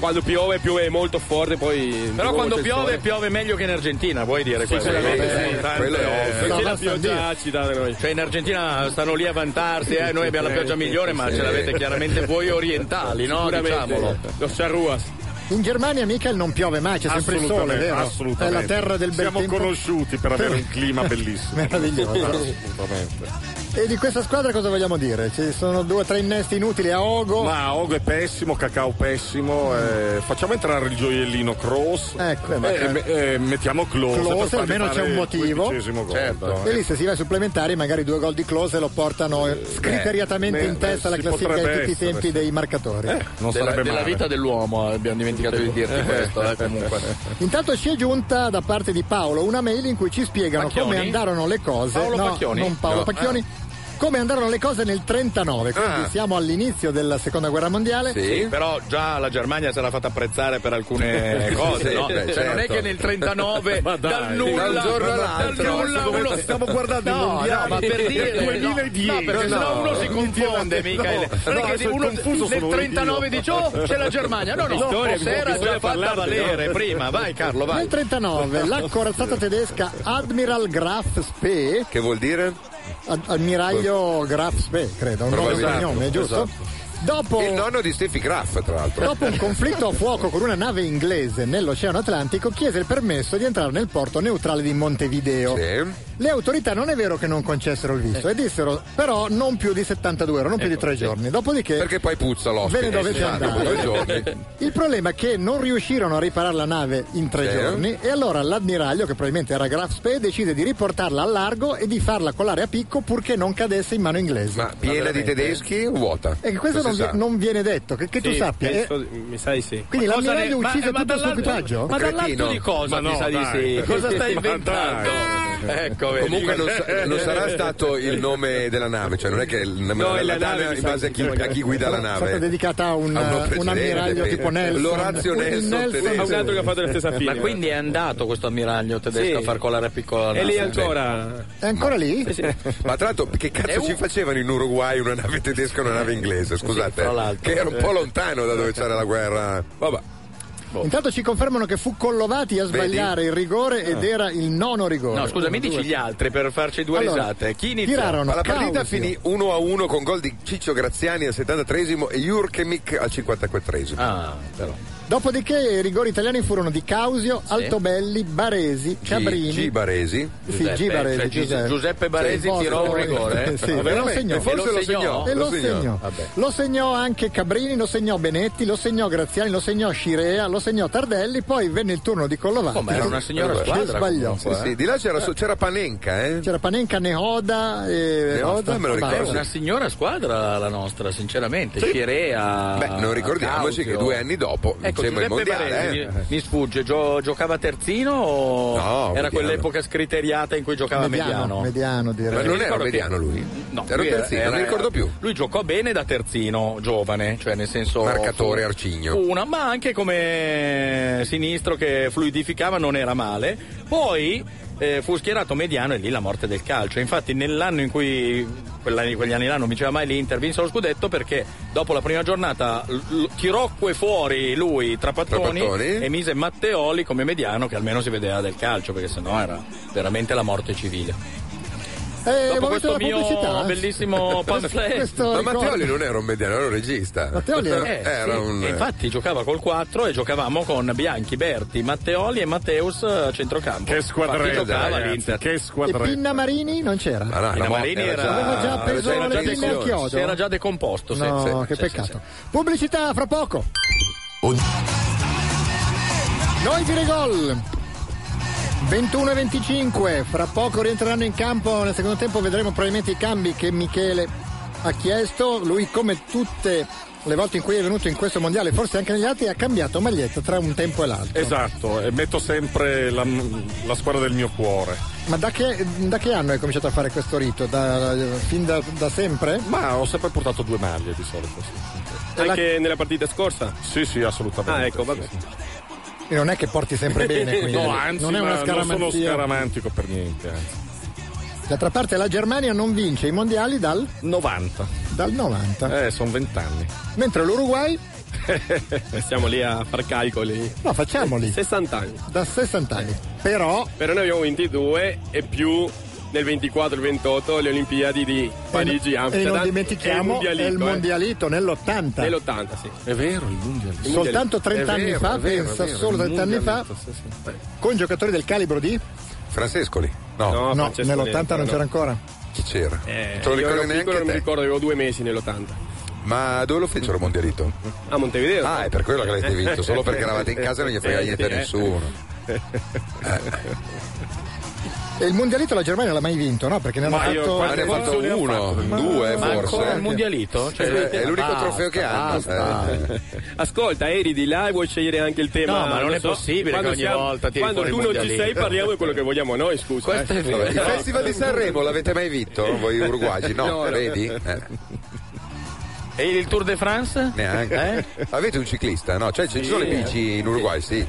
Quando piove, piove molto forte, poi.
Però quando
molto
piove,
estate.
piove meglio che in Argentina, vuoi dire
Sì,
questo?
sicuramente
Eh,
sì.
tante-
Quello è ovvio.
Perché
No,
la
basta
pioggia
dire.
acida da noi. Cioè in Argentina stanno lì a vantarsi, eh, noi abbiamo la pioggia migliore, ma
Sì.
ce l'avete chiaramente voi orientali, no?
Sicuramente.
Diciamolo.
Los charrúas.
In Germania mica non piove mai, c'è sempre il sole, vero?
assolutamente.
È la terra del bel
Siamo
tempo.
conosciuti per avere un clima bellissimo.
Meraviglioso.
Assolutamente.
E di questa squadra cosa vogliamo dire? Ci sono due o tre innesti inutili a Ogo.
Ma Ogo è pessimo, Cacao pessimo. eh, facciamo entrare il gioiellino Cross.
Ecco, eh, ma-
e, me- e mettiamo Close.
Klose,
per fargli
almeno
fare
c'è un
il
motivo. Certo.
quindicesimo gol.
E lì se si va ai supplementari magari due gol di close lo portano
Eh,
scriteriatamente
beh,
in testa alla
si
classifica di
potrebbe
tutti i
essere,
tempi
sì.
dei marcatori.
Eh,
Eh.
della, della vita dell'uomo eh, abbiamo dimenticato di dirti questo eh, comunque
Intanto ci è giunta da parte di Paolo una mail in cui ci spiegano
Pacchioni?
come andarono le cose.
Paolo
no,
Pacchioni?
non Paolo
No, eh.
Pacchioni. Come andarono le cose nel 39, quindi
Ah.
siamo all'inizio della seconda guerra mondiale.
Sì, però già la Germania se l'ha fatta apprezzare per alcune cose,
Sì,
no?
beh,
Cioè,
certo.
non è che nel 39
Ma dai,
dal nulla,
da un giorno
dal
all'altro.
nulla
Stiamo-
uno
stiamo guardando i
no,
mondiali
no, ma per dire
del
2010. No, perché
No,
sennò
no.
uno si confonde, Michele. Non è
No,
che se
sono
uno
confuso,
nel
sono
39 dice "Oh, c'è la Germania". No, no,
Vittoria,
forse era
bisogna
già fatta
parlarne,
valere
no?
prima. Vai Carlo, vai.
Nel 39 la corazzata tedesca Admiral Graf Spee,
Che vuol dire?
ad- ammiraglio Oh, Graf Spee, credo, un nome e
Esatto,
cognome, giusto?
esatto.
Dopo
Il nonno di Steffi Graff, tra l'altro.
Dopo un conflitto a fuoco con una nave inglese nell'Oceano Atlantico, chiese il permesso di entrare nel porto neutrale di Montevideo. Le autorità non è vero che non concessero il visto, e dissero però non più di 72 ore, non più di
Ecco,
tre giorni. Dopodiché
Perché poi puzza
Ve
l'ospite.
ne dovete
Eh, sì,
andare.
dopo Due giorni.
il problema è che non riuscirono a riparare la nave in tre
Sì.
giorni e allora l'ammiraglio, che probabilmente era Graf Spee, decide di riportarla al largo e di farla colare a picco purché non cadesse in mano inglese.
Ma piena di tedeschi o vuota?
E che questo non,
si
vi-
sa.
non viene detto, che, che tu
Sì,
sappia. eh,
penso- mi sa di sì.
Quindi
Ma cosa
l'ammiraglio
ne- ma-
uccise
ma
tutto il suo
dall'alto-
equipaggio?
Ma dall'alto
Cretino.
di cosa
Ma
mi
no,
sa di
dai.
sì? Cosa stai
Ma
inventando?
Ecco, vedi.
Comunque non, sa- non sarà stato il nome della nave, cioè non è che il nome
No, è
della
la nave,
nave
mi
in
sa
base a chi, a chi guida la
È stata
nave.
dedicata a un,
A uno
un
precedente,
ammiraglio
penso.
tipo Nelson.
L'Orazio
Un
Nelson tedesco.
Ma un altro che ha fatto la stessa fine.
Ma quindi è andato questo ammiraglio tedesco
Sì.
a far colare a piccola
E lì
nave?
ancora.
È ancora lì?
Ma tra l'altro, che cazzo ci facevano in Uruguay una nave tedesca e una nave inglese? Scusate,
tra l'altro.
che era un po' lontano da dove c'era la guerra. Vabbè.
Intanto ci confermano che fu Collovati a sbagliare il rigore
Ah.
ed era il nono rigore.
No, scusa, mi dici gli altri per farci due
Allora,
risate. Chi inizia?
tirarono
Ma la partita
Causio.
finì 1 a 1 con gol di Ciccio Graziani al 73 e Jurkemik al 54
Ah, però.
Dopodiché i rigori italiani furono di Causio, Altobelli, Baresi, Cabrini.
G. Baresi.
Sì, G. Baresi,
cioè, Gi-
Giuseppe.
Giuseppe Baresi
Sì,
tirò un
Baresi.
rigore.
Sì,
Ma
eh? e lo
veramente?
segnò.
Ah, E forse lo segnò.
E lo segnò.
Vabbè.
Lo segnò anche Cabrini, lo segnò Benetti, lo segnò Graziani, lo segnò Scirea, lo segnò Tardelli, poi venne il turno di Collovati.
Oh, ma era una signora
Che
squadra
sbagliò.
Sì, sì, di là c'era, so- eh. c'era Panenka, eh?
C'era Panenka, Nehoda e
Nehoda, Eh, me lo
Basta.
È
ricordo.
una signora squadra la nostra, sinceramente. Scirea.
Beh, non ricordiamoci
Causio.
che due anni dopo
Ecco,
vincemmo il
Giuseppe
mondiale.
Baresi,
eh.
mi, mi sfugge, gio- giocava terzino o
No,
era
mediano.
quell'epoca scriteriata in cui giocava
mediano,
mediano?
mediano direi.
Ma non era
ricordo che-
mediano lui?
No,
era
lui
un terzino, non mi ricordo più.
Lui giocò bene da terzino giovane, cioè nel senso.
Marcatore arcigno.
Una, ma anche come sinistro che fluidificava non era male. Poi. eh, fu schierato mediano e lì la morte del calcio. Infatti nell'anno in cui quell'anno- quegli anni là non vinceva mai l'Inter, vinse lo scudetto perché dopo la prima giornata l- l- tirocque fuori lui Trapattoni,
Trapattoni.
e mise Matteoli come mediano che almeno si vedeva del calcio perché sennò era veramente la morte civile.
Dopo
questo mio bellissimo pamphlet.
Ma Matteoli non era un mediano, era un regista.
Eh,
Era
sì.
un.
E infatti giocava col 4 e giocavamo con Bianchi, Berti, Matteoli e Matteus a centrocampo.
Che squadretta,
Infatti giocava
ragazzi,
l'Inter.
che
E Pinna Marini non c'era.
Ah, no,
Pina
la mo-
Marini era già,
Aveva già preso
era
le pinne al
decomposto.
chiodo?
Si era già decomposto, sì,
No,
sì,
che
sì,
peccato.
sì,
Pubblicità fra poco. Noi di gol. 21 e 25, fra poco rientreranno in campo, nel secondo tempo vedremo probabilmente i cambi che Michele ha chiesto, lui come tutte le volte in cui è venuto in questo mondiale, forse anche negli altri, ha cambiato maglietta tra un tempo e l'altro.
Esatto, e metto sempre la, la squadra del mio cuore.
Ma da che, da che anno hai cominciato a fare questo rito? Da- fin da, da sempre?
Ma ho sempre portato due maglie di solito. sì.
Anche nella partita scorsa?
Sì, sì, assolutamente.
Ah, ecco, vabbè.
E non è che porti sempre bene, quindi
no, anzi,
non è una
ma non
scaramanzia.
sono scaramantico per niente. anzi.
D'altra parte la Germania non vince i mondiali dal
90.
Dal 90.
Eh, sono vent'anni.
Mentre l'Uruguay
Siamo lì a far calcoli.
No, facciamoli.
60 anni.
da 60 anni. Però
Però noi abbiamo 22 e più nel 24 e 28 le Olimpiadi di Parigi,
e
Amsterdam.
non dimentichiamo
e
è il mondialito nell'80.
Nell'80, sì. È vero, il mondialito.
Soltanto 30 anni fa, pensa solo 30 anni fa, eh, con giocatori del calibro di?
Francescoli? No,
No,
no,
Francesco
nell'80 non
Nero,
c'era
no.
ancora.
Chi c'era?
Eh,
Te lo
io
ricordi
ero
neanche
piccolo, non mi
te?
ricordo, avevo due mesi nell'80.
Ma dove lo fecero Mondialito?
A Montevideo. Eh,
Ah, è per quello che l'avete vinto, solo perché eravate in casa e non gli frega niente a nessuno.
E il mondialito la Germania l'ha mai vinto, no? Perché ne hanno
Ma io
fatto
quante ne ha fatto uno, due Eh, forse. Cioè, è l'unico trofeo che hanno. Eh.
eh, ah, Ascolta, eri di là e vuoi scegliere anche il tema.
No, ma non è possibile
quando
che ogni volta tiri
Quando
fuori
tu
il
non ci
mondialito.
sei, parliamo di quello che vogliamo noi, scusa. eh.
Questo è vero.
Il Festival di Sanremo l'avete mai vinto? Voi uruguagi? No,
No, no.
vedi? Eh,
E il Tour de France? Eh?
neanche. Avete un ciclista? No, cioè ci sono le
Sì.
bici in Uruguay, sì.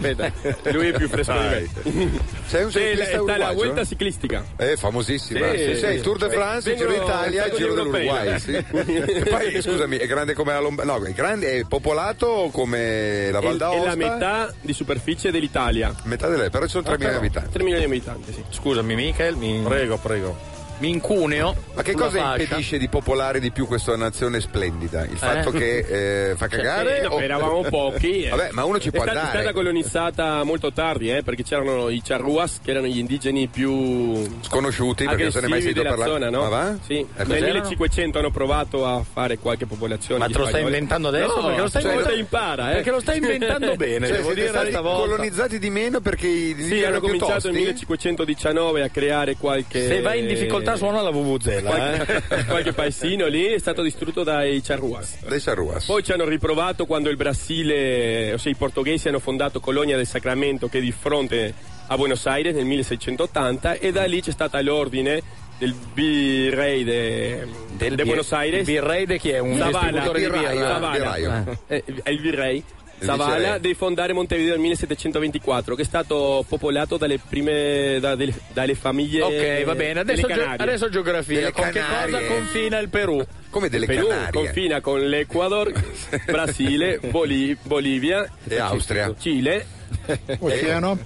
Lui è più fresco di me.
Sei un
Sì, la-
ciclista
sta la
uruguagio?
vuelta ciclistica.
Eh, famosissima.
Sì,
Sì, sì,
sì.
il Tour de France, il Giro
Vengono
d'Italia, il
gli
Giro
europei,
dell'Uruguay.
eh.
Sì. E poi, scusami, è grande come la Lombardia? No, è grande, è popolato come la Val
È-
d'Aosta?
È la metà di Ah, superficie dell'Italia.
Metà delle, però ci sono 3.000 abitanti.
3 milioni di abitanti, sì.
Scusami, Michael, mi...
Prego, prego.
Mi incuneo.
Ma che
sulla
cosa
fascia.
impedisce di popolare di più questa nazione splendida? Il fatto
Eh?
che eh, fa cagare?
Eh, no,
o-
eravamo pochi. eh.
Vabbè, ma uno ci
è
può
stata,
andare.
È stata colonizzata molto tardi, eh, perché c'erano i Charruas, che erano gli indigeni più
Sconosciuti, perché non se ne è mai
aggressivi
sentito
della
parlare.
zona, no?
Ma va?
Sì.
Eh,
Nel
cos'erano?
1500 hanno provato a fare qualche popolazione.
Ma
di
te lo stai
spagnoli.
inventando adesso?
No,
Perché lo stai
cioè,
inventando-
impara, eh.
perché lo stai inventando bene,
Cioè,
devo
siete
dire
stati
stavolta.
colonizzati di meno perché i
Sì, hanno cominciato nel 1519 a creare qualche.
Se vai in difficoltà suona la vuvuzela, eh.
Qualche, qualche paesino lì è stato distrutto dai Charruas.
Dai Charruas.
Poi ci hanno riprovato quando il Brasile, ossia i portoghesi, hanno fondato Colonia del Sacramento che è di fronte a Buenos Aires nel 1680 e da lì c'è stata l'ordine del virrey de,
Del vi-
de Buenos
il
Aires.
virrey de chi è? Un
Zavala,
distributore di birra?
Zavala,
Birraio.
Zavala. Eh, È il virrey.
Il
Zavala
viceré.
di fondare Montevideo nel 1724 che è stato popolato dalle prime da- delle, dalle famiglie
Ok, va bene. Adesso,
delle
gio-
Canarie.
adesso geografia.
Delle
Con che cosa
Canarie.
confina il Perù?
Come delle
Perù
Canarie.
confina con l'Ecuador, Brasile, Boli- Bolivia
E Austria.
Cile,
Oceano.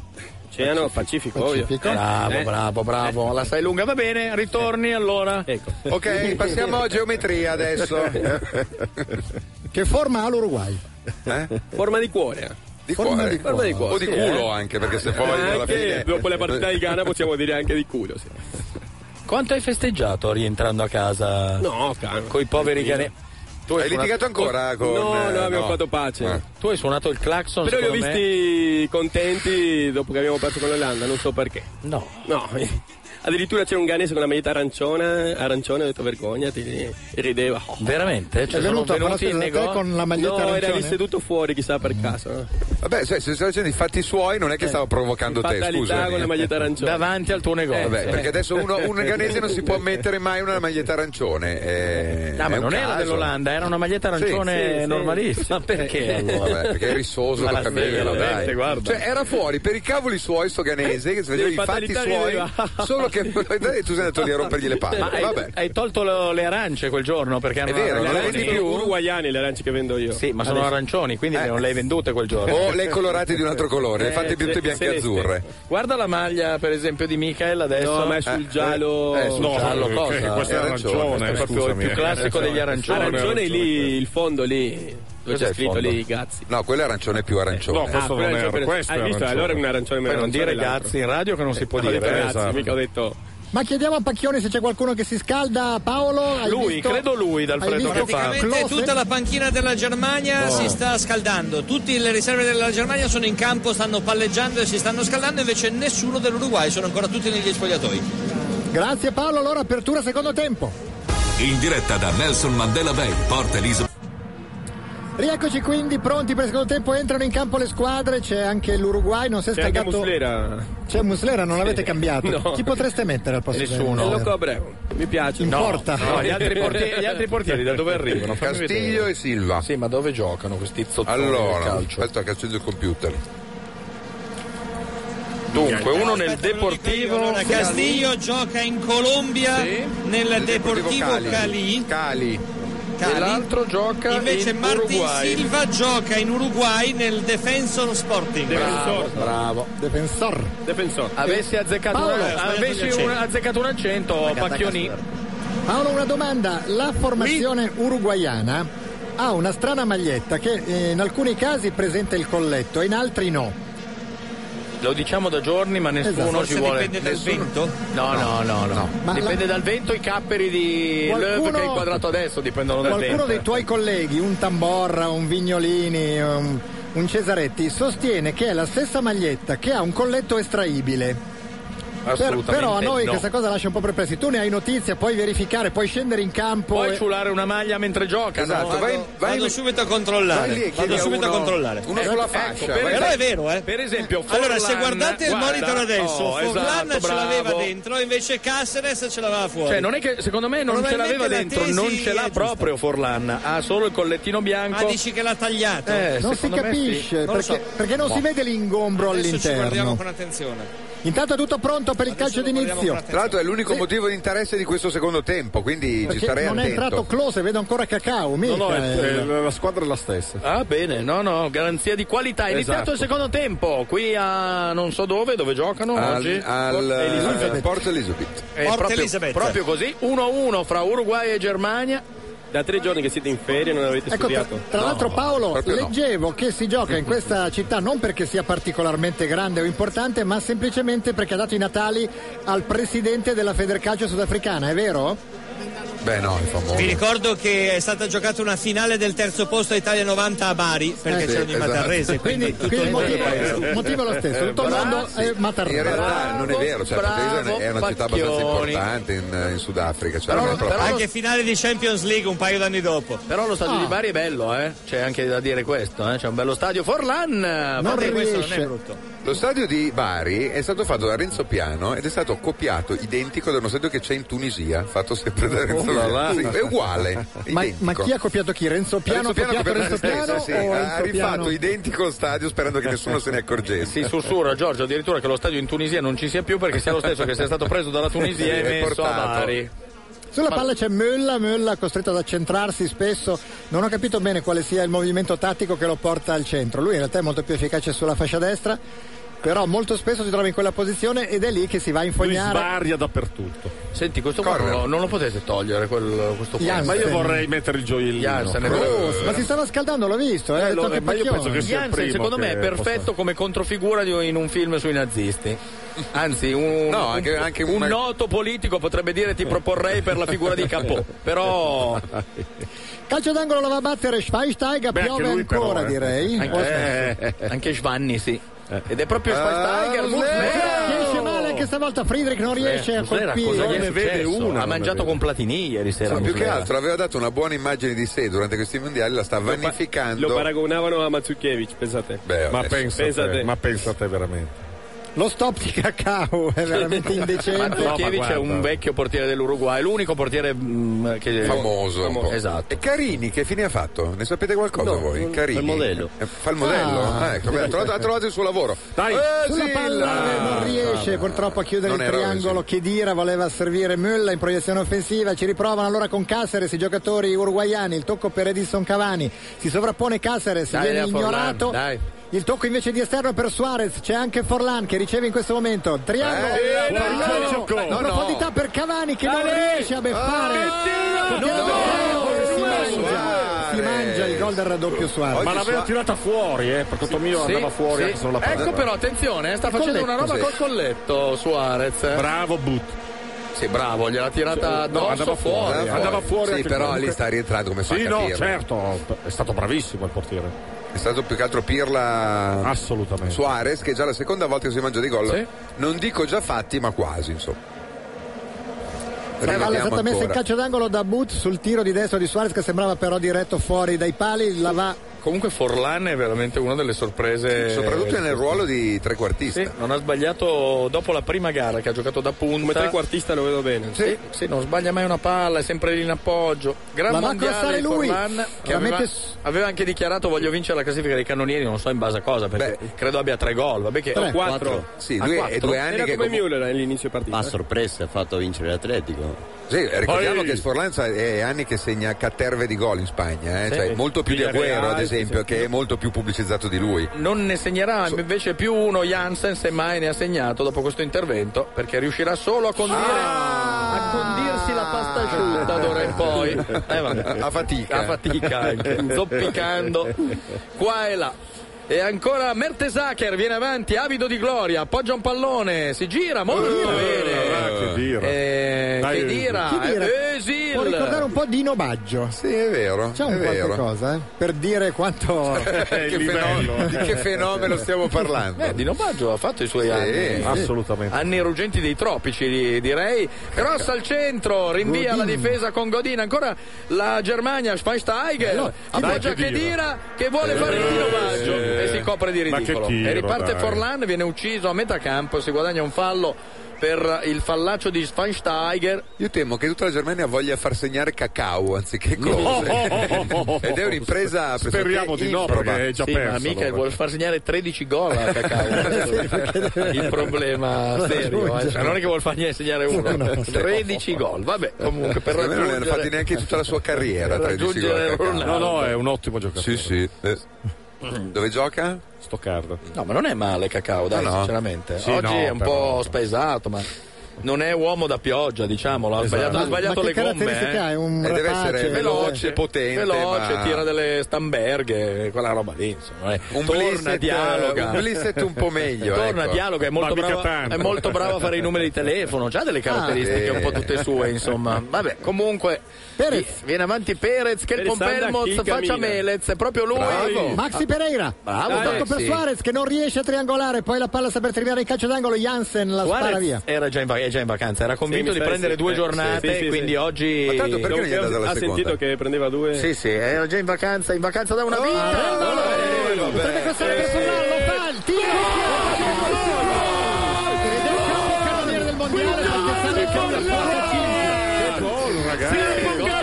Oceano Pacifico, ovvio.
Pacifico.
Eh.
Eh, Bravo, bravo, bravo. La sai lunga, va bene? Ritorni allora. Ecco.
Ok, passiamo a geometria adesso.
Che forma ha l'Uruguay?
Eh?
Forma di cuore.
Di
Forma
cuore.
di cuore. Forma di
O di
sì,
culo
eh.
anche, perché se poi alla
Anche
fine...
dopo la partita di Ghana possiamo dire anche di culo. sì.
Quanto hai festeggiato rientrando a casa?
No, caro.
Coi poveri cani. Tu
Hai litigato ancora con...
No,
eh,
no, abbiamo fatto pace.
Ah.
Tu hai suonato il clacson?
Però li ho
secondo me?
visti contenti dopo che abbiamo perso con l'Olanda, non so perché.
No.
No, addirittura c'era un ghanese con una maglietta arancione, arancione, ho detto vergognati, e rideva. Oh.
Veramente? Cioè,
È
sono
venuto a
venuti in
parlare da te
negozio?
con la maglietta
No, era lì
arancione?
seduto fuori, chissà per caso.
eh.
no?
Vabbè, se, se stai facendo i fatti suoi non è che stavo provocando te,
Fatalità
scusa. eh.
con la maglietta arancione.
Davanti al tuo negozio.
Vabbè, perché adesso uno, un ghanese non si può mettere mai una maglietta arancione. eh,
No, ma
è un
non era
caso.
dell'Olanda, era una maglietta arancione
Sì, sì, sì.
normalissima. Ma perché allora?
Eh, vabbè, perché è rissoso
Ma
col
la
capello,
sveglia, la
dai.
mette, guarda.
Cioè, era fuori per i cavoli suoi sto Ganese che si vedeva
Le
i fatti
fatalità
suoi,
rideva.
solo che e tu sei andato lì a rompergli le palle.
Ma hai-
Vabbè.
Hai tolto lo- le arance quel giorno perché erano
vero,
le
non le
arance
vendi più?
uruguayane le arance che vendo io. Sì, ma sono
Adesso- Eh.
arancioni, quindi non le hai vendute quel giorno.
O le hai colorate di un altro colore, le hai
Eh,
fatte tutte
se-
bianche e
celeste.
azzurre.
Guarda la maglia, per esempio, di Michael adesso.
No, ma è sul giallo-
eh, sul
No,
giallo
perché
cosa?
questo
eh,
è arancione,
Questo è eh. proprio il
scusami,
più classico
arancione.
degli arancioni.
Arancione lì,
il fondo lì.
Cos'è il fondo? No, quello è arancione più arancione.
No, questo Ah, non quello è era, arancione. questo Hai è visto? arancione. Allora è un arancione meno
Poi non
arancione
dire
dell'altro.
gazzi in radio che non si può
Eh,
dire.
ho detto
eh,
gazzi,
esatto.
mica ho detto
Ma chiediamo a Pacchioni se c'è qualcuno che si scalda, Paolo. hai
Lui,
visto?
credo lui, dal
Hai
freddo
visto
che fa.
Praticamente tutta la panchina della Germania
Oh.
si sta scaldando. Tutte le riserve della Germania sono in campo, stanno palleggiando e si stanno scaldando, invece nessuno dell'Uruguay, sono ancora tutti negli spogliatoi.
Grazie Paolo, allora apertura secondo tempo.
In diretta da Nelson Mandela Bay, Porta Elisa.
Rieccoci quindi pronti per il secondo tempo, entrano in campo le squadre, c'è anche l'Uruguay, non si è
C'è anche
scaldato.
Muslera.
C'è Muslera, non l'avete
Sì.
cambiato.
No.
Chi potreste mettere al posto di
Nessuno.
Muslera?
Lo Abreu. Mi piace.
In porta.
No, gli altri portieri, gli altri portieri da dove arrivano? Fammi
Castiglio
vedere.
e Silva.
Sì, ma dove giocano questi zottoni del
Allora,
calcio?
aspetta, castiglio il computer.
Dunque, uno nel
Aspetta,
Deportivo
Allora, Castiglio gioca in Colombia nel Deportivo Cali.
Cali.
Cali.
E l'altro gioca
Invece
in
Martin
Uruguay.
Silva gioca in Uruguay nel Defensor Sporting.
Bravo, bravo.
Defensor.
Defensor. Avessi azzeccato,
Paolo,
una-
ho sbagliato gli
avessi
accenti.
un, azzeccato un accento,
Attaccata,
Pacchioni.
Paolo, una domanda. La formazione uruguaiana ha una strana maglietta che eh, in alcuni casi presenta il colletto e in altri no.
Lo diciamo da giorni, ma
Esatto.
nessuno
Forse
ci vuole.
dipende dal
Nessuno-
vento?
No, no, no. no.
Ma
dipende
la-
dal vento, i capperi di
Qualcuno-
Löw che hai inquadrato adesso dipendono dal
Qualcuno
vento.
dei tuoi colleghi, un Tamborra, un Vignolini, un, un Cesaretti, sostiene che è la stessa maglietta che ha un colletto estraibile. Per-
Assolutamente
però a noi
no.
questa cosa lascia un po' perplessi. Tu ne hai notizia, puoi verificare, puoi scendere in campo.
Puoi
e-
ciulare una maglia mentre gioca.
Esatto,
no?
vai-
Vado subito a controllare.
Vai lì e chiedi
Vado
a
subito
uno-
a controllare.
uno sulla fascia, vai-
però è vero, eh.
Per esempio,
allora, se
Forlan-
guardate il
guarda,
monitor adesso,
oh,
Forlan
esatto,
ce l'aveva
bravo.
dentro, invece Caceres ce l'aveva fuori.
Cioè, non è che secondo me non ce l'aveva
Probabilmente
dentro,
la tesi
non ce
è
l'ha
giusta.
proprio Forlan. Ha solo il collettino bianco.
Ah, dici che l'ha tagliato?
Eh,
non si
secondo me
capisce
sì.
perché, perché non
Boh.
si vede l'ingombro
Adesso ci guardiamo
all'interno.
con attenzione.
Intanto è tutto pronto per il calcio d'inizio.
Tra l'altro è l'unico motivo di interesse di questo secondo tempo, quindi ci
Perché
starei
non è
attento.
entrato Close, vedo ancora Cacao. Mica, eh.
la squadra è la stessa.
Ah, bene, no, no, garanzia di qualità. È iniziato
Esatto.
il secondo tempo. Qui a non so dove, dove giocano
Al,
oggi.
al, eh,
Port Elizabeth.
al Porto Elizabeth.
Eh, proprio, proprio così, 1-1 fra Uruguay e Germania. Da tre giorni che siete in ferie non avete
Ecco, tra, tra l'altro Paolo,
proprio no.
leggevo che si gioca in questa città non perché sia particolarmente grande o importante, ma semplicemente perché ha dato i Natali al presidente della Federcalcio sudafricana, è vero?
Beh no, è famoso.
Vi ricordo che è stata giocata una finale del terzo posto a Italia 90 a Bari, perché
Eh, sì,
c'erano i
esatto.
Matarrese.
Quindi-
tutto
quindi
il mondo
il motivo-
paese.
il motivo è lo stesso, tutto il
Bra-
mondo
sì.
Eh, Matarrese.
In realtà non è vero, cioè
bravo,
Porto Elizabeth è una città abbastanza
Pacchioni.
importante in, in Sudafrica. Cioè, non è proprio-
anche finale di Champions League un paio d'anni dopo.
Però lo stadio
Ah.
di Bari è bello, eh? C'è anche da dire questo, eh? C'è un bello stadio. Forlan! Fate questo, non è brutto.
Lo stadio di Bari è stato fatto da Renzo Piano ed è stato copiato identico da uno stadio che c'è in Tunisia, fatto sempre da Renzo
là
Piano.
là.
Sì, è uguale.
Oh Ma,
identico.
ma chi ha copiato chi? Renzo Piano ha copiato Renzo
per
Piano?
se stessa, sì.
o
ha
Renzo
rifatto
Piano?
identico lo stadio sperando che nessuno se ne accorgesse.
Si sussurra Giorgio addirittura che lo stadio in Tunisia non ci sia più perché sia lo stesso che sia stato preso dalla Tunisia
Sì,
e
è
messo
portato.
a Bari.
Sulla
Ma-
palla c'è Mölla, Mölla costretto ad accentrarsi spesso, non ho capito bene quale sia il movimento tattico che lo porta al centro, lui in realtà è molto più efficace sulla fascia destra, però molto spesso si trova in quella posizione ed è lì che si va a infognare.
dappertutto. Senti, questo qua non lo, non lo potete togliere quel- questo qua. eh,
Jansen. Ma io vorrei
mettere il gioiellino. Jansen, è
Grosso, Oh, ma si stava scaldando, l'ho visto, eh, ha detto anche Pacchioni.
Jansen, secondo me è perfetto come controfigura di- in un film sui nazisti. Anzi, un,
No,
un-
anche- anche
un
una-
noto politico potrebbe dire ti proporrei per la figura di Capò. Però
Calcio d'angolo la va a battere Schweinsteiger,
Beh, anche
piove
lui però,
ancora
eh.
direi.
Anche-
O smesso.
anche Schwanni, sì. Ed è proprio Schweinsteiger.
Ah,
Muslera!
che esce male anche stavolta Friedrich non riesce Cioè, a
Muslera,
colpire.
Eh, cosa gli è
Ne vede
successo?
una,
Ha
non ne
mangiato
vede.
con Platini ieri sera.
Ma più che
Muslera.
altro aveva dato una buona immagine di sé durante questi mondiali, la sta vanificando.
lo
paragonavano a Mazzucchievich, pensate. Beh, eh,
Ma
adesso.
pensa, a te, ma pensa a te veramente.
Lo stop di cacao è veramente indecente.
Markovic è un vecchio portiere dell'Uruguay, l'unico portiere mm, che
Famoso. un po'.
Esatto.
E Carini, che fine ha fatto? Ne sapete qualcosa
No,
voi?
non-
Carini.
fa il modello.
Eh, Fa il modello?
Ah.
Ah, ecco, beh, ha trovato, ha trovato il suo lavoro. Eh, Dai,
Sulla palla non riesce purtroppo a chiudere
Non
il
era
triangolo che Dira voleva servire Mülla in proiezione offensiva, ci riprovano allora con Caceres i giocatori uruguaiani, il tocco per Edison Cavani, si sovrappone Caceres,
Dai,
viene
Lea Forlan,
ignorato.
dai.
Il tocco invece di esterno per Suarez, c'è anche Forlan che riceve in questo momento. Triangolo
Eh,
per
no,
calcio,
no,
in
no.
profondità per Cavani che non
Ale!
riesce a beffare.
Ah,
Non
no,
beffare, si
Suarez.
mangia, si mangia il gol del raddoppio Suarez.
Ma l'aveva
Suarez-
tirata fuori, eh, per conto mio
Sì,
andava fuori
sì.
anche solo la palla.
Ecco però, attenzione, eh, sta
Il
facendo
colletto,
una roba
sì.
col colletto Suarez. eh.
Bravo But.
Sì, bravo, gliel'ha tirata
Sì, no,
addosso
andava fuori,
Cioè, fuori.
andava Andava fuori
Sì, però lì sta rientrando come fa
Sì,
a
no,
capirlo.
certo, è stato bravissimo il portiere.
È stato più che altro Pirla
Assolutamente.
Suarez, che è già la seconda volta che si mangia dei gol.
Sì.
Non dico già fatti, ma quasi, insomma.
Cavalla è
Rivediamo
stata messa in
ancora.
calcio d'angolo da But sul tiro di destra di Suarez che sembrava però diretto fuori dai pali, la va
Comunque Forlan è veramente una delle sorprese.
Soprattutto nel ruolo di trequartista.
Sì, non ha sbagliato dopo la prima gara che ha giocato da punta.
Come trequartista lo vedo bene.
Sì, sì, non sbaglia mai una palla, è sempre lì in appoggio. Gran
La va a
mondiale
crossare
di
lui.
Forlan, che
La
aveva,
mette s-
aveva anche dichiarato voglio vincere la classifica dei cannonieri, non so in base a cosa, perché credo abbia tre gol. Vabbè che
Tre. Quattro.
Sì,
Ah,
due,
quattro?
è due anni
Era
che
come
comu-
Müller all'inizio partita.
Ma a
eh.
sorpresa ha fatto vincere l'Atletico.
Sì, ricordiamo
Poi-
che Sforlanza è anni che segna caterve di gol in Spagna, eh,
Sì.
cioè molto più di
Villarreal,
Agüero ad
sì,
esempio,
sì.
che è molto più pubblicizzato di lui.
Non ne segnerà invece più uno Jansen, semmai ne ha segnato dopo questo intervento, perché riuscirà solo a condire
Ah,
Ah,
a condirsi la pasta asciutta d'ora in poi. Eh, vabbè.
A fatica.
A fatica anche, zoppicando qua e là. E ancora Mertesacker viene avanti, avido di gloria, appoggia un pallone, si gira molto bene. Eh,
Dai,
che dira,
Che dira?
eh, Özil.
Può ricordare un po' Dino Baggio.
Sì, è vero.
C'è un
è
qualche
vero.
cosa, eh? Per dire quanto.
che fenomeno, di che fenomeno stiamo parlando?
Eh, Dino Baggio ha fatto i suoi
Sì,
anni.
assolutamente.
Anni ruggenti dei tropici, di- direi. Cross al centro, rinvia la difesa con Godin. Ancora la Germania, Schweinsteiger. appoggia
Dai, che
Chedira che vuole fare il Dino Baggio e si copre di ridicolo. e riparte Forlan, viene ucciso a metà campo, si guadagna un fallo per il fallaccio di Schweinsteiger.
Io temo che tutta la Germania voglia far segnare cacao anziché cose. Ed è un'impresa pressoché
Speriamo di no,
improba.
perché è già Sì, ma persa, mica allora. vuol far segnare 13 gol a Cacao. il problema serio, eh. Cioè, non è che vuol fargli segnare uno. 13 gol, vabbè, comunque per
Secondo me non ne hanno fatti
raggiungere
neanche tutta la sua carriera.
Per
13 gol
raggiungere
a Cacao.
Ronaldo. No, no, è un
ottimo giocatore. Ecco. Sì, sì. Eh, Dove gioca?
Stoccarda.
No, ma non è male Cacao, dai,
No, no.
sinceramente.
Sì,
Oggi
no,
è un
però-
po' spesato, ma non è uomo da pioggia, diciamolo, ha
Esatto.
sbagliato, ha
Ma-
sbagliato
ma che
le gomme.
caratteristica
eh.
ha? È un Eh, deve rapace, essere veloce, potente,
Veloce,
ma-
tira delle stamberghe, quella roba lì, insomma. eh.
Un
Torna,
Blissett,
dialoga.
un Blissett un po' meglio,
Torna,
ecco.
dialoga, è molto,
Ma mica
bravo,
tanto.
è molto bravo a fare i numeri di telefono, ha delle caratteristiche
Ah, sì.
un po' tutte sue, insomma. Vabbè, comunque... vi- Viene avanti Perez, che il
Perez anda,
Pompelmoz
chi
faccia
cammina?
Melez, è proprio lui.
Maxi Pereira,
Bravo,
Ah, tocco
dai,
per
sì.
Suarez che non riesce a triangolare, poi la palla sta per triviare in calcio d'angolo, Jansen la spara
Suarez
via.
Era già in, va- è già in vacanza, era convinto
mi
di
pare
prendere
sì.
due
Eh,
giornate,
sì, sì, sì,
quindi
sì.
oggi.
Ma tanto perché non gli è data la ha
seconda?
sentito che prendeva due.
Sì, sì, era già in vacanza, in vacanza da una vita.
Potrebbe costare per Forlan, lo fa, il tiro Ed è il capo cannoniere del mondiale perché sale il gol del 45.
ragazzi.
Che
gol!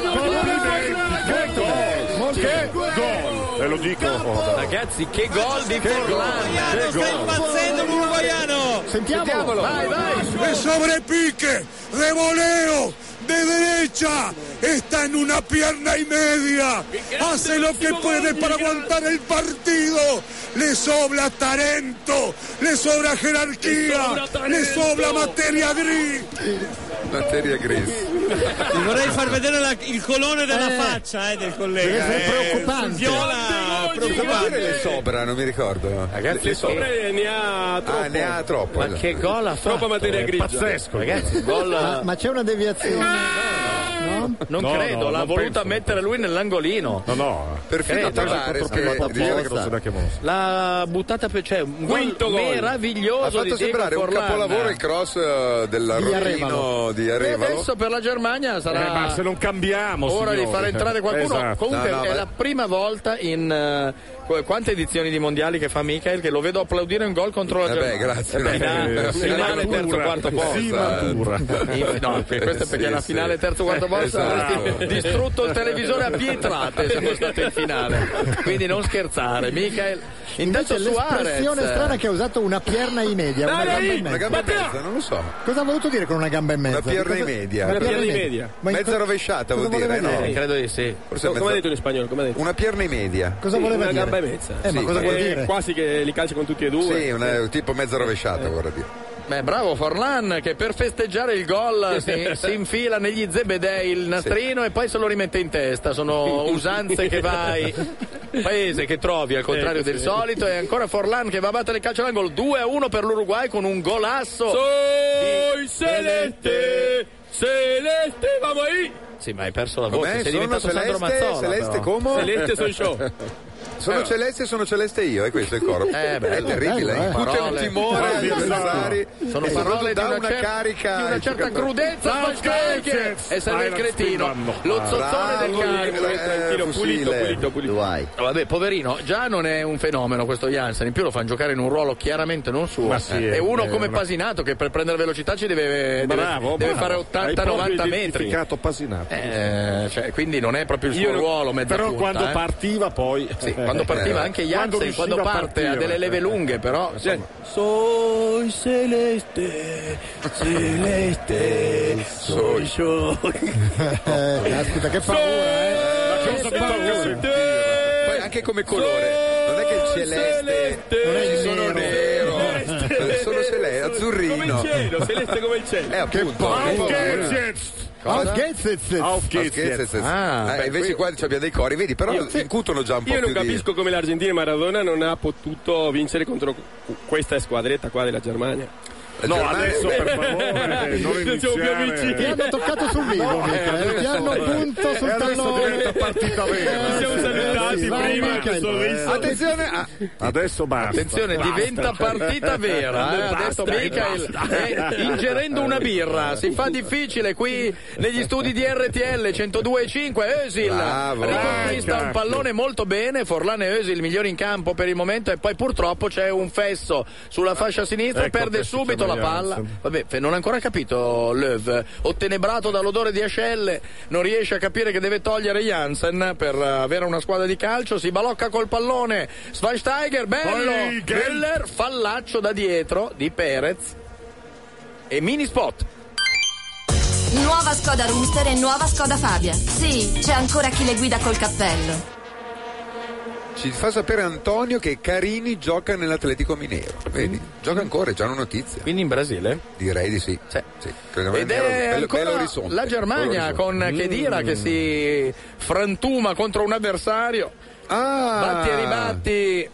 Eh,
Ve lo dico. oh, dai.
Ragazzi, che gol di Forlan!
Che gol!
impazzendo l'uruguayano.
Sentiamolo. Vai, vai.
Es sobre pique, de voleo, de derecha. Está en una pierna y media. Hace lo que puede para aguantar el partido. Le sobra talento, le sobra jerarquía, le sobra materia gris.
Materia gris.
Vi vorrei far vedere la- il colore della
Eh.
faccia eh, del collega.
Deve
eh.
essere preoccupante.
Viola
Le
preoccupante.
sobra, non mi ricordo.
Ragazzi,
le
sì.
Ne ha troppo.
Ah, ne ha troppo.
Ma
esatto.
che gol ha fatto? eh,
Troppa materia
È
grigia.
Pazzesco, ragazzi. Gol.
Ma, ma c'è una deviazione.
No? Non
No,
credo,
no,
l'ha
non
voluta
penso.
mettere lui nell'angolino.
No, no. Perfino
Credo.
Tavares che
Quattro
viene
posto.
che
L'ha buttata per cioè, un gol
Quinto gol.
meraviglioso
Ha fatto
di
sembrare
Diego
un
Forlan.
capolavoro il cross eh, dell'Arrodino di
E
Arevalo.
adesso per la Germania sarà
Eh, ma se non cambiamo,
ora
signori.
di far entrare qualcuno.
Esatto.
Comunque
No, no,
è
ma-
la prima volta in eh, qu- quante edizioni di mondiali che fa Michael che lo vedo applaudire un gol contro la
Eh beh,
Germania.
grazie.
Eh beh,
Eh,
na-
sì,
finale
natura.
terzo quarto
Sì,
posto.
natura.
Eh, No, questo è perché
Sì,
la
sì.
finale terzo quarto posto
Esatto.
avresti distrutto il televisore a pietrate siamo stati in finale. Quindi non scherzare, Michael. Intanto
Invece l'espressione strana
Suarez.
che ha usato una pierna in media, una
Dai,
gamba in
una
mezzo.
gamba in mezzo,
Non lo so.
Cosa ha voluto dire con una gamba in mezzo?
Una pierna in media.
Una pierna in media. Ma in
Mezza
co-
rovesciata
cosa
vuol dire,
voleva
no?
Eh,
dire?
Credo di sì.
Forse
Come ha detto in spagnolo? Come ha detto?
Una pierna in media.
Sì, una gamba e mezza.
Eh, ma cosa vuol
perché
dire?
Quasi che li calci con tutti e due.
Sì, Eh. una- tipo mezza rovesciata, vorrei dire.
Beh, bravo Forlan che per festeggiare il gol si, si infila negli zebedei il nastrino e poi se lo rimette in testa. Sono usanze che vai,
Eh,
paese che trovi al contrario
Ecco,
del
sì.
solito. E ancora Forlan che va a battere il calcio all'angolo 2-1 per l'Uruguay con un golasso.
Soy celeste, celeste, vamos ahí.
Sì, ma hai perso la
Com'è?
voce. Sei
Sono
diventato Sandro
celeste,
Mazzola.
celeste
però.
como? Celeste soy yo. Sono
Eh.
celeste e sono celeste io, e questo è il coro.
Eh,
è
bello,
terribile,
bello, eh.
incute un
Parole.
timore agli
Sono
avversari.
Sono parole
e soprattutto
di
dà
una,
una
cer-
caricca.
di una
ai
certa
giocatori.
crudezza
Bravo,
al Schalke e sarà il
Bravo,
cretino, lo
Bravo,
zozzone del calcio.
eh, Fusile.
Ah, Vabbè, poverino, già non è un fenomeno questo Jansen, in più lo fanno giocare in un ruolo chiaramente non suo.
Ma sì,
Eh,
è-
e uno
è
come
una-
Pasinato che per prendere velocità ci deve, deve-
Bravo,
deve
bravo. Hai proprio
fare 80-90 metri.
identificato Pasinato.
Eh, cioè, quindi non è proprio il suo
Io non-
ruolo mezza
però
punta,
quando
eh.
partiva poi-
Sì, quando partiva
Eh.
anche
Quando
Jansen,
riusciva
quando,
a
parte ha
partire. eh.
delle leve lunghe però... insomma.
Soy celeste, celeste, soy yo.
Eh, caspita, che paura, eh.
Poi anche come colore, non è che il celeste, non è sono nero, sono celeste, azzurrino.
Come il cielo, celeste come il cielo.
Eh, appunto.
Aufgeht's.
Ah, eh, invece qua abbiamo dei cori, vedi, però
Io-
incutono già un po'
Io non
più di...
capisco come l'Argentina e Maradona non ha potuto vincere contro cu- questa squadretta qua della Germania.
No, Germania- adesso, per
favore,
non
siamo più
iniziare.
vicini.
Ti hanno toccato sul vivo,
eh,
Michele. Ti hanno
eh,
punto sul tallone.
partita vera.
siamo
salutati prima,
sorriso.
Attenzione, ah,
Adesso basta.
Attenzione, diventa partita vera, eh, ha detto Michael, eh, ingerendo una birra, si fa difficile qui negli studi di RTL 102.5, Özil
Bravo. Eh, certo.
riconquista un pallone molto bene, Forlan e Özil migliori in campo per il momento e poi purtroppo c'è un fesso sulla fascia sinistra,
Ecco
perde
che si
subito la
chiama
palla,
Jansen.
vabbè fe- non ha ancora capito Löw, ottenebrato dall'odore di ascelle, non riesce a capire che deve togliere Jansen per eh, avere una squadra di calcio, si balocca col pallone, Schweinsteiger, bello,
Schweinsteiger.
Müller, fallaccio da dietro di Perez e mini spot.
Nuova Skoda Rooster e nuova Skoda Fabia. Sì, c'è ancora chi le guida col cappello.
Ci fa sapere Antonio che Carini gioca nell'Atletico Minero. Vedi, gioca ancora, è già una notizia.
Mm. Quindi in Brasile?
Direi di sì. Sì, credo
Ed
Minero-
è
bello- bello Mm.
ancora
orizzonte.
la Germania
Bello
con
orizzonte.
Chedira che si frantuma contro un avversario.
Ah!
Batti e ribatti.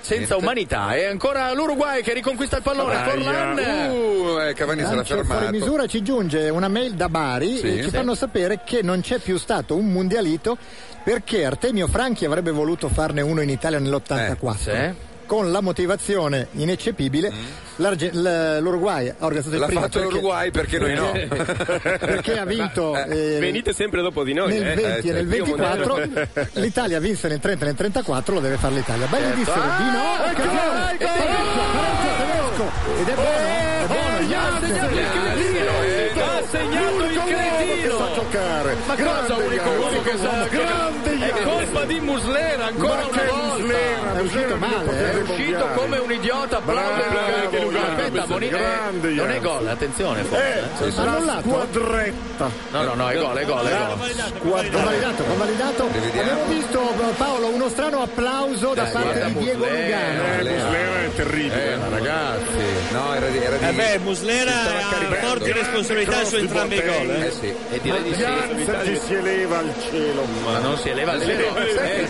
Senza umanità. E ancora l'Uruguay che riconquista il pallone.
Aia.
Forlan.
Uh, eh, Cavani se l'ha
Lancio fuori
fermato.
misura ci giunge una mail da Bari
Sì.
e ci
Sì.
fanno sapere che non c'è più stato un mondialito perché Artemio Franchi avrebbe voluto farne uno in Italia nell'84.
Eh, sì.
Con la motivazione ineccepibile, l'Arge- l- l'Uruguay ha organizzato il
L'ha
primo
fatto
perché Eh.
l'Uruguay perché noi no.
perché ha vinto eh,
Venite sempre dopo di noi.
nel
eh.
20 e nel
Io
24
mondiale-
l'Italia vinse nel 30 e nel 34 lo deve fare l'Italia
Eh,
belli
Certo.
dissero Eh, di no
Ah,
occasione,
ecco,
e pareggia, pareggia
ecco,
tedesco ed è buono
eh,
è buono Jansen
Ha segnato il
che sa
cretino.
giocare
Ma cosa
Grande
unico
Jansen,
uomo che sa che-
grande
È
Jansen.
colpa di Muslera ancora una
Ma che
volta.
Muslera,
è uscito
male, eh,
È uscito come un idiota. Bravo, che Aspetta, Bonino, eh, non è gol, attenzione. forse, eh.
annullato
squadretta
No, no, no, è gol, è gol, è gol.
convalidato convalidato abbiamo visto Paolo uno strano applauso da
Dai,
parte
guarda
di Diego
Muslera.
Lugano
Eh,
Muslera è terribile.
Eh, ma ragazzi.
No, era di... Era di
Eh beh, Muslera ha forti responsabilità su entrambi i gol. eh.
Eh sì.
E direi di sì.
Jansen ci si eleva al cielo
Ma non si eleva il
Eh,
cielo.
sì.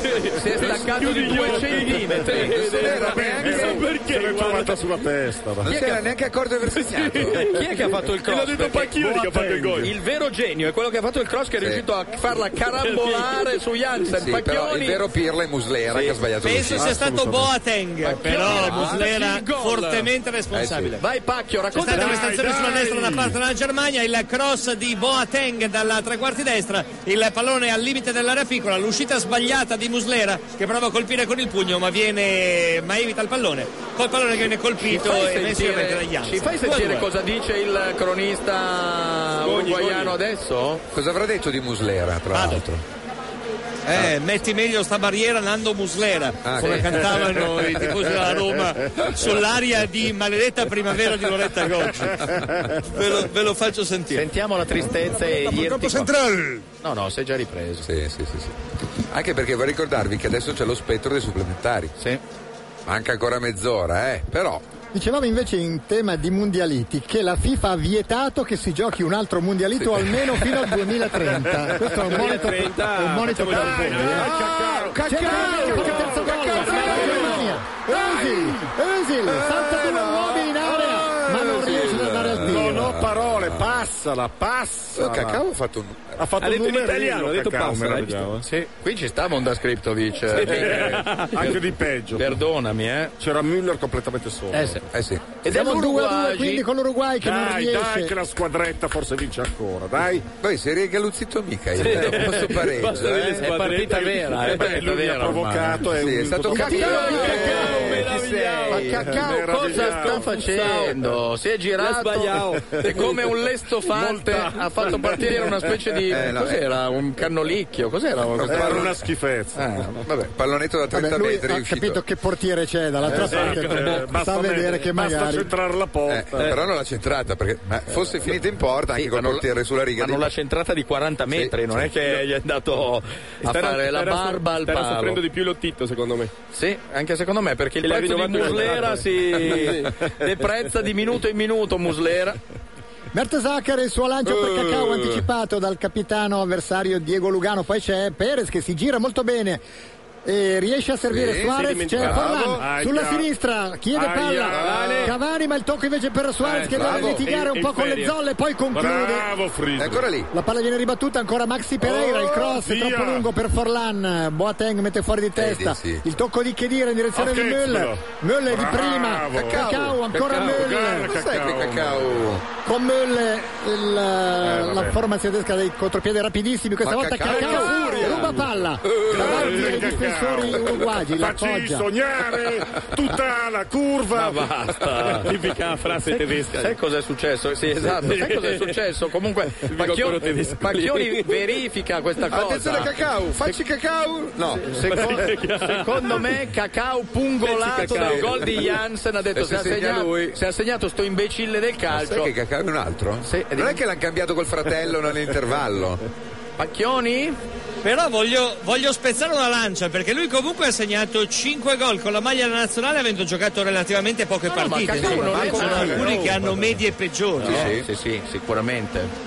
Eh, si è staccato di
Chiudi gli
due
occhi.
centimetri.
Eh, sì, era
Mi sa
neanche- Chi è che guarda sulla testa?
Non si era neanche accorto di aver segnato.
Chi è che ha fatto il cross?
L'ha detto
Perché
Pacchini che ha fatto il gol.
Il vero genio è quello che ha fatto il cross che è riuscito a farla carambolare su Jansen.
Sì, però
Pacchioni.
il vero Pirla è Muslera che ha sbagliato
Penso
l'uscita.
sia stato Boateng, però
Ah,
Muslera
il gol.
fortemente responsabile.
Eh sì. Vai Pacchio,
C'è
racconta
stata un'estanzione sulla destra da parte della Germania, il cross di Boateng dalla tre quarti destra, il pallone al limite dell'area piccola, l'uscita sbagliata di Muslera che prova a colpire con il pugno ma viene ma evita il pallone. Col pallone che viene colpito e messo in rete dagli altri.
ci fai sentire cosa dice il
Ah,
cronista uruguaiano adesso?
Cosa avrà detto di Muslera, tra l'altro?
Eh, metti meglio sta barriera Nando Muslera,
Ah,
come
sì.
cantavano i tifosi della Roma sull'aria di maledetta primavera di Loretta Gocci. Ve lo, ve lo faccio sentire.
Sentiamo la tristezza e
Campo-
gli
campo
erti-
central.
No, no, sei già ripreso.
Sì, sì, sì, sì. Anche perché vorrei ricordarvi che adesso c'è lo spettro dei supplementari.
Sì.
Manca ancora mezz'ora, eh. Però
Dicevamo invece in tema di mondialiti che la FIFA ha vietato che si giochi un altro mondialito almeno fino al 2030. Questo è un monito, è un monito per voi.
eh.
Ah, Özil, Özil, salta due uomini in area, ma non riesce ad andare al tiro.
Non ho eh, parole, passala, passala.
Oh, Cacao
Eh, ha fatto un
ha fatto
Ha detto
un
in
numerino,
italiano, ha detto
Cacao,
passa, l'hai
meravigliavo, eh.
Sì, qui ci sta Monda Scriptovic.
Anche di peggio.
Perdonami, eh.
C'era Müller completamente solo.
Eh sì.
Ed
Siamo due a
è
due,
l'Uruguay.
quindi con l'Uruguay che
dai,
non
Dai,
riesce.
che la squadretta forse vince ancora, dai.
Poi si è regaluzzito mica io, dopo questo pareggio,
Basta delle
eh.
squadrette.
È partita vera, è
Eh, beh,
partita
lui mi ha
vera
provocato.
ormai.
è
Sì,
un
è stato
tutto-
cattivo,
Cacao,
eh,
Cacao,
chi
meravigliavo.
Ma
sei?
Cacao cosa sta
Meravigliavo.
facendo? Si è girato
sbagliavo.
e come un lestofante
Molta-
ha fatto partire una specie di.
Eh, no,
cos'era? Un cannolicchio? Cos'era? Eh,
Era una schifezza.
vabbè, pallonetto da 30
Vabbè, lui
metri è
ha
uscito.
capito che portiere c'è dall'altra
Eh, sì,
parte,
eh,
però
basta
sa vedere
mettere-
che
basta
magari
centrare la
Eh, però non l'ha centrata perché ma fosse finita in porta anche col portiere sulla riga.
Hanno
di-
la centrata di 40 metri,
Sì,
non
sì.
è che gli è andato a
Stava-
fare la
stava-
barba al
stava
palo.
soffrendo
di
più Lottito, secondo me.
Sì, anche secondo me, perché il
E l'ha
prezzo di
rinnovato il
Muslera
contratto.
si deprezza di minuto in minuto Muslera.
Mertesacker il suo lancio per
Eh.
Cacao anticipato dal capitano avversario Diego Lugano poi c'è Perez che si gira molto bene e riesce a servire
Sì, si è
Suarez c'è
dimenticato.
Forlan
Bravo.
sulla
Aia.
sinistra chiede
Aia.
palla Cavani ma il tocco invece per Suarez
Eh,
che deve
bravo.
litigare un
Il-
po' con le
Inferior.
zolle poi conclude
Bravo Friso.
la palla viene ribattuta ancora Maxi Pereira,
Oh,
il cross è
via.
troppo lungo per Forlan, Boateng mette fuori di testa,
sì.
il tocco di Chedira in direzione di Müller,
Acchezzalo.
Müller di
Bravo.
prima,
Cacao.
Cacao ancora
Cacao. Guarda
Müller,
Cos'è Cacao. che Cacao?
con Müller il- la
vabbè.
formazione tedesca dei contropiedi rapidissimi, questa
Ma
volta
Cacao.
Cacao,
Furia.
ruba palla, davanti ai difensori uruguagi, la
Facci sognare tutta la curva.
Basta.
Tipica frase tedesca.
Sai cos'è successo? Sì, esatto. Sai cos'è successo? Comunque,
coro
Pacchioni,
tedesco.
Pacchioni verifica questa cosa.
Attenzione Cacao, facci Cacao. No,
Se- secondo, secondo me Cacao pungolato
Cacao.
dal gol di Jansen ha detto
E
se,
se
ha
segna
segnato,
lui?"
se ha segnato sto imbecille del
Ma
calcio
sai che Cacao è un altro? non è che l'hanno cambiato col fratello nell'intervallo.
Pacchioni?
Però voglio, voglio spezzare una lancia perché lui comunque ha segnato 5 gol con la maglia della nazionale avendo giocato relativamente poche
ma
partite.
Cacao
insomma.
non è
Sono
male,
alcuni
no?
che hanno medie peggiori.
No, sì, sì, sicuramente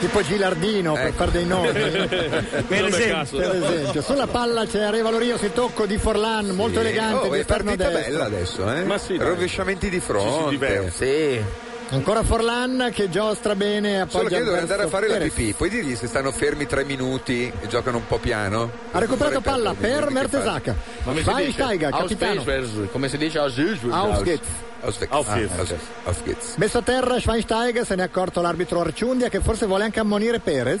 tipo Gilardino per fare dei nomi.
Ecco.
per
Per esempio, sulla palla c'è Arevalo Rios, il tocco di Forlan, molto elegante,
Oh,
di
è
esterno
partita
destro.
bella adesso, eh? Ma sì, Rovesciamenti di fronte.
Sì.
Ancora Forlan che giostra bene, appoggia
Solo che io dovrei
verso
andare a fare la
Perez.
pipì, puoi dirgli se stanno fermi tre minuti e giocano un po' piano.
Ha recuperato palla per Mertesacker.
Come si
Vai
dice?
Steiger, capitano.
Auswärts, come si dice Ah, Auswärts?
Ausgeht's.
Auswärts.
Auswärts.
Ah, Auswärts. Auswärts.
Messo a terra Schweinsteiger, se ne è accorto l'arbitro Arciundia che forse vuole anche ammonire Perez.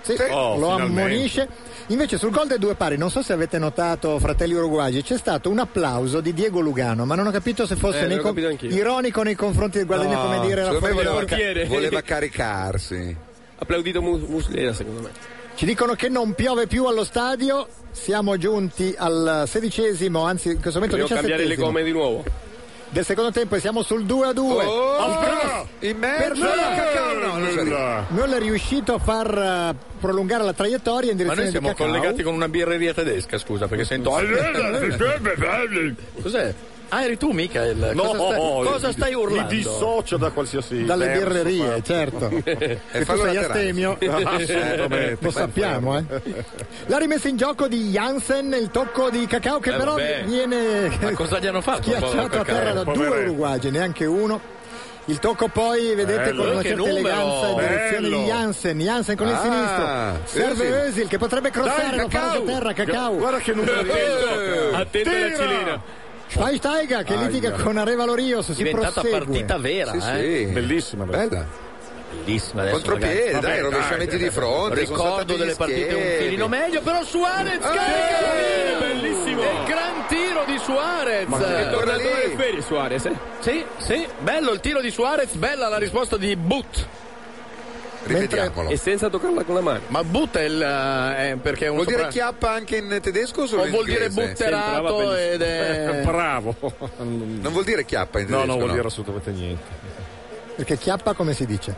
Sì,
Sì. Oh,
lo
finalmente.
ammonisce. Invece sul gol dei due pari, non so se avete notato, fratelli uruguagi, c'è stato un applauso di Diego Lugano, ma non ho capito se fosse
Eh,
nei
l'ho
con-
capito anch'io. Ah,
ironico nei confronti del guadagno, come dire, la
Secondo me
fuori
voleva,
porta.
ca- voleva caricarsi.
Applaudito Mus- Muslera, secondo me.
Ci dicono che non piove più allo stadio, siamo giunti al sedicesimo, anzi in questo momento
Dobbiamo cambiare le
diciassettesimo
gomme di nuovo.
del secondo tempo e siamo sul 2 a 2.
Oh! in
Eh,
mezzo Eh, no, non si arriva.
Müller è riuscito a far eh, prolungare la traiettoria in
Ma
direzione
noi siamo
di Cacao.
collegati con una birreria tedesca, scusa, perché sento. Cos'è? Ah, eri tu mica il...
No,
cosa, stai, cosa stai urlando?
Mi dissocio da qualsiasi.
Dalle
verso,
birrerie,
ma-
certo.
E
Se tu
fallo
sei
laterale.
astemio,
Assolutamente.
lo sappiamo, eh. La rimessa in gioco di Jansen, il tocco di Cacao che
Eh,
però
vabbè.
viene
Ma cosa gli hanno fatto, povero
schiacciato
Cacao?
a terra da due
Poveretto.
uruguaghi, neanche uno. Il tocco poi, vedete,
Bello.
con una
Che
certa
numero.
eleganza in direzione
Bello.
di Jansen. Jansen con il
Ah,
sinistro. Serve
Özil.
Özil, che potrebbe crossare,
Dai,
lo fa
Cacao.
a terra, Cacao.
Guarda che numero attento.
Attento alla Eh, cilina.
Schweinsteiger che
Aia.
litiga con Arevalo Rios. Si
Diventata
prosegue.
partita vera,
Sì,
eh?
sì.
Bellissima,
bella.
Bellissima adesso,
Contropiede,
ragazzi.
dai, rovesciamenti di fronte, sono
Ricordo
saltati
delle
gli
partite un
schemi.
filino meglio, però Suarez
Ah,
carica! Bellissimo! E gran tiro di Suarez!
Ma che torna lì? Feri Suarez, eh?
Sì, sì, bello il tiro di Suarez, bella la risposta di But.
Ripetiamolo.
E senza toccarla con la mano.
Ma But è il. eh, è perché è un
Vuol dire
sopra-
chiappa anche in tedesco o solo
O
in
vuol dire
inglese?
butterato ed è.
Bravo.
Non vuol dire chiappa in
No,
tedesco.
non vuol dire assolutamente niente.
Perché chiappa come si dice?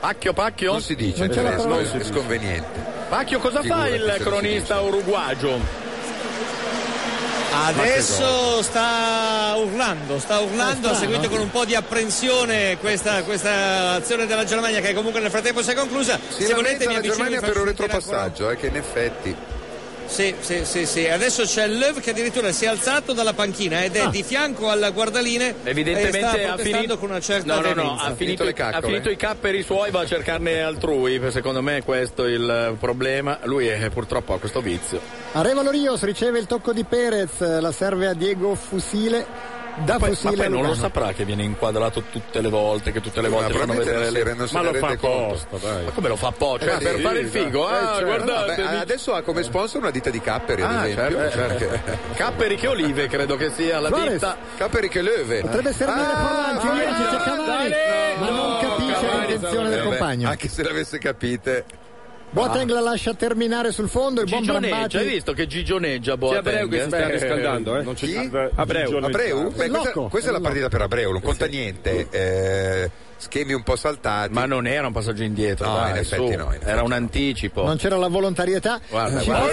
Pacchio, pacchio.
Non si dice,
Non c'è la
eh,
parola.
è sc- è sconveniente.
Pacchio, cosa fa
Figurati se
il
non si
cronista uruguagio?
Adesso sta urlando, sta
Ah,
urlando, ha seguito con un po' di apprensione questa, questa azione della Germania che comunque nel frattempo si è conclusa.
Si
Se volete
lamenta
mi avvicino
la
e vi
Germania
faccio
per un
sentire ancora-
retropassaggio, eh, che in effetti...
Sì, sì, sì, sì. Adesso c'è Löw che addirittura si è alzato dalla panchina ed è di fianco al guardaline e Eh, sta
Ah. Evidentemente ha
protestando
finito
con una certa
No, no, no,
veemenza.
ha finito, ha finito i cap per i suoi, va a cercarne altrui. Secondo me questo è il eh, problema. Lui è, purtroppo ha questo vizio.
Arevalo Rios riceve il tocco di Perez, la serve a Diego Fusile.
Ah,
Da
Poi- ma
Fusile
poi
a
non lo
Lugano.
saprà che viene inquadrato tutte le volte, che tutte le volte
ma
fanno
probabilmente
vedere
non
le
si re- non si
Ma lo
rende
fa
conto.
apposta, dai. Ma come lo fa apposta? Cioè,
Eh,
per
sì,
fare il
dai.
figo,
Eh,
ah,
certo.
guardate.
No, beh, adesso ha come sponsor una ditta di Capperi, ad
Ah,
esempio.
certo, certo. Capperi che olive, credo che sia la
Suarez.
ditta.
Capperi che löve.
Potrebbe servire
Ah,
Forlanti, invece c'è Cavani, ma non capisce l'intenzione del
Eh, beh,
compagno.
Anche se l'avesse capite.
Boateng la lascia terminare sul fondo, il buon
Gigioneggia, hai
Brambati.
visto che Gigioneggia boh, Boateng?
Abreu che si sta riscaldando, eh.
Non ci
Chi?
sta-
Abreu?
Gigioneggia.
Beh, questa,
Locco.
questa è la
Locco.
partita per Abreu, non conta niente. Eh, schemi un po' saltati.
Ma non era un passaggio indietro,
No,
dai,
in effetti
su.
no, in
Era un anticipo.
Non c'era la volontarietà.
Guarda,
Ci-
guarda.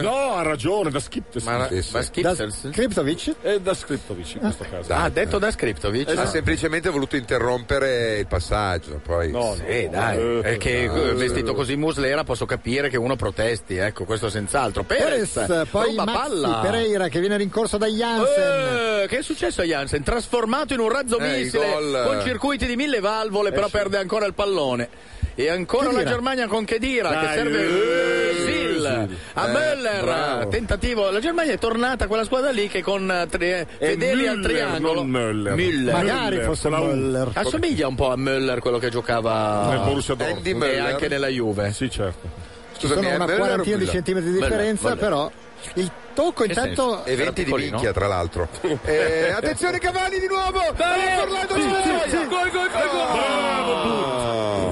No, ha ragione, da Skiptes.
Ma- Sì, sì. ma Skipters?
Da Skriptovic?
È da Skriptovic in questo caso.
Ah, detto da Skriptovic?
Ha semplicemente voluto interrompere il passaggio. Poi.
No, sì, dai, è che
no.
eh, vestito così muslera posso capire che uno protesti, ecco, questo senz'altro. Perez,
Perez, poi
ruba
Maxi
palla.
Pereira che viene rincorso da Jansen.
Eh, che è successo a Jansen? Trasformato in un razzo
Eh, il
missile
gol, eh.
con circuiti di mille valvole, però perde ancora il pallone. E ancora la
Khedira.
Germania con Chedira che
Dai,
serve
eh,
Özil
sì.
a
Eh,
Möller.
bravo.
Tentativo. La Germania è tornata quella squadra lì che con eh, tre,
E
fedeli al
Müller,
triangolo.
non Möller.
Müller.
Magari fosse
con la U.
Müller.
Assomiglia un po' a Möller quello che giocava
Nel Borussia Dortmund.
e
Andy Möller.
anche nella Juve. eh,
Sì, certo.
Ci sono una quarantina di centimetri di differenza, però il tocco intanto
E 20 di minchia, tra l'altro. Eh, attenzione, Cavani di nuovo! Dai, Orlando
Gol, gol, gol,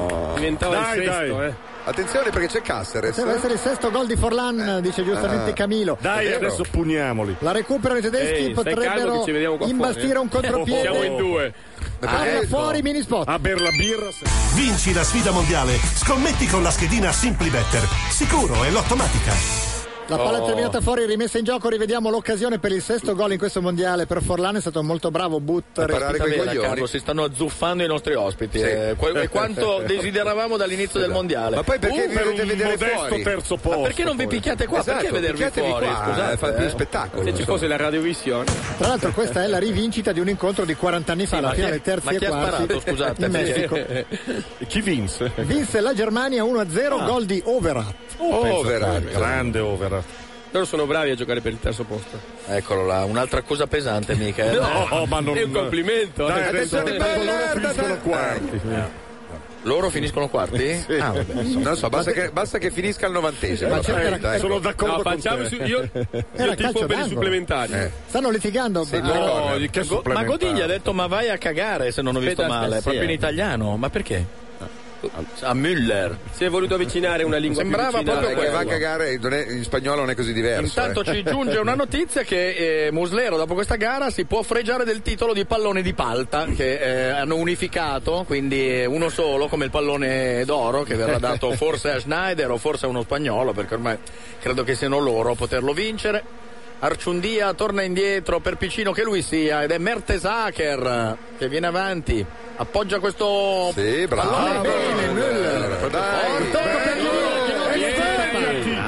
Eh.
Diventava
il Dai, sesto, dai. eh.
Attenzione perché c'è Caceres.
Deve essere il sesto gol di
Eh.
Forlan, dice giustamente
Ah.
Camilo.
Dai, È vero.
Adesso puniamoli.
La recuperano i tedeschi,
Ehi, stai calmo
potrebbero
che ci vediamo qua
imbastire
fuori, eh.
un contropiede.
Siamo in due.
Aria fuori, mini spot.
A berla birra.
Vinci la sfida mondiale, scommetti con la schedina Simply Better. Sicuro e lottomatica.
La palla
Oh.
è terminata fuori, rimessa in gioco, rivediamo l'occasione per il sesto gol in questo mondiale. Per Forlan è stato molto bravo, but
Parare coi coglioni. Carlo, si stanno azzuffando i nostri ospiti.
Sì.
eh, que- e quanto desideravamo dall'inizio del mondiale.
Ma poi perché vi dovete vedere fuori?
Ma perché non vi picchiate qua?
Esatto,
perché vedervi
picchiatevi
fuori?
qua,
Scusate,
eh,
esatto.
fa più
eh.
spettacolo.
Se ci fosse
la radiovisione.
Tra l'altro questa è la rivincita di un incontro di 40 anni fa, alla
ma
fine
chi-
dei terzi
ma
e
chi ha
quarti
sparato, scusate?
in Messico.
Chi vinse?
Vinse la Germania 1-0,
Ah.
gol di Overath.
Oh,
Overat.
Grande Overat.
Loro sono bravi a giocare per il terzo posto.
Eccolo là, un'altra cosa pesante, mica. eh.
No, ma non- È un complimento, eh. Dai, Attenzione, adesso- Beller,
loro finiscono quarti.
Loro finiscono quarti? Ah, vabbè, insomma.
Eh, Non so, basta che, basta che finisca il novantesimo. eh,
Ma c'era-
Dai, dai.
sono d'accordo
No,
con
facciamo
te.
su- io-
Era calcio
per i
d'angolo.
supplementari.
Eh.
Stanno litigando.
Sì,
Ah,
no,
no,
di-
che
Go- ma
supplementare.
Godigli ha detto ma vai a cagare se non ho visto
Aspetta,
male,
aspetta,
proprio
sì,
in
eh.
italiano, ma perché? A Müller.
Si è voluto avvicinare una lingua
Sembrava
più vicina
proprio
Dai,
alla
che va a
lingua.
cagare, non è- in spagnolo non è così diverso.
Intanto
eh.
ci giunge una notizia che eh, Muslero dopo questa gara si può fregiare del titolo di pallone di palta che eh, hanno unificato, quindi eh, uno solo come il pallone d'oro che verrà dato forse a Schneider o forse a uno spagnolo perché ormai credo che siano loro a poterlo vincere. Arciundia torna indietro per Piccino che lui sia ed è Mertesacker che viene avanti. Appoggia questo
Sì, bravo.
pallone bene
Müller.
eh.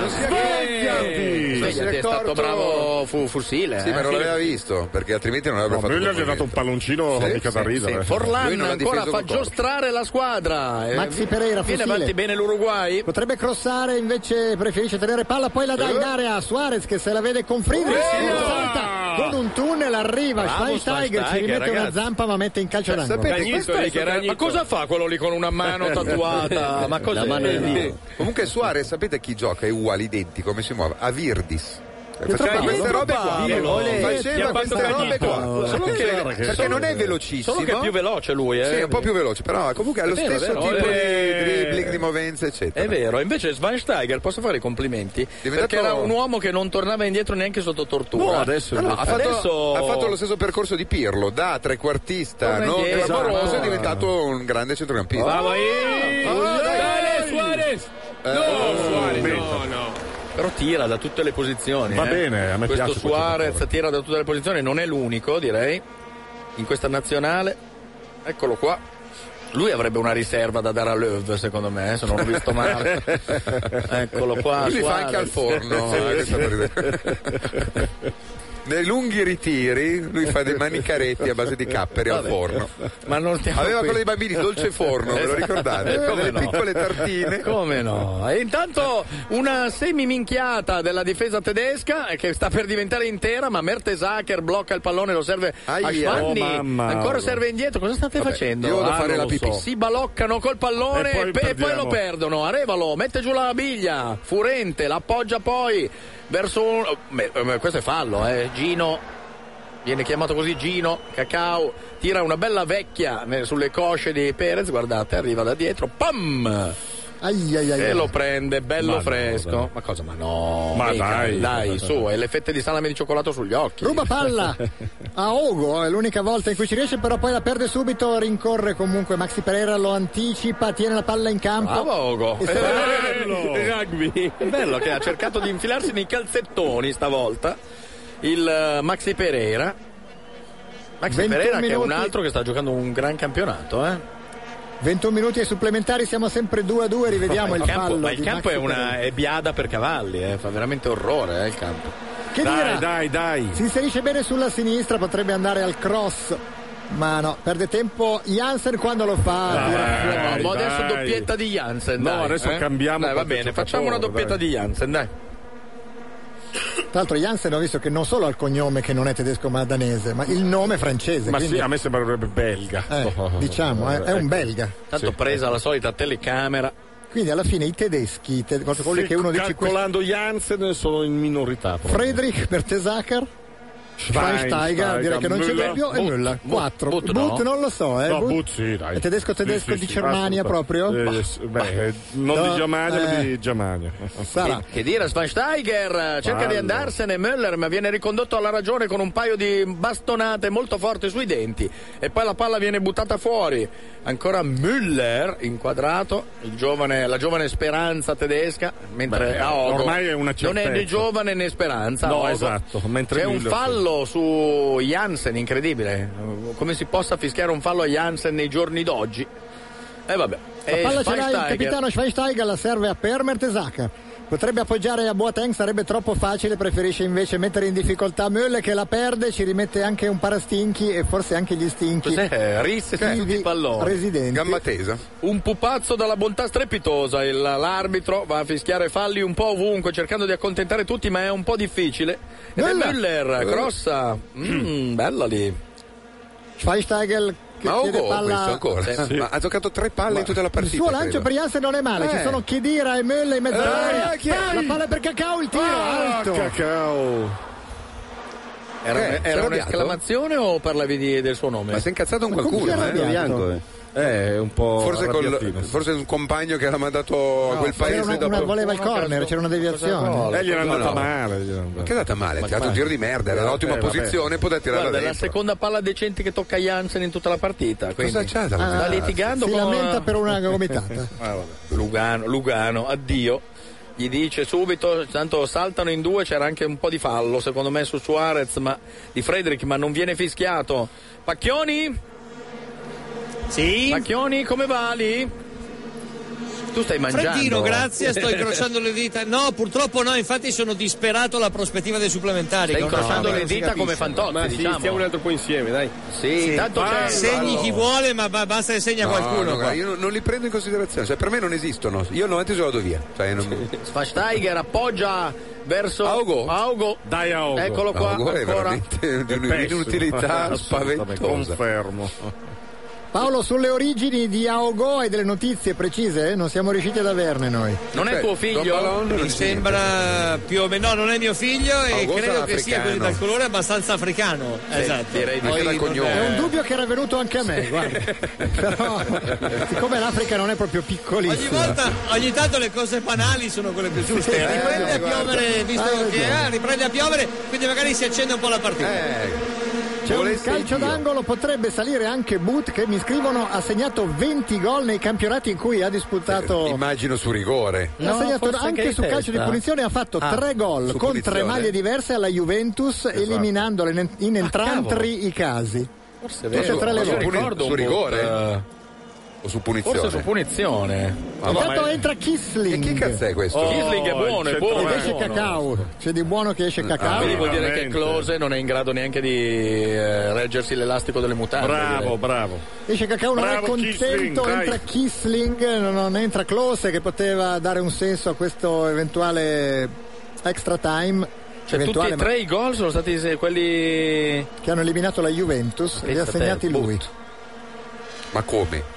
Svegliati! Svegliati, è stato bravo fu, Fusile.
Sì,
eh.
ma non l'aveva visto, perché altrimenti non avrebbe
No,
fatto
lui gli
quel
ha dato un
movimento.
palloncino
Sì,
mica da
sì,
ridere. eh.
sì. Lui
Forlan
non ha
ancora
difeso
fa
col corpo.
giostrare la squadra. Eh,
Maxi Pereira,
Viene
Fusile.
avanti bene l'Uruguay.
Potrebbe crossare, invece preferisce tenere palla, poi la dà in area a Suarez che se la vede con Friedrich.
Eh,
salta con un tunnel, arriva
Bravo,
Schweinsteiger, ci rimette
Schweinsteiger,
una
ragazzi. Cioè,
zampa ma mette in calcio
Eh,
d'angolo.
Cagnito lì che era- Ma cosa fa quello lì con una mano tatuata? Ma cos'è?
Sì. Comunque Suarez, sapete chi gioca? È uguale, identico, come si muove? A Virdis.
Pietro
Faceva queste
Paolo,
robe qua,
Pietro Paolo. Ti ha
faceva
fatto
queste
Cagnito.
robe qua.
Solo che-
Perché-
guarda che-
perché
solo-
non è velocissimo.
solo che è più veloce lui, eh.
Sì, è un po' più veloce, però comunque ha lo
È vero,
stesso
è vero.
tipo
Eh.
di dribbling, di movenze, eccetera.
È vero, invece Schweinsteiger, posso fare i complimenti?
Diventato-
Perché era un uomo che non tornava indietro neanche sotto tortura.
No, no, ha, fatto,
Adesso-
ha fatto lo stesso percorso di Pirlo, da trequartista
Torna
non
indietro.
clamoroso, è
Ah.
diventato un grande centrocampista.
Bravo, eh.
Oh,
Dale, Suarez!
Eh,
No,
oh,
Suarez, no, no.
Però tira da tutte le posizioni.
Va
eh.
bene, a me
questo
piace questo
Suarez tira da tutte le posizioni, non è l'unico, direi, in questa nazionale. Eccolo qua. Lui avrebbe una riserva da dare a Löw, secondo me, eh, se non ho visto male. Eccolo qua.
Lui li fa
Suarez.
anche al forno. eh, questa per- Nei lunghi ritiri lui fa dei manicaretti a base di capperi
Vabbè.
al forno.
Ma non stiamo
Aveva
qui.
quello dei bambini, dolce forno, ve lo ricordate?
Eh, come
Delle
no.
piccole tartine.
Come no? E intanto una semi-minchiata della difesa tedesca eh, che sta per diventare intera, ma Mertesacker blocca il pallone, lo serve a
Aia.
Schwanni.
Oh, mamma.
Ancora serve indietro. Cosa state facendo?
io vado a
Ah,
fare
non
la
lo
pipì.
Si baloccano col pallone
E poi
e, pe- e poi
perdiamo.
lo perdono. Arevalo mette giù la biglia, furente, l'appoggia poi verso un... oh, me- eh, Questo è fallo, eh. Gino Viene chiamato così Gino, Cacao, tira una bella vecchia eh, sulle cosce di Perez, guardate, arriva da dietro, pam!
Ai, ai, ai,
E
ai.
lo prende, bello
Ma no,
fresco. ma cosa? Ma no,
Ma
mica,
dai.
dai, su, e le fette di salame di cioccolato sugli occhi.
Ruba palla a Ogo, è l'unica volta in cui ci riesce, però poi la perde subito, rincorre comunque Maxi Pereira, lo anticipa, tiene la palla in campo.
Bravo Eh. Ogo!
E se-
Esatto. Bello. eh, Rugby! Bello che ha cercato di infilarsi nei calzettoni stavolta il eh, Maxi Pereira. Maxi
21
Pereira che è un
minuti.
altro che sta giocando un gran campionato, eh.
21 minuti ai supplementari, siamo sempre 2 a 2, rivediamo
Ma
il,
campo,
fallo.
Ma il
di
campo
Maxi
è una
Pereira.
è biada per cavalli, eh, fa veramente orrore eh, il campo.
Che Dai, dirà?
dai, dai.
Si inserisce bene sulla sinistra, potrebbe andare al cross, ma no, perde tempo Jansen quando lo
Ah,
fa. tira fuori.
ma adesso doppietta di Jansen.
No,
dai,
adesso
eh?
cambiamo
Dai, va
qualche
bene,
giocatore,
facciamo una doppietta
dai.
di Jansen, dai.
Tra l'altro Jansen ho visto che non solo ha il cognome che non è tedesco ma danese, ma il nome è francese.
Ma
quindi-
sì, a me sembrerebbe belga. Oh,
Eh, diciamo, eh, è
Ecco.
un belga.
Tanto presa la solita telecamera.
Quindi alla fine i tedeschi, i te- cosa vuol dire
Se
che uno dice questo-
calcolando Jansen sono in minorità. proprio.
Friedrich Bertesacker Schweinsteiger, direi che non c'è
Müller,
dubbio, e
Butt,
Müller.
Butt,
4.
Butt
But,
no.
non lo so, eh.
No,
Butt-
Butt sì, dai.
È tedesco-tedesco
Sì, sì,
di
sì,
Germania
assolutamente.
proprio?
Eh, s- beh, eh, non
No,
di Germania, ma
eh.
di Germania.
Sarà.
Che dire, Schweinsteiger eh, cerca di
Fallo.
andarsene, Müller ma viene ricondotto alla ragione con un paio di bastonate molto forti sui denti e poi la palla viene buttata fuori. Ancora Müller inquadrato, il giovane- la giovane speranza tedesca, mentre
Beh,
a Ogo
ormai è una
non è né
certezza.
giovane né speranza.
No,
Ogo.
esatto, mentre
C'è un
Müller-
fallo su Jansen, incredibile. Come si possa fischiare un fallo a Jansen nei giorni d'oggi? E vabbè.
La
Eh,
E
palla ce l'ha il
Schweinsteiger-
capitano Schweinsteiger, la serve a Per Mertesacker. Potrebbe appoggiare a Boateng, sarebbe troppo facile, preferisce invece mettere in difficoltà Müller che la perde, ci rimette anche un parastinchi e forse anche gli stinchi.
Eh,
Cos'è? Risse su
Ivi
tutti i palloni.
Residenti.
Gamba tesa.
Un pupazzo dalla bontà strepitosa, il- l'arbitro va a fischiare falli un po' ovunque cercando di accontentare tutti ma è un po' difficile.
Eh,
Ed è
Eh.
Müller, crossa, Mm, bella lì.
Schweinsteiger che
Ma
chiede
Ogo
palla...
questo
Eh,
ancora.
Sì.
Ma ha giocato tre palle in tutta la
Il
partita.
suo lancio
credo.
per Jansen non è male, ci
Eh.
sono Chedira e Müller in mezzo
Eh,
all'area.
chi è?
La palla per Cacao, il tiro
Ah,
alto.
Cacao.
Era,
Eh, si è
era
arrabbiato?
un'esclamazione o parlavi di- del suo nome?
Ma si è incazzato con
Ma con chi
qualcuno,
era
eh?
arrabbiato?
Bianco, eh.
Eh, un po'
Forse, col-
arrabbiatino, sì.
forse un compagno che l'ha mandato a quel
C'era
paese
una,
dopo.
una- voleva il corner, c'era una deviazione.
Eh, gli era
No,
andata
no.
male. gli era
Ma
andata-
che è andata male? Ha tirato un giro di merda, era in ottima
Eh, vabbè.
posizione, poteva tirarla
Guarda, è la
dentro.
seconda palla decente che tocca Jansen in tutta la partita. quindi.
Eh,
c'ha da
Eh, Sta
lamentare?
litigando
certo, Si
con...
lamenta per una gomitata.
Ah, vabbè. Lugano, Lugano, addio. gli dice subito, tanto saltano in due, c'era anche un po' di fallo secondo me su Suarez ma, di Frederick ma non viene fischiato. Pacchioni? Sì. Pacchioni come va lì? Tu stai mangiando.
Freddino, grazie, sto incrociando le dita. No, purtroppo no, infatti sono disperato alla prospettiva dei supplementari.
Stai
che non-
incrociando
no,
le
non si
dita
capiscono.
come fantozzi,
Ma sì,
diciamo.
stiamo un altro po' insieme, dai.
Sì, tanto c'è-
Segni chi vuole, ma ba- basta che segna
No,
qualcuno.
no,
qua.
guarda, io non- non li prendo in considerazione, cioè per me non esistono. Io al 90 io vado via. Cioè, non...
Schweinsteiger appoggia verso Augo.
Dai, Augo.
Eccolo qua.
Augo è
ancora.
veramente di un-
È
un'utilità
pessimo.
spaventosa.
Confermo.
Paolo, sulle origini di Aogo e delle notizie precise eh, non siamo riusciti ad averne noi.
Non è tuo figlio?
Mi sembra più o meno, no, non è mio figlio e
Augusto
credo che sia
Ah, africano.
così dal colore abbastanza africano.
Sì,
esatto.
direi di-
Poi
Anche dal
non
cognome. È un dubbio che era venuto anche a me, guarda. Però, siccome l'Africa non è proprio
Ogni
piccolissima.
volta, Ah, ogni tanto le cose banali sono quelle più giuste.
Eh,
riprende a
guarda.
piovere, visto
Hai
che
ragione. Eh,
ah, riprende a piovere, quindi magari si accende un po' la partita.
C'è un calcio d'angolo, potrebbe salire anche Boot che mi scrivono ha segnato 20 gol nei campionati in cui ha disputato
Immagino su rigore.
ha segnato anche su calcio di punizione ha fatto
Ah,
tre gol
su
con tre
punizione. Esatto.
maglie diverse alla Juventus eliminandole in,
Ah,
in entrambi i casi
Forse è
Tutte e
vero.
tre le
Ma io
volte.
ricordo
Su
un
rigore?
po', eh,
O su punizione.
Forse su punizione.
Ma va,
intanto
ma è-
entra Kisling
Che cazzo è questo?
Oh, Kisling è buono, è buono.
ed esce Cacao c'è di buono che esce
Ah,
Cacao
quindi vuol dire che Close non è in grado neanche di eh, reggersi l'elastico delle mutande.
Bravo,
bravo.
Esce Cacao non
Bravo,
è contento,
Kisling, dai.
entra Kisling, non- non entra Klose che poteva dare un senso a questo eventuale extra time.
Cioè, tutti
eventuale,
e
ma-
tre i gol sono stati se- quelli.
che hanno eliminato la Juventus e li ha
Pensa te, boh,
segnati lui.
Ma come?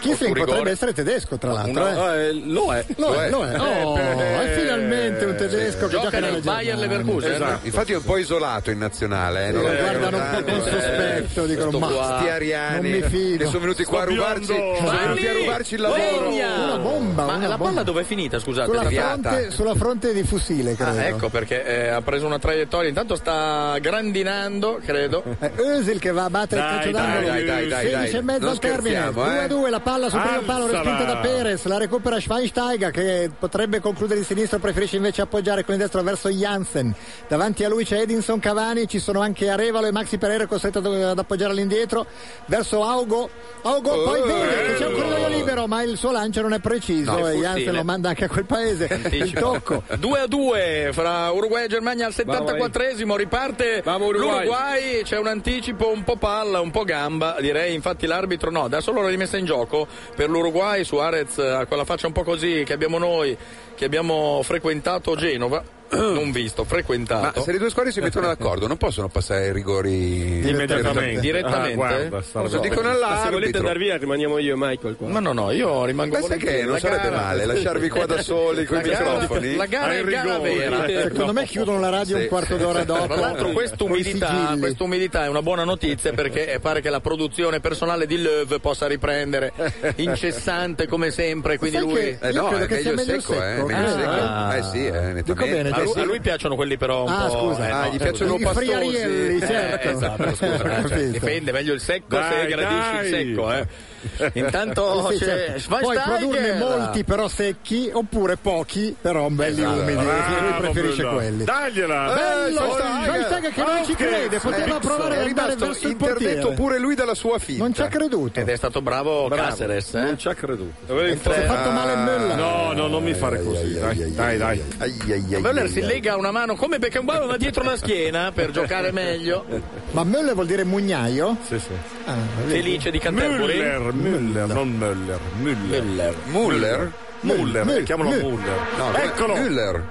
Kisling
Rigore.
potrebbe essere tedesco, tra l'altro.
Uno-
eh.
eh, lo è.
Lo è, lo è. Oh,
Eh,
è finalmente un tedesco che
Gioca
gioca nella
nel Bayern
Germania. Esatto.
Leverkusen. eh.
Esatto. Infatti è un po' isolato in nazionale, eh, non lo
guardano un po'
eh,
con sospetto, dicono,
Sto
ma
qua. sti
non
ariani
mi fido.
che sono venuti qua a
Sto
rubarci,
biondo.
sono venuti a
Vai lì,
rubarci il lavoro.
Vegna. Una bomba,
Ma
una
la
bomba.
palla dov'è finita? Scusate,
Sulla
deviata.
fronte, sulla fronte di fusile, credo.
Ah, ecco perché eh, ha preso una traiettoria. Intanto sta grandinando, credo.
È Özil che va a battere
Dai,
il calcio
dai,
d'angolo
dai, dai, dai,
16 e
dai.
mezzo
Non
al termine 2
scherziamo, eh.
a 2 la palla sul primo palo
Alzala.
respinta da Perez la recupera Schweinsteiger che potrebbe concludere di sinistro preferisce invece appoggiare con il destro verso Jansen davanti a lui c'è Edinson Cavani ci sono anche Arevalo e Maxi Pereira costretto ad, ad appoggiare all'indietro verso Augo Augo poi vede che c'è un corridoio libero ma il suo lancio non è preciso
Oh, eh. No, è
e
fucile.
Jansen lo manda anche a quel paese il tocco
2 a 2 fra Uruguay e Germania al 74esimo riparte
Uruguay.
l'Uruguay c'è un anticipo un po' palla un po' gamba direi infatti l'arbitro no da solo la rimessa in gioco per l'Uruguay Suarez eh, ha quella faccia un po' così che abbiamo noi che abbiamo frequentato Genova non visto
Ma
frequentato
se le due squadre si mettono d'accordo non possono passare i rigori
Direttamente.
Ah,
Direttamente?
Eh?
guarda,
sarebbe-
Lo dicono
Ma se volete
all'arbitro.
andare via rimaniamo io e Michael qua.
No, no, no, io rimango
Ma sai che non sarebbe male lasciarvi qua da soli con i
La gara-
microfoni?
la gara è
Ai
gara
rigori.
vera.
secondo me chiudono la radio
Sì.
un quarto d'ora dopo
Tra
eh,
l'altro
Coi
quest'umidità,
sigilli.
quest'umidità è una buona notizia perché pare che la produzione personale di Löw possa riprendere incessante come sempre, quindi
Sai
lui
che Eh io no, credo è che sia meglio meglio secco, secco. eh, meglio
Ah.
secco. Eh sì, eh, nettamente. Dico bene,
a, lui,
giusto.
a lui piacciono quelli però un
Ah,
po'
scusa. Ah, gli piacciono I pastosi. friarielli,
Eh,
certo.
esatto, scusa, eh, cioè,
Capito.
dipende, meglio il secco se
Dai,
gradisci il
dai.
secco, eh. Intanto
Eh sì,
c'è
certo. puoi
Schweinsteiger.
produrne molti però secchi oppure pochi però belli
Esatto.
umidi
Bravo,
lui preferisce
Bruno.
quelli
Dagliela!
bello
Eh,
Schweinsteiger che non ci crede poteva provare ad andare verso il
Interdetto
portiere
pure lui dalla sua finta.
non ci ha creduto
Ed è stato bravo,
Bravo.
Caceres. Eh?
Non ci ha creduto.
Si è fatto male Müller.
No, no, non mi fare così. Dai, dai, dai.
Müller si lega una mano come Beckenbauer ma dietro la schiena per giocare meglio.
ma Müller vuol dire mugnaio?
sì sì
ah,
Felice di Canterbury.
Müller, Müller, non Müller, Müller.
Müller?
Müller,
Müller.
chiamalo
Müller.
Müller.
No, come-
Eccolo.
Müller.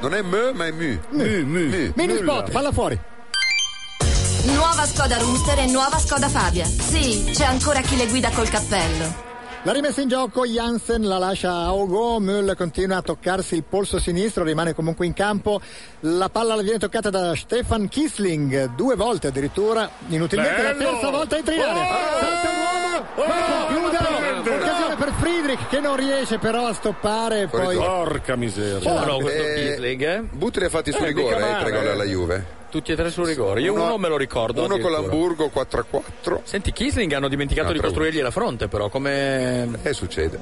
Non è mö, ma è mu.
Mu, mu.
mini spot palla fuori
Nuova Skoda Rooster e nuova Skoda Fabia. Sì, c'è ancora chi le guida col cappello.
La rimessa in gioco, Jansen la lascia a Ogo, Müller continua a toccarsi il polso sinistro, rimane comunque in campo. La palla viene toccata da Stefan Kisling, due volte addirittura, inutilmente la
Bello!
terza volta in triale.
Oh!
Oh!
Salta l'uomo, va a concludere, occasione per Friedrich che non riesce però a stoppare, poi
Porca miseria.
Buono questo Kisling, eh?
Butti li ha fatti su
Eh,
rigore,
mica male,
i tre gol
eh.
alla Juve.
Tutti e tre sul rigore. Io uno,
Uno-
me lo ricordo.
uno con
l'Hamburgo 4 4. Senti, Kisling hanno dimenticato
No,
di
3-1.
Eh, costruirgli la fronte, però come.
E succede.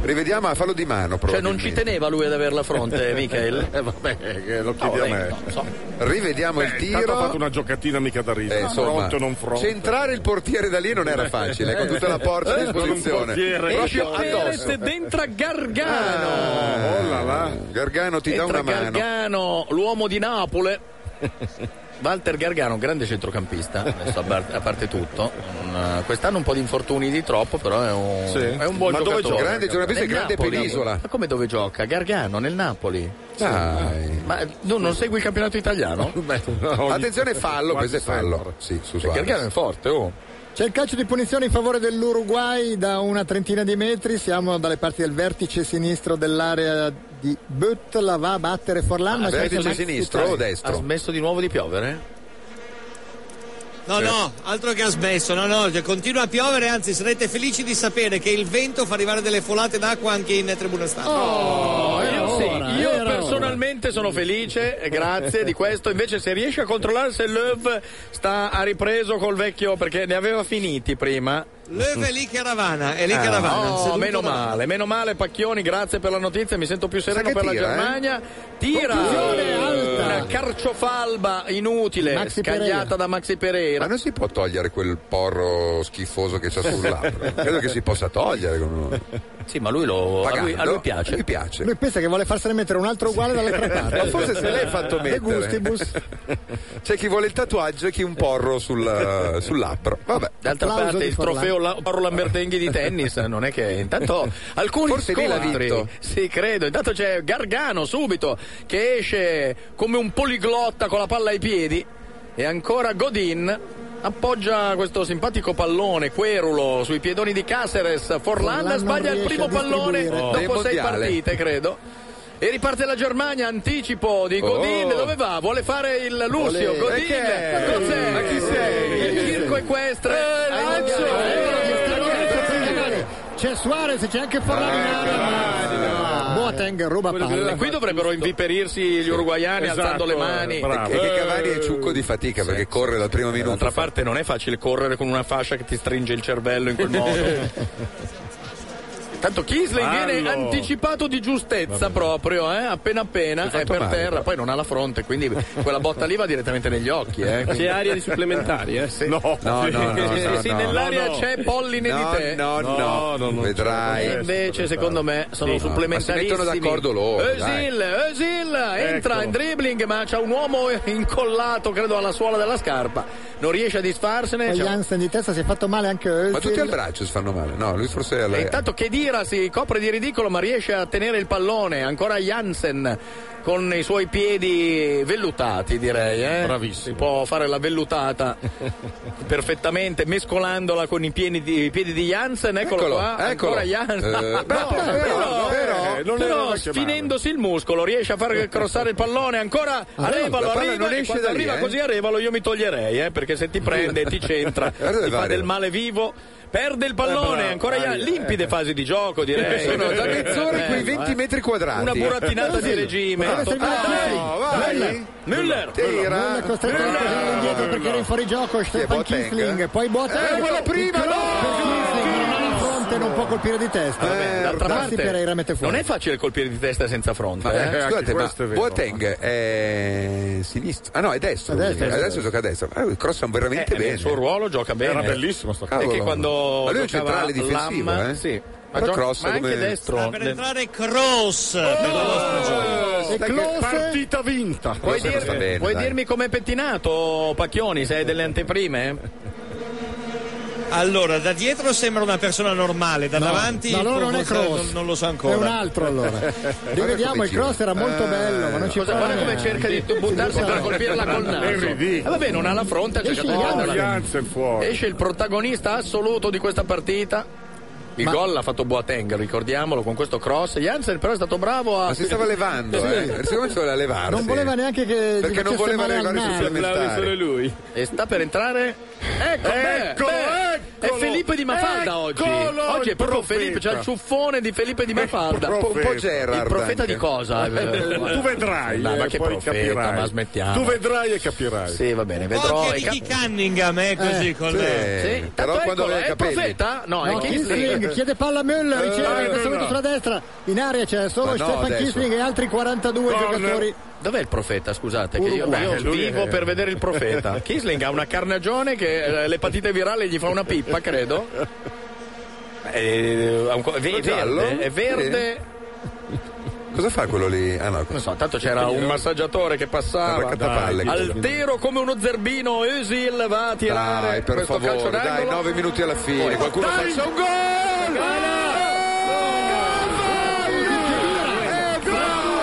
Rivediamo a fallo di mano,
Cioè non ci teneva lui ad averla a fronte, Michael.
Eh, vabbè, eh, lo chiedi
Oh,
a me.
venga, non so.
Rivediamo
Beh,
il
intanto ha
tiro.
fatto una giocatina mica da ridere.
Eh, insomma,
Fronte o non fronte.
Centrare il portiere da lì non era facile, con tutta la porta a
Eh,
disposizione.
con un portiere.
Proprio
Eh,
addosso.
Perez
dentro Gargano.
Oh là là. Gargano ti dà
Entra
una mano.
Gargano, l'uomo di Napoli. Walter Gargano, un grande centrocampista, adesso a, par- a parte tutto. Un, eh, quest'anno un po' di infortuni di troppo, però è un,
Sì.
è un buon
Ma
giocatore.
dove gioca? Grande giornalista
Nel
e grande
Napoli.
penisola. Ah.
Ma come dove gioca? Gargano, nel Napoli.
Dai.
Ma tu non segui il campionato italiano?
Attenzione, fallo, questo è fallo. Sì, su Suarez.
Gargano è forte, oh.
C'è il calcio di punizione in favore dell'Uruguay da una trentina di metri, siamo dalle parti del vertice sinistro dell'area di Butt, la va a battere Forlan. ma c'è il
Ah, vertice
maxi
sinistro
taglio.
o destro?
Ha smesso di nuovo di piovere?
certo.
No, no, altro che ha smesso, no, no, cioè, continua a piovere, anzi sarete felici di sapere che il vento fa arrivare delle folate d'acqua anche in tribuna stampa. Oh,
Oh.
Io, sì, io personalmente sono felice, eh, grazie di questo. Invece, se riesci a controllare se Löw sta, ha ripreso col vecchio perché ne aveva finiti prima.
Löw è lì che ravana, è lì che ravana.
Oh,
Seduto
meno
davanti.
male, meno male, Pacchioni, grazie per la notizia. Mi sento più sereno
che
per
tira, eh?
la Germania. Tira una carciofalba inutile,
Maxi
scagliata
Pereira.
da Maxi Pereira.
Ma non si può togliere quel porro schifoso che c'ha sul labbro. Credo che si possa togliere.
Sì, ma lui lo a lui- a lui piace.
Lui piace.
Lui pensa che vuole farsene mettere un altro uguale dall'altra parte.
Ma forse se l'hai fatto
De
mettere.
gustibus.
C'è chi vuole il tatuaggio e chi un porro sul, eh, sul labbro. Vabbè.
D'altra parte il trofeo la- Paolo Lambertenghi di tennis non è che intanto alcuni
Forse lì l'ha
scontri-
vinto.
Sì, credo. Intanto c'è Gargano subito che esce come un poliglotta con la palla ai piedi e ancora Godin appoggia questo simpatico pallone querulo sui piedoni di Caceres.
Forlan
Forlanda
non
sbaglia il
riesce
primo
a
pallone
distribuire.
Del
dopo sei
mondiale.
partite, credo. E riparte la Germania, anticipo di Godin,
Oh.
dove va? Vuole fare il Lucio,
Olè.
Godin,
E che è?
cos'è?
Ma chi Eh, sei?
Il circo equestre, ai
Eh,
mondiali.
C'è Suarez, c'è anche Forlan in area. Boateng ruba
E
palla.
qui dovrebbero inviperirsi gli uruguayani
Esatto,
alzando le mani.
bravo. Eh. E che Cavani è ciucco di fatica perché corre dal primo minuto.
Eh. D'altra parte non è facile correre con una fascia che ti stringe il cervello in quel
Eh.
modo. Tanto Kisley viene
Fallo.
anticipato di giustezza proprio, eh? appena appena, è per
male,
terra,
però.
poi non ha la fronte, quindi quella botta lì va direttamente negli occhi. Eh?
C'è aria di supplementari, eh?
Sì.
No.
No, no, no,
Sì,
no,
sì,
no.
nell'aria
No, no.
c'è polline
No,
di te.
no, no. No, no, no. Vedrai.
Invece, secondo me, sono
Sì.
supplementarissimi.
Ma si mettono d'accordo loro, dai.
Özil, Özil entra
Ecco.
in dribbling, ma c'è un uomo incollato, credo, alla suola della scarpa. Non riesce a disfarsene.
Poi
c'è-
Jansen di testa si è fatto male anche Özil.
Ma tutti al braccio si fanno male. No, lui forse è alla...
E intanto Kedira si copre di ridicolo ma riesce a tenere il pallone, ancora Jansen con i suoi piedi vellutati direi. Eh? Bravissimo. Si può fare la vellutata perfettamente mescolandola con i piedi di, i piedi di Jansen, eccolo,
Eccolo,
qua,
eccolo.
ancora Jansen.
Eh,
No,
però,
però, eh,
però,
però, sfinendosi il muscolo riesce a far crossare il pallone ancora
Ah,
Arevalo,
la palla
arriva,
non
e
esce
quando
da lì,
arriva
eh.
così Arevalo io mi toglierei eh, perché se ti prende ti centra, ti
Guarda dove va
fa del
Arevalo.
male vivo. Perde il pallone,
bravo,
ancora Jansen,
bravo.
limpide fasi di gioco direi.
Eh, Sono da mezz'ora in quei
Eh,
20
eh.
metri quadrati.
Una burattinata di
Sì.
regime.
Ah, no, vai.
Müller.
Müller è costretto a correre indietro perché era in fuorigioco Stefan
Boateng.
Kisling poi Boateng
Eh, quella prima,
Il
no!
cross per Kisling, non ha la fronte non può colpire di testa
Eh, D'altra
Maxi Pereira mette
parte,
fuori
non è facile colpire di testa senza fronte.
Ma, eh,
eh.
scusate, ma Boateng è sinistro. Ah no, è destro.
È destro, è
lui. adesso
destro.
gioca a destra. Ma lui crossa veramente
Eh,
bene.
nel suo ruolo gioca bene.
Era bellissimo sto cavolo.
Perché quando
Ma lui è un
giocava
centrale difensivo,
Lam,
eh.
sì. Ma,
Però
gioca-
crossa
ma anche
come- Ah,
destro.
Sta per entrare cross nella
Oh,
nostra giornata.
E Klose?
Partita vinta.
Puoi,
Klose
dir-
sta bene,
puoi
dai.
dirmi com'è pettinato Pacchioni? Se hai delle anteprime?
Allora, da dietro sembra una persona normale, da
No,
davanti
no, allora non è
forse
Kroos.
non, non lo so ancora.
È un altro, allora. Rivediamo, il cross era molto bello, ma non ci
Cosa,
prova
guarda come
neanche.
cerca di buttarsi per colpirla col naso.
È
Eh,
ridicolo.
vabbè, non ha la fronte, ha
Esce
cercato di
Jansen.
prenderla. Esce il protagonista assoluto di questa partita. Il gol l'ha fatto Boateng, ricordiamolo, con questo cross. Jansen però è stato bravo a...
Ma si stava levando,
Sì.
eh. Siccome si voleva levarsi.
non voleva neanche che
Perché
gli facesse
non voleva
male al
arrivare
naso.
supplementari.
E sta per entrare... Ecco,
Ecco,
beh, beh. È Felipe di Mafalda oggi.
Eccolo
Oggi è
il
proprio
profeta.
Felipe, c'è il ciuffone di Felipe di Mafalda.
Un po'- un po'
Il
Gerard
profeta
anche.
di cosa?
Tu vedrai,
Dai, Eh, ma
eh,
che
poi
profeta,
capirai.
ma smettiamo.
Tu
vedrai e capirai. Sì, va bene, vedrò.
Occhio
e
di
cap-
Ricky Cunningham, eh, così
Eh,
con
sì.
le-
Sì, tanto
ecco,
Però quando eccolo, aveva eh, i capelli. profeta? No, è Kisling.
Kisling. Chiede palla a Müller, riceve in questo momento sulla destra. In area c'è solo
Ma no,
Stefan
adesso.
Kisling e altri 42 giocatori.
Dov'è il profeta? Scusate, che io,
Uruguay,
io
lui
vivo
è-
per vedere il profeta. Kisling ha una carnagione che eh, l'epatite virale gli fa una pippa, credo. Eh, ha un co- è ve-
Giallo?
verde, è verde.
Cosa fa quello lì? Ah no,
Non so, tanto c'era un massaggiatore che
Una
passava
raccattapalle, quello.
altero come uno zerbino. Özil va a tirare
Dai, per
questo
favore,
calcio
dai,
d'angolo.
nove minuti alla fine. Qualcuno
Dai,
faccia
c'è
un
un gol!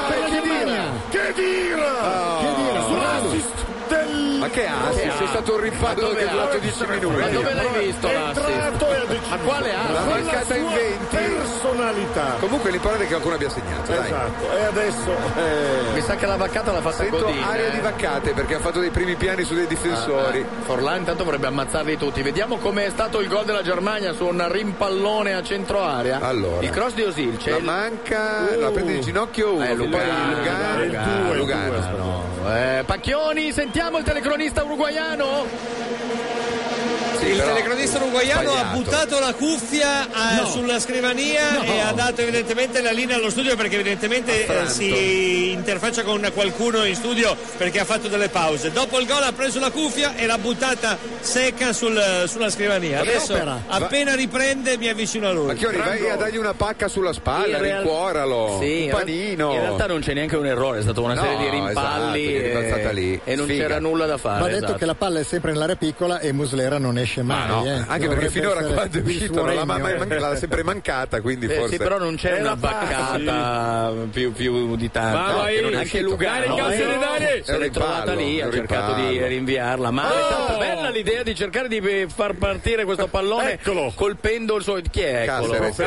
Che dira! Che
Ah.
dira? Sull'assist del...
Ma che assist? È stato un rimpallo che è durato 10 minuti.
Ma dove l'hai visto
È
l'assist?
entrato e ha deciso.
Ma quale assist?
L'ha marcata in
Con la sua
20. Personalità. Comunque l'importante è che qualcuno abbia segnato. Esatto.
E adesso. Mi sa che la vaccata l'ha fatta
eh, Sento
Godin,
aria
eh.
di vaccate perché ha fatto dei primi piani su dei difensori.
Ah, Forlan intanto vorrebbe ammazzarli tutti. Vediamo com'è stato il gol della Germania su un rimpallone a centro area.
Allora.
Il cross di Osil c'è.
La
il-
manca, la prende di ginocchio uno,
Eh, Lugano,
poi
Lugano,
Lugano,
eh,
Lugano,
Lugano, no. Eh, Pacchioni, sentiamo il telecronista uruguaiano.
il telecronista uruguaiano ha
sbagliato.
buttato la cuffia eh,
No.
sulla scrivania
No.
e ha dato evidentemente la linea allo studio perché evidentemente eh, si interfaccia con qualcuno in studio perché ha fatto delle pause. Dopo il gol ha preso la cuffia e l'ha buttata secca sul- sulla scrivania.
Che
Adesso
opera?
appena riprende mi avvicino a lui.
Pacchioni, vai a dargli una pacca sulla spalla,
In real-
rincuoralo.
Sì,
un
in
panino.
In realtà non c'è neanche un errore, è stata una
No,
serie di
esatto,
rimpalli
di rimbalzata
e,
lì.
e non
Sfiga.
c'era nulla da fare.
Va detto
esatto.
che la palla è sempre nell'area piccola e Muslera non esce mai.
no,
eh.
anche
Dovrebbe
perché finora
essere
quando è
il
uscito
suo
non l'ha, mai-
regno, eh.
mai- l'ha sempre mancata, quindi
Eh,
forse.
sì, però non c'è una baccata più, più di tanto.
Ma vai,
non Ah, è
anche
uscito.
Lugano,
No,
calcio
eh,
di dare.
Se l'è trovata lì,
È
ha
un
cercato di
rimpallo.
rinviarla. Ma è stata bella l'idea di cercare di far partire questo pallone colpendo il suo. Chi è? Eccolo.
Caceres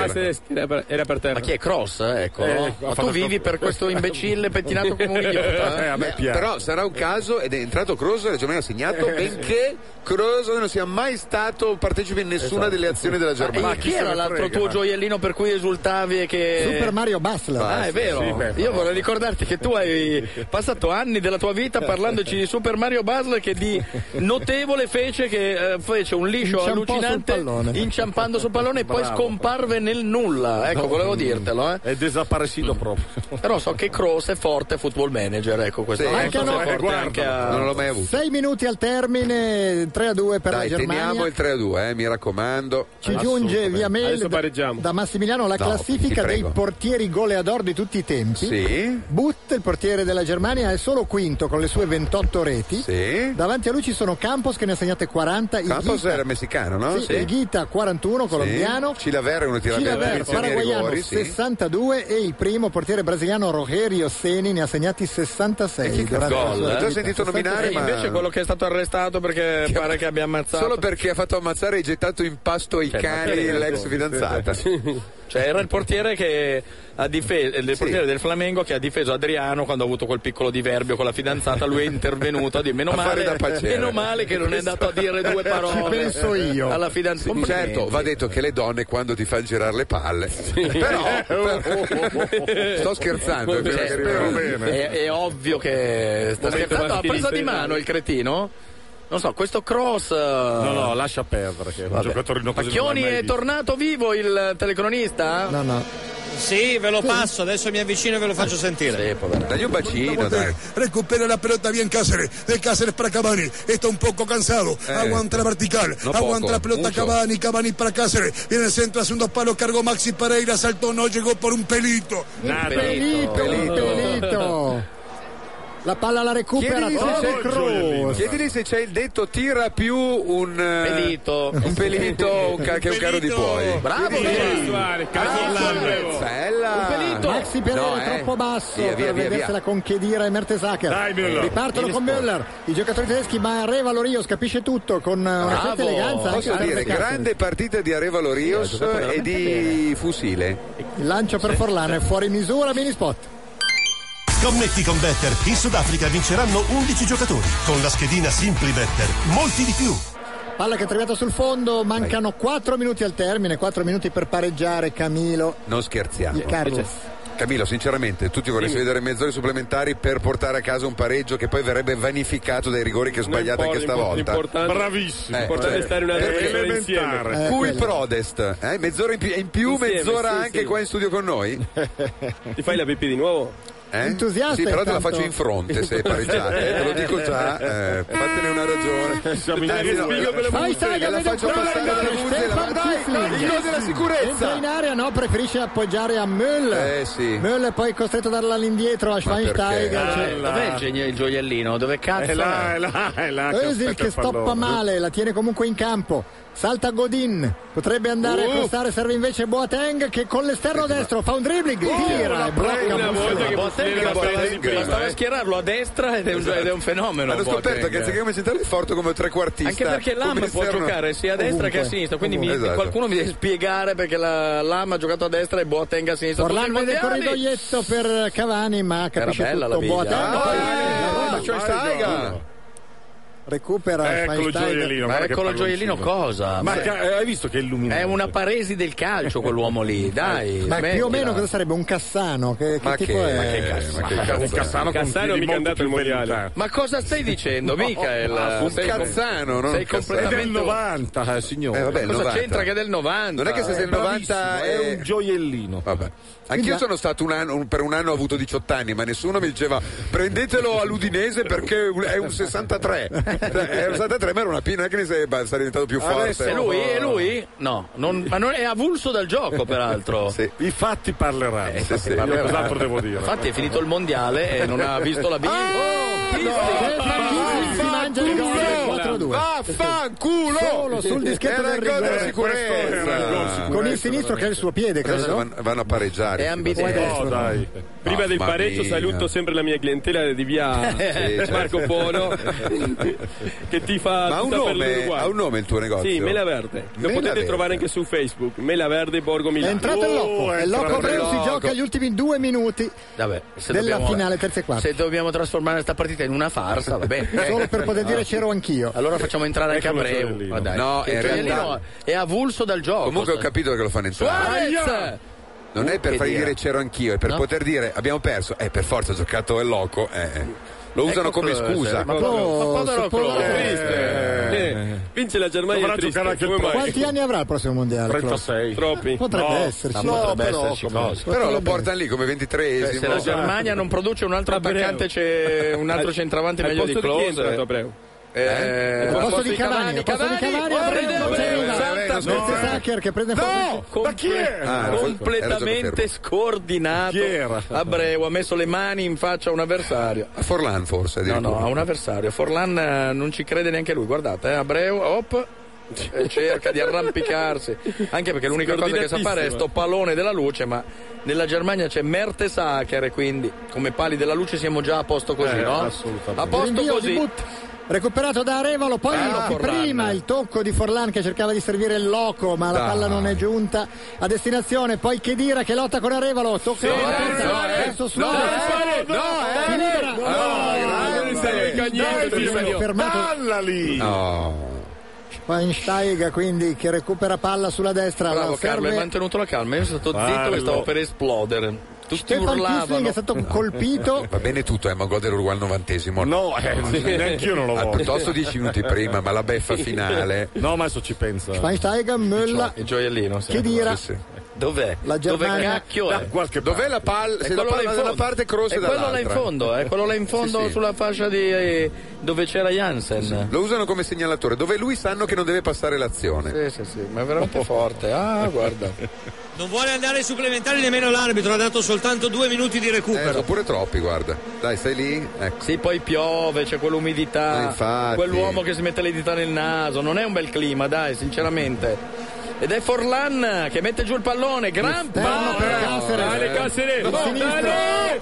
era. Caceres
era per terra. Ma chi è? Cross? eh, Ecco.
Eh,
no?
ha
Ma tu
fatto-
vivi per questo imbecille pettinato come un idiota. eh?
Beh, Però sarà un caso ed è entrato Kroos e la Germania ha segnato, benché Kroos non sia mai stato partecipe in nessuna delle azioni della Germania.
Ma chi era l'altro tuo gioiellino per cui esultavi e che.
Super Mario Basler.
Ah, è vero. Io vorrei ricordarti che tu hai passato anni della tua vita parlandoci di Super Mario Basler che di notevole fece che eh, fece un liscio
Inciampò
allucinante
sul pallone.
inciampando sul pallone e poi
Bravo.
scomparve nel nulla. Ecco, volevo dirtelo, eh.
È desaparecido proprio.
Però so che Cross è forte football manager, ecco questo.
Sì,
non so
anche
se
no.
è forte
Eh, guarda,
anche a-
Non l'ho mai avuto.
6 minuti al termine, 3 a 2 per
Dai,
la Germania.
teniamo il 3-2, eh, mi raccomando.
Ci giunge via mail da, da Massimiliano la
No,
classifica
ti
dei
prego.
portieri goleador di tutti i tempi.
Sì.
Butt, il portiere della Germania, è solo quinto con le sue 28 reti. Davanti a lui ci sono Campos che ne ha segnate 40.
Campos
Higuita-
era messicano, no?
Sì, Higuita 41, colombiano.
Sì. Cilaver è uno tira
Chilaver, paraguaiano 62 e il primo portiere brasiliano Rogerio Seni ne ha segnati 66 durante la
gol,
sua
eh?
vita.
Ho già sentito nominare,
E
ma-
invece quello che è stato arrestato perché pare che abbia ammazzato
Solo perché ha fatto ammazzare e gettato in pasto ai
Cioè, ma
cani
che-
l'ex fidanzata.
Cioè era il portiere che ha difeso il portiere del Flamengo che ha difeso Adriano quando ha avuto quel piccolo diverbio con la fidanzata, lui è intervenuto a dire meno
A fare
male,
da paciere."
meno male che non è andato a dire due parole. Alla fidanzata.
Sì, certo, va detto che le donne quando ti fanno girare le palle. Però, però- sto scherzando, è vero
Cioè,
che arriverà.
È, è ovvio che sta
Momento
scherzando, ha presa di
maschilista.
mano il cretino. Non so, questo cross. No,
no, lascia perdere. Che è un
Vabbè.
giocatorino così non
Pacchioni
l'hai mai
è
visto.
tornato vivo il telecronista?
No, no.
Sì, ve lo passo, adesso mi avvicino e ve lo faccio sentire.
Dagli un bacino,
Bote,
dai.
Recupera la pelota bien Cáceres. De Cáceres para Cavani. Está un poco cansado.
Eh.
Aguanta la vertical.
No
aguanta
poco,
la pelota
mucho.
Cavani. Cavani para Cáceres. Viene el centro, hace un dos palos. Cargo Maxi Pereira. Saltó, no llegó por un pelito.
Nada.
Pelito, pelito. La palla la recupera
Chiedili se,
Toni
c'è,
Kroos.
chiedili se c'è il detto tira più un eh,
Pelito.
un pelito un ca- che un carro di puoi.
Bravo,
Suarez, Bella.
Un pelito. Maxi Pereira
No, eh.
troppo basso
Via, via,
per
via,
vedersela
via.
con Chedira e Mertesacker.
Dai, Müller.
Ripartono
Vieni
con
sport.
Müller. I giocatori tedeschi, ma Revalo Rios capisce tutto con eh, una certa eleganza. anche
Posso
per Eh,
dire,
Cáceres.
grande partita di Arevalo Rios e di Fusile.
Il lancio per Forlano è fuori misura, mini spot.
Scommetti con Better, in Sudafrica vinceranno 11 giocatori. Con la schedina Simply Better, molti di più.
Palla che è arrivata sul fondo, mancano 4 minuti al termine, 4 minuti per pareggiare Camilo.
Non scherziamo. Cioè,
Carlos.
Camillo, sinceramente, tutti vorresti vedere mezz'ora supplementari per portare a casa un pareggio che poi verrebbe vanificato dai rigori che sbagliate anche stavolta.
Bravissimo.
Eh,
Importante
cioè,
stare una
perché- Eh,
mezz'ora insieme.
Eh,
Cui prodest, eh? mezz'ora in più, e in più
Insieme,
mezz'ora
sì,
anche
sì.
qua in studio con noi.
Ti fai la pipì di nuovo?
Eh?
Entusiasta
Sì, però te la
intanto.
faccio in fronte se pareggiate, eh, te lo dico già, eh, fatene una ragione.
Siamo in
Anzi, no,
respiro per la
fai
Muzzi,
saga,
che la
vedo
faccio
il
passare
gol,
dalla
dai,
Muzzi,
Stefano
la- dai, dai, il gol della
Entra in
sicurezza.
area, no, preferisce appoggiare a Müller.
Eh, sì.
Müller poi è costretto a darla all'indietro a Schweinsteiger.
Ah,
cioè-
Dov'è il, genie- il gioiellino? Dove cazzo?
È là,
è
là, è là.
Özil che stoppa male, la tiene comunque in campo. Salta Godin, potrebbe andare a
Uh.
crossare, serve invece Boateng che con l'esterno destro fa un dribbling,
Oh,
tira e blocca Muslera.
Boateng bastava schierarlo a destra ed è un, ed è un fenomeno.
esatto. Hanno scoperto
Boateng.
che anziché come centrale è forte come trequartista.
Anche perché Lam
Come
può
esterno-
giocare sia a destra che a
Ovunque.
sinistra, quindi mi-
Esatto.
qualcuno mi deve spiegare perché la Lam ha giocato a destra e Boateng a sinistra.
Orlan
Tutti i
vede il
mondiali-
corridoietto per Cavani, ma
Era
capisce
bella la
tutto. eh, Boateng
biglia.
poi
Ah, Schweinsteiger.
recupera
Eccolo Ecco il
Schweinsteiger.
gioiellino, Ma guarda eccolo che il gioiellino palloncino. cosa?
Ma
Beh.
ca- eh, hai visto che è illuminato?
È una paresi del calcio quell'uomo lì, dai.
Ma più o
smettila.
meno cosa sarebbe? Un Cassano? Che, che tipo è?
ma che cazzo?
Cassano con
Cassano
piedi
mica
molto
andato
più
al mondiale.
velocità.
Ma cosa stai dicendo,
No,
Michael?
ah, un
Sei
cazzano, non
sei
un cazzano.
completamente-
È del 90, Ah, signore.
Eh, vabbè,
cosa
90.
c'entra che è del Eh, 90?
Non è che se sei del 90
bravissimo, è un
gioiellino. Vabbè.
Quindi
Anch'io
la-
sono stato un anno, un- per un anno ho avuto 18 anni, ma nessuno mi diceva prendetelo all'Udinese perché è un 63. Cioè, È un 63, ma era una pina, che ne sei, bah, sarei diventato più forte.
Adesso- E lui? E lui? No, non- ma non è avulso dal gioco, peraltro.
I fatti parleranno.
Eh,
Sì,
infatti
sì, io
parlerà.
cos'altro devo dire?
Infatti è finito il mondiale e non ha visto la Oh, B.
Ah,
si mangia il gol del 4-2.
Vaffanculo!
Solo sul dischetto
Era
del
il gol
rigore.
eh,
della sicurezza.
Con il sinistro che è il suo piede,
Adesso
credo.
van- vanno a pareggiare.
È ambizioso.
Adesso.
Oh, dai.
Prima del
Mamma
pareggio
mia.
saluto sempre la mia clientela di via
Sì,
Marco
certo.
Polo che ti fa
Ma ha un nome- ha un nome il tuo negozio?
Sì, Mela Verde. Lo
Mela
potete
Verde.
trovare anche su Facebook, Mela Verde Borgo
È
Milano.
entrato il loco.
Oh,
e il loco
entrato
Abreu si
Loco.
gioca gli ultimi due minuti
Vabbè, se
della
dobbiamo-
finale, terza e quarta.
Se dobbiamo trasformare questa partita in una farsa, va bene.
Solo per poter
Esatto.
dire c'ero anch'io.
Allora facciamo entrare anche
Eccolo
Abreu.
Gioiellino.
ma dai.
No,
Che
in
Gioiellino
realtà-
è avulso dal gioco.
Comunque ho
sta-
capito che lo fanno entrare.
Suarez!
Non è per
Che
fargli
dire.
dire c'ero anch'io, è per
No.
poter dire abbiamo perso. Eh, per forza ha giocato il loco. eh. Lo usano
Ecco
come
Klose,
eh,
scusa.
ma povero- ma
Klose.
povero Klose.
Eh,
Triste. Eh, Vince la Germania
Dovrà
è triste.
giocare anche il
Come mai?
Quanti anni avrà il prossimo mondiale? Klopp?
36.
Troppi.
Potrebbe
No.
esserci.
No,
Potrebbe
però,
esserci,
come-
Klopp.
Però lo
Potrebbe-
portano lì come 23esimo.
Se la Germania non produce un altro attaccante, c'è un altro centravanti
Al
meglio di
posto di chi è
Klose.
entrato Abreu?
Eh,
Al posto di Cavani, al posto di Cavani, Abreu non ci arriva. Smith Zucker che prende fuori.
Ma chi è?
Eh,
Ah,
ecco.
era
gioco
completamente
fermo.
scordinato. Abreu ha messo le mani in faccia a un avversario.
A Forlan forse.
No,
addirittura.
no, a un avversario. Forlan eh, non ci crede neanche lui. Guardate, eh, Abreu, hop. eh, cerca di arrampicarsi anche perché l'unica cosa che sa fare è sto pallone della luce ma nella Germania c'è Mertesacker e quindi come pali della luce siamo già a posto così
Eh,
no?
assolutamente.
a posto
Rinvio di
così
Butt, Recuperato da Arevalo, poi
Bello
anzi,
Forlan.
prima il tocco di Forlan che cercava di servire il loco, ma la
Dai.
palla non è giunta a destinazione. Poi Chedira che lotta con Arevalo, tocca con la testa, verso Suarez. Si libera. Fermato.
Palla lì!
Oh.
Schweinsteiger quindi che recupera palla sulla destra.
bravo Carlo
la serve
hai mantenuto la calma io sono stato zitto
Bello.
che stavo per esplodere tutti
Stefan Kiesling
urlavano
è stato colpito
Va bene tutto, eh, ma gol dell'Uruguay al novantesimo.
No, eh, sì, neanche io non lo
Ah,
voglio.
Piuttosto dieci minuti prima, ma la beffa finale.
No, ma adesso ci pensa.
Schweinsteiger, Müller,
il gioiellino sì.
Che dire?
dov'è?
La
dove
Germania-
cacchio
Da
è?
qualche Dov'è parte. la palla?
È
Se la
quello là
palla
in
da una
fondo.
parte, cross
è quello là in
dall'altra.
fondo è quello là in fondo
Sì, sì.
sulla fascia di eh, dove c'era Jansen
Lo usano come segnalatore, dove lui sanno che non deve passare
Sì,
l'azione.
sì, sì, ma è veramente forte. Ah, guarda.
Non vuole andare ai supplementari nemmeno l'arbitro, ha dato soltanto due minuti di
Eh,
recupero.
sono pure troppi, guarda. Dai, stai lì. Ecco.
Sì, poi piove, c'è quell'umidità.
Ma infatti.
Quell'uomo che si mette le dita nel naso. Non è un bel clima, dai, sinceramente. Ed è Forlan che mette giù il pallone. Gran palla. Dale, Cáceres. Dale.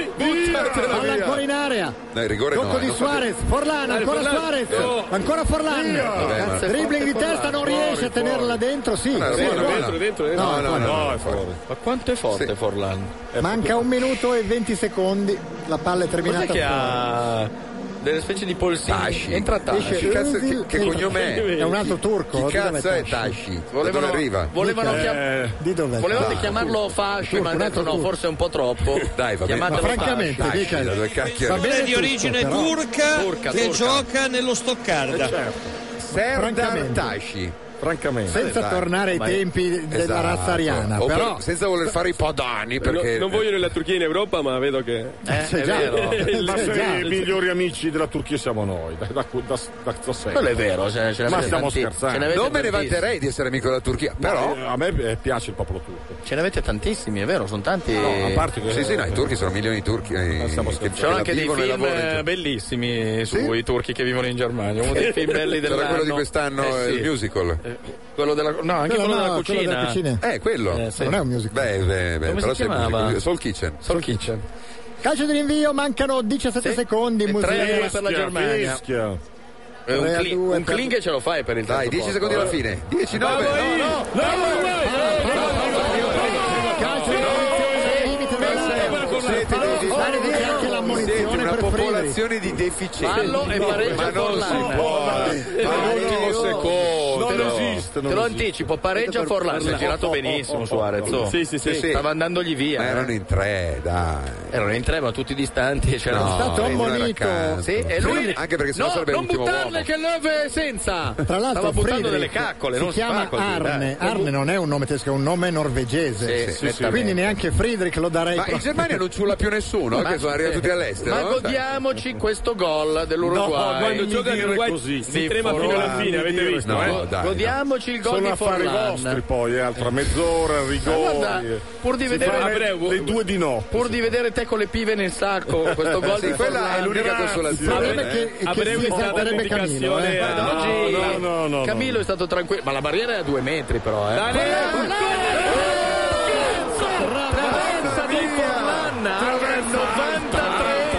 Buttatela
Palla ancora in area.
No, il rigore
Tocco
no, eh,
di
non
Suarez, Forlan,
Dai,
ancora
Forlan.
Suarez,
Oh.
ancora Forlan.
Vabbè, ma-
Cazzo, Dribbling di testa non riesce a tenerla dentro, sì.
Allora,
sì,
buona,
buona.
buona. No, no, no, no, è fuori.
Ma quanto è forte
Sì.
Forlan?
Manca un minuto e 20 secondi, la palla è terminata
Cos'è che
fuori.
ha delle specie di polsini. Entra Tashi.
Che cazzo- che- che cognome è?
È un altro turco.
Chi cazzo è Tashi? Da dove arriva?
Volevano, chiam-
Di dov'è?
volevate
Dai.
chiamarlo Fasci,
Turco,
ma hanno
un altro
detto no,
turco.
forse è un po' troppo.
Dai, va bene.
Chiamatelo
Ma francamente,
Fasci.
dica- Fasci, da dove cacchio
Va bene
tutto,
di origine
però.
turca,
Turca,
che
turca.
gioca nello Stoccarda.
Eh, certo. Serdar Tashi. Francamente.
Senza
Dai.
tornare ai
Ma-
tempi della
Esatto.
razza ariana,
O per-
però-
senza voler fare i podani, perché... eh.
non vogliono la Turchia in Europa, ma vedo che.
Eh, Ma se i migliori amici della Turchia siamo noi, da, da, da, da, da sempre.
Quello è vero,
ce- ce
Ma
l'avete
stiamo
tanti- ce
scherzando.
l'avete
Non me ne
tantissimi.
vanterei di essere amico della Turchia, però...
Eh, A me eh, piace il popolo turco.
Ce ne avete tantissimi, è vero, sono tanti.
No, a parte che-
Sì, sì, no, i turchi sono milioni di turchi. eh, che-
C'erano anche
che la
dei
vivono e
film
lavorano in
eh, bellissimi sui turchi che vivono in Germania. Uno dei film belli
C'era
dell'anno.
quello di quest'anno,
Eh, sì.
il musical.
Quello della, no, anche
Quello
quello,
no,
della
quello
cucina.
della cucina. Eh, quello.
sì.
Non è un musical. Beh, beh, beh,
Come
però
si
se è un
chiamava?
musical- Soul Kitchen.
Soul Kitchen.
Calcio di rinvio, mancano 17 secondi.
E
musica.
tre a uno per la Germania. Eh, Un,
Tre a
cli-
due,
un
per-
cling ce lo fai per il
Dai, 10 secondi alla fine. 10, 9, no, no. Eh, Siete una popolazione di deficienti.
Fallo e pareggio
Ma
con
non si
l'Arma.
può.
Eh,
All'ultimo secondo.
Te lo- Te lo anticipo, pareggia Forlan. Si è girato benissimo Suarez. oh.
Sì, sì, sì, sì.
Stava andandogli via.
Ma erano
eh.
in tre, dai.
Erano in tre, ma tutti distanti. cioè, C'era
No,
stato
uno era accanto.
Sì, e lui.
Anche perché sennò
no,
sarebbe
non
l'ultimo
buttarle
uomo.
che il 9 senza.
Tra l'altro,
Stava buttando
Friedrich
delle caccole.
si
non
chiama
fa così,
Arne.
dai.
Arne non è un nome tedesco, è un nome
Sì,
norvegese.
sì, sì.
Quindi neanche Friedrich lo darei.
Ma in Germania non ciulla più nessuno, eh,
Ma-
che sono arrivati tutti all'estero. eh?
Ma
no?
godiamoci questo gol dell'Uruguay.
No, quando
Mi
gioca
dire
l'Uruguay
così.
si
Di
trema fino
Forlan.
alla fine, avete
No,
visto, eh?
go-
dai, no.
Godiamoci il gol
Sono
di
affari
Forlan.
vostri poi, eh, altra mezz'ora, rigori.
Ma guarda, pur di
Si
vedere-
fa le-
Abreu-
le due di no.
Pur di vedere te con le pive nel sacco, questo gol
Sì,
di
quella
Forlan.
è l'unica Grazie. consolazione,
Il problema
eh.
è che- che
Abreu
si
sta dando
esalterebbe
indicazione
Camillo, eh.
a-
Guarda, oggi
No, no, no, no.
Camillo è stato tranquillo, ma la barriera è a due metri però, eh.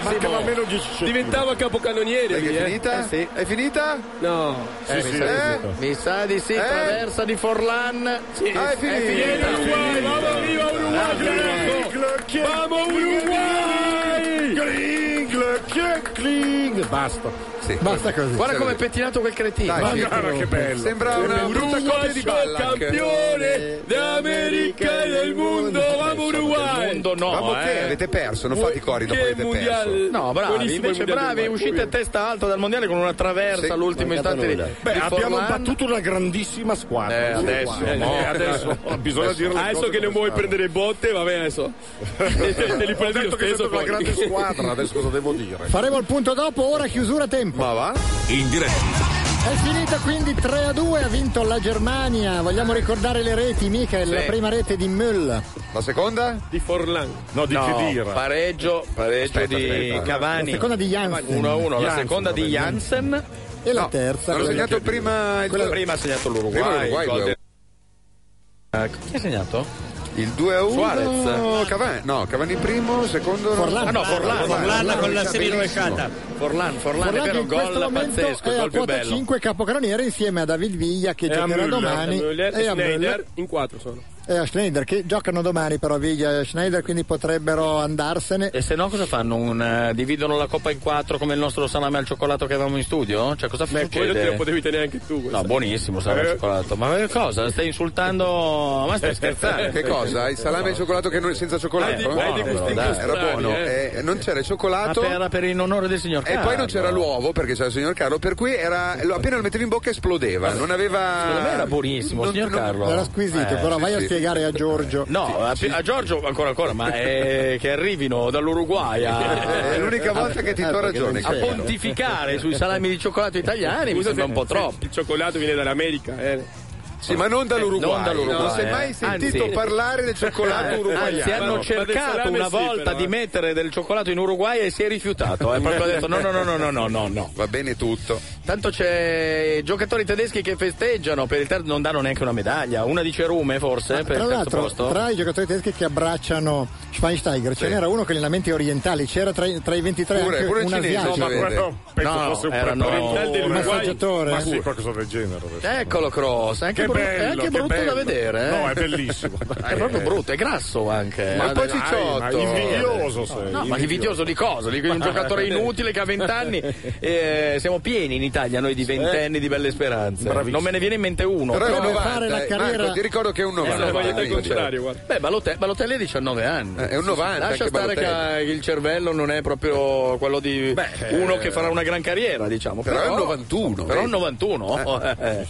Mancava meno 10 secondi.
Diventava boh. capocannoniere.
Perché
lì,
è
eh.
finita?
Eh, sì.
È finita?
No.
Eh, mi, sa
eh?
di sì. mi sa di sì,
Eh?
traversa di Forlan. Sì,
Ah, è finita.
Vamos viva Uruguay, carajo. Vamos Uruguay.
Cling, cling, cling. Basta.
Basta così.
Guarda come è pettinato quel cretino.
Dai,
Ma
sì.
guarda che bello.
cioè. Sembra una brutta coppia di Ballack.
campione d'America e del mondo. Vamos Uruguay.
Mondo no,
Mamma che
eh.
avete perso, non fate i cori dopo
Che
avete
mondiale.
perso.
No, bravi,
Buonissimo
invece
il mondiale
bravi,
del Uruguay.
uscite a testa alta dal mondiale con una traversa
Sì,
all'ultimo
mancata
istante.
nulla.
Di,
Beh,
di
abbiamo
Forlan.
battuto una grandissima squadra.
Eh, adesso,
Eh,
mo.
adesso bisogna dire le
boh. Adesso
cose
che non
come
vuoi
stanno.
prendere botte, va bene adesso. Te, te li
Ho
prendi lo
detto che è stata
stesso
una
poi.
grande squadra, adesso cosa devo dire?
Faremo il punto dopo, ora chiusura tempo.
Ma va?
In diretta,
È finita quindi 3 a 2, ha vinto la Germania. Vogliamo ricordare le reti, Michael,
Ah. Sì.
la prima rete di Müll.
La seconda?
Di Forlan.
No, di
No,
che dire?
pareggio, pareggio
Aspetta,
di
aspetta.
La
Cavani
seconda di Janssen
1-1, la
Jansen,
seconda di Jansen,
e la
No,
terza.
Non ho
quella-
segnato prima il
quella prima ha segnato
Prima
l'Uruguay.
l'Uruguay,
il gol
due.
del- Eh, Chi ha segnato?
Il 2 a 1
Suarez.
Cavani, no, Cavani primo, secondo
Forlan.
Ah, no,
Forlan.
Forlan con la
Forlan,
semirovesciata.
Forlan, Forlan, è
Forlan che
vero,
in questo
gol
momento
pazzesco,
è
il
a
gol più
quota
bello.
5 capocannoniere insieme a David Villa che
E a
giocherà
Müller,
domani Eh,
a Müller
e
e
a Müller
Eh, Schneider in quattro sono.
e a Schneider che giocano domani però Villa e Schneider quindi potrebbero andarsene.
E se no cosa fanno? Un, eh, dividono la coppa in quattro come il nostro salame al cioccolato che avevamo in studio? Cioè cosa
Beh, quello te lo
succede?
potevi tenere anche tu.
No,
questo.
buonissimo salame
Eh.
al cioccolato. Ma che cosa? Stai insultando... Ma stai scherzando?
Che cosa? Il salame e il cioccolato che non senza
Eh, di-
cioccolato?
eh, di
Buono,
gusti
dai,
strani,
era buono.
eh.
Eh, non c'era il
Ah,
cioccolato.
per- era per in onore del signor
E
Carlo.
poi non c'era l'uovo perché c'era il signor Carlo, per cui era, lo- appena lo mettevi in bocca esplodeva. Non aveva.
Secondo me era buonissimo,
Non-
signor
non-
Carlo.
Era squisito,
Eh,
però vai a
sì.
spiegare a Giorgio.
No, a, a Giorgio ancora ancora, ma eh, che arrivino dall'Uruguay a, Ah,
È l'unica volta che ti do ragione.
a
Carlo.
pontificare sui salami di cioccolato italiani mi
Scusa
sembra
se-
un po'
se
troppo.
Il cioccolato viene dall'America. Eh.
Sì, ma non dall'Uruguay.
Non dall'Uruguay,
si è mai
eh.
sentito
Anzi.
parlare del cioccolato uruguaiano.
Anzi, hanno
Ma- ma del
cercato
salame
una
sì,
volta
però,
di
eh.
mettere del cioccolato in Uruguay e si è rifiutato. Eh, proprio ha detto no, no, no, no, no, no, no, no.
Va bene tutto.
Tanto c'è giocatori tedeschi che festeggiano per il terzo, non danno neanche una medaglia. Una dice Rume forse per
Ah,
Tra
il terzo
l'altro,
posto.
tra i giocatori tedeschi che abbracciano Schweinsteiger, ce
Sì.
n'era uno con le lamenti orientali, c'era tra, i- tra i 23
Pure-
anche
pure il
un
cinese,
asiatico.
no, ma quello penso
No,
fosse un
erano-
preparatore del
un
Uruguay.
assaggiatore.
Ma sì,
Pure.
qualcosa del genere.
Eccolo Cross, è anche,
Che
brutto- è
bello,
anche
che
brutto da
bello.
vedere. eh.
No, è bellissimo.
è proprio brutto, è grasso anche. eh.
Ma
è un po'
dai, ma
cicciotto.
invidioso sei,
No, ma
invidioso.
invidioso di cosa? Di un giocatore inutile che ha vent'anni. Eh, siamo pieni in Italia noi di ventenni di belle speranze.
Bravissimo.
Non me ne viene in mente uno. Eh,
Però è un
Deve
90, eh, Marco, ti ricordo che è un 90. quindi.
Beh, Balotelli, Balotelli ha 19 anni.
Eh, è un 90
Lascia
anche
stare
Balotelli.
che il cervello non è proprio quello di uno
eh,
che farà una gran carriera, diciamo.
però è un 91,
Però è un
vedi?
91. eh.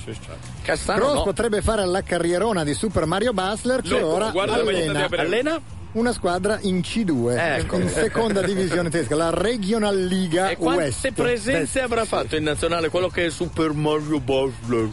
Cassano
Cross
no.
potrebbe fare la carrierona di Super Mario Basler che
Lo-
ora
guarda la maglietta di
allena,
Abreu. Allena?
una squadra in C2
Ecco.
in seconda divisione tedesca, la Regional Liga
E quante
West.
presenze avrà fatto in nazionale quello che è Super Mario Basler?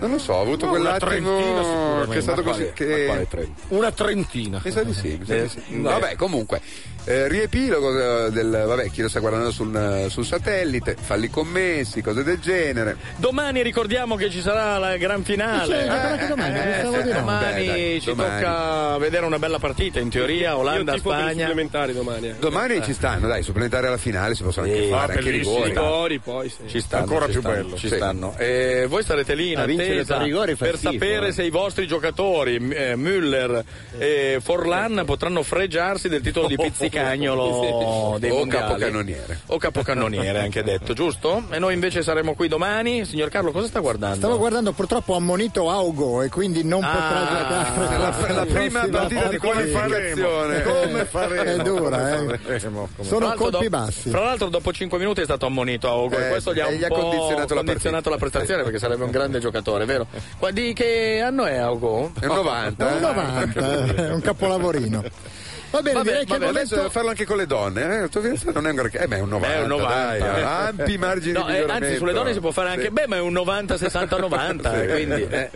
Non lo so, ho avuto
No, una trentina
quell'attimo
sicuramente.
che è stato
Ma
così.
quale-
che-
ma quale trentina?
Una trentina. Mi sa di sì. mi sa di sì. Eh, Vabbè, comunque, eh, riepilogo eh, del. Vabbè, chi lo sta guardando sul, eh, sul satellite, falli commessi, cose del genere.
Domani ricordiamo che ci sarà la gran finale. Eh, eh, domani
Beh, dai,
ci
domani.
tocca vedere una bella partita, in teoria, Olanda,
tifo per i
Spagna.
supplementari
eh.
domani.
Domani ci stanno, dai, supplementare alla finale si possono anche
Sì.
fare,
Ah,
Eh, anche i
bellissimi
rigori.
rigori, poi, sì.
Ci stanno,
Ancora
ci
più
stanno,
bello.
Ci
Sì.
stanno.
E Eh, voi starete lì in
A vincere
attesa
per rigore fa
per
schifo,
sapere
eh.
se i vostri giocatori, M- eh, Müller e Forlan, potranno fregiarsi del titolo di
Oh,
pizzicagnolo dei
o
mondiali.
capocannoniere.
O capocannoniere, anche detto, giusto? E noi invece saremo qui domani. Signor Carlo, cosa sta guardando?
Stavo guardando purtroppo ha monito Augo e quindi non
Ah,
potrà
Ah.
giocare
la, prima partita di qualificazione.
Come faremo? È dura, eh. Sono colpi bassi.
Fra l'altro, dopo 5 minuti è stato ammonito a Ugo e
Eh,
questo gli ha
e
un
gli ha
po'
condizionato la
condizionato la prestazione perché sarebbe un grande giocatore, vero? Qua di che anno è Ugo?
È un 90,
Ah,
Un 90,
ecco,
eh, un capolavorino. Va bene, direi che
vabbè,
al momento-
adesso devo farlo anche con le donne. Eh? La tua fidanzata non è ancora. Eh, beh, è un 90.
Beh, è un 90.
dai, ampi margini
No,
di
eh,
miglioramento.
anzi, sulle donne si può fare anche.
Sì.
Beh, ma è un 90, 60, 90.
Sì.
Quindi, eh.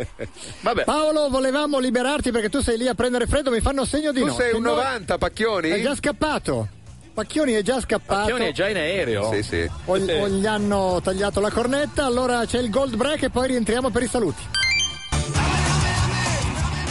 Vabbè.
Paolo, volevamo liberarti perché tu sei lì a prendere freddo, mi fanno segno di
Tu
no.
sei
Che
un
no-
90, Pacchioni?
Eh,
È già scappato. Pacchioni è già scappato.
Pacchioni è già in aereo.
Sì, sì.
O, o gli hanno tagliato la cornetta, allora c'è il gold break e poi rientriamo per i saluti.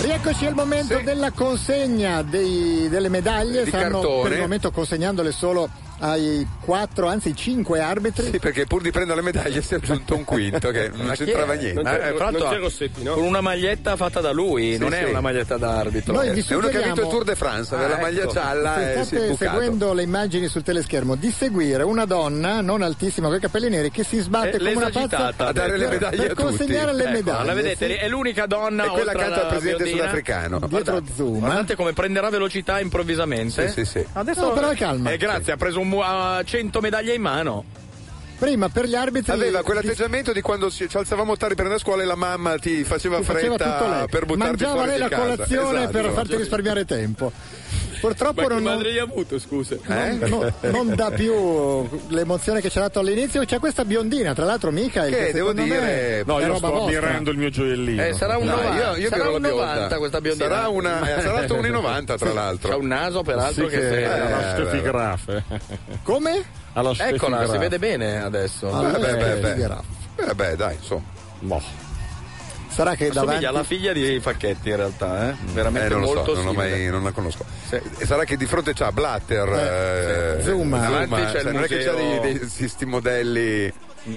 Rieccoci al momento della consegna dei- delle medaglie.
Di
Stanno
cartone.
per il momento consegnandole solo ai quattro, anzi cinque arbitri.
Sì, perché pur di prendere le medaglie si è aggiunto un quinto che non
Ma chi
c'entrava
è?
niente.
Non c'è-
Eh,
fra l'altro,
non c'è
Con una maglietta fatta da lui,
Sì,
non è
sì.
una maglietta da arbitro.
Noi vi
eh. È uno che ha vinto il Tour de France, aveva
Ah,
la maglia
ecco.
gialla
Se
e si è
state
bucato.
seguendo le immagini sul teleschermo, di seguire una donna non altissima con i capelli neri che si sbatte
Eh,
come una pazza
l'esagitata.
A dare le
per-
medaglie
per
a tutti.
consegnare le
Ecco,
medaglie.
La vedete,
sì.
è l'unica donna
E quella
oltre
accanto al
alla
presidente
biondina.
sudafricano.
Dietro zoom.
Guardate come prenderà velocità improvvisamente.
Sì, sì, sì.
Adesso
No, però calma. Eh,
Eh, grazie, ha preso un mu- ha 100 medaglie in mano.
Prima per gli arbitri
Aveva quell'atteggiamento di quando ci ci alzavamo tardi per andare a scuola e la mamma ti faceva
ti faceva tutto
fretta
lei.
per buttarti
Mangiava
fuori
lei
di
la
casa.
colazione
Esatto.
per farti risparmiare tempo. Purtroppo
Ma che
non,
madre gli ha avuto, scusa?
non- non- non dà più l'emozione che ci ha dato all'inizio. C'è questa biondina, tra l'altro, mica
Che devo
me
dire-
No,
è
io
roba
sto
vostra.
ammirando il mio gioiellino.
Eh, sarà un
No,
90,
io- io
sarà
vedo la
un
bionda.
90 questa biondina.
Sarà una- eh, sarà alto 1,90 tra l'altro.
C'ha un naso peraltro
Sì
che,
che
se-
è
eh,
una
vabbè.
stefigrafe.
Come?
Alla
Eccola, si
stefigrafe.
vede bene adesso.
Beh, beh, beh, beh.
Sfiderà.
Eh, beh, dai, insomma.
Sarà che
Assomiglia alla
davanti.
figlia di Facchetti in realtà, eh?
Eh,
Veramente
non lo so,
molto
non, l'ho
simile.
mai- non la conosco. E Sarà che di fronte c'ha Blatter, eh,
sì. Zuma.
Davanti c'è
cioè,
il
non è che c'ha
museo.
dei, dei- sti modelli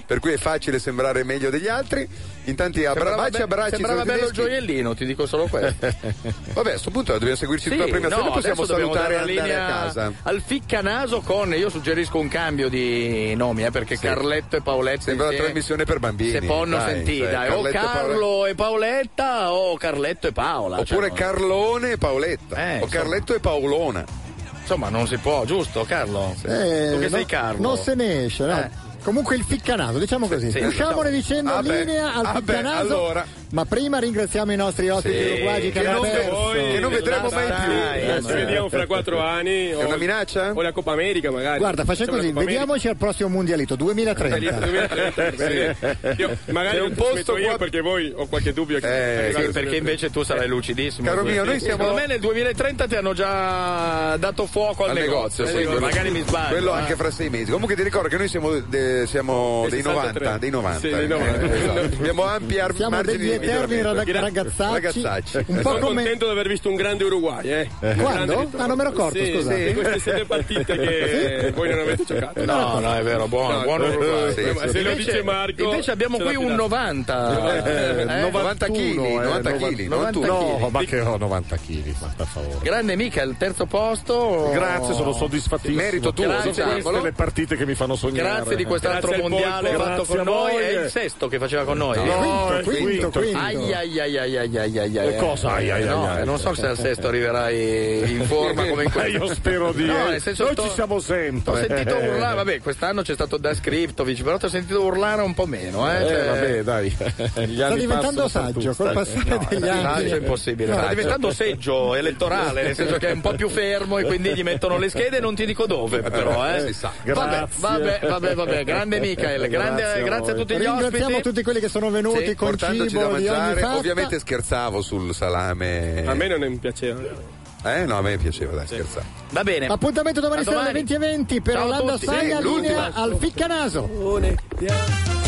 per cui è facile sembrare meglio degli altri. Intanto
Sembrava
abbracci,
be-
abbracci.
sembrava
sono
bello il
tedeschi. Eh.
gioiellino, ti dico solo questo.
Vabbè, a questo punto dobbiamo seguirci
Sì,
tutta la prima
no,
serie, possiamo
adesso dobbiamo
salutare e
dare
andare
la
a
linea
casa.
Al ficcanaso con, io suggerisco un cambio di nomi, eh, perché Carletto e Paoletta
Sembra una
insieme-
trasmissione per bambini.
Eh, se ponno
dai,
sentì,
cioè,
dai, eh, o
Carletto e Paola-
Carlo e Paoletta o Carletto e Paola.
Oppure
cioè,
Carlone e Paoletta.
Eh,
o
insomma.
Carletto e Paolona.
Insomma, non si può, giusto Carlo?
Eh,
tu che
no-
sei Carlo.
Non se ne
Eh.
esce, no? Comunque il ficcanato, diciamo così.
sì,
Usciamone dicendo
Ah, beh.
linea al
Ah, beh,
ficcanato
allora.
Ma prima ringraziamo i nostri ospiti uruguagi che, hanno perso.
Ci vediamo fra quattro anni. È una minaccia? O la Coppa America magari.
Guarda, facciamo così,
la Coppa
vediamoci al prossimo Mundialito 2030.
America. certo, Io, magari
C'è
un
un
posto
posto
io perché voi ho qualche dubbio che
Eh, sì, perché invece tu sarai lucidissimo.
Eh. Caro mio, noi
Sì,
siamo-
Secondo me nel 2030 ti hanno già dato fuoco al,
al negozio, sì,
Eh,
quello-
magari mi sbaglio. eh.
Quello
ma-
anche fra sei mesi. Comunque ti ricordo che noi siamo, de- siamo
Del
dei
63.
90, dei 90.
Sì, dei 90.
Eh, esatto. Abbiamo ampi ar-
Siamo
margini
degli
di
eterni
miglioramento.
rag- ragazzacci.
Ragazzacci.
Un po'
Sono
come-
contento di aver visto un grande Uruguay. Eh. Un grande
Quando?
ritorno.
Ah, non me l'ho accorto,
Sì,
scusate.
sì, queste siete partite che voi non avete giocato.
No, no, è vero, buono, buono Uruguay.
sì, sì. Se lo dice Marco,
Invece abbiamo
ce l'ha
qui un
fidato.
90. eh,
90 kg,
91, eh,
90 kg, non
90
tu.
No,
kg.
ma che ho 90 kg, ma per favore.
Grande mica il terzo posto.
Grazie, sono soddisfattissimo.
Grazie,
sono queste le partite che mi fanno sognare.
Grazie di quest'altro
Grazie al
mondiale
polpo,
fatto
grazie
con
a
noi.
voi.
È il sesto che faceva con noi.
No, No, è il quinto, quinto, quinto.
Ai ai ai ai ai ai ai ai.
E cosa? Ai, ai, ai,
No,
ai.
Non so se al sesto arriverai in forma come in
Ma
questo.
io spero di-
No, nel senso
Noi
sto-
ci siamo sempre. Eh,
Ho sentito urlare, vabbè, quest'anno c'è stato da Skriptovic, però ti ho sentito urlare un po' meno, eh.
Eh,
Cioè-
vabbè, dai. Sta
diventando saggio col passare degli anni.
Saggio è impossibile.
No.
Sta diventando seggio elettorale, nel senso che è un po' più fermo e quindi gli mettono le schede, non ti dico dove, però. Eh.
Si sa.
Vabbè,
Grazie.
vabbè, vabbè, vabbè. Grande Michael, grande, grazie,
Grazie a
a tutti gli
Ringraziamo
ospiti.
tutti quelli che sono venuti
Sì,
con cibo
portandoci da
di ogni
mangiare.
fatta.
Ovviamente scherzavo sul salame.
A me non mi piaceva.
Eh no, a me piaceva, dai, scherzavo.
Va bene.
Appuntamento domani, sera alle 20.20 per
Ciao a
Orlando
tutti.
Saga
Sì,
linea
l'ultima.
al ficcanaso.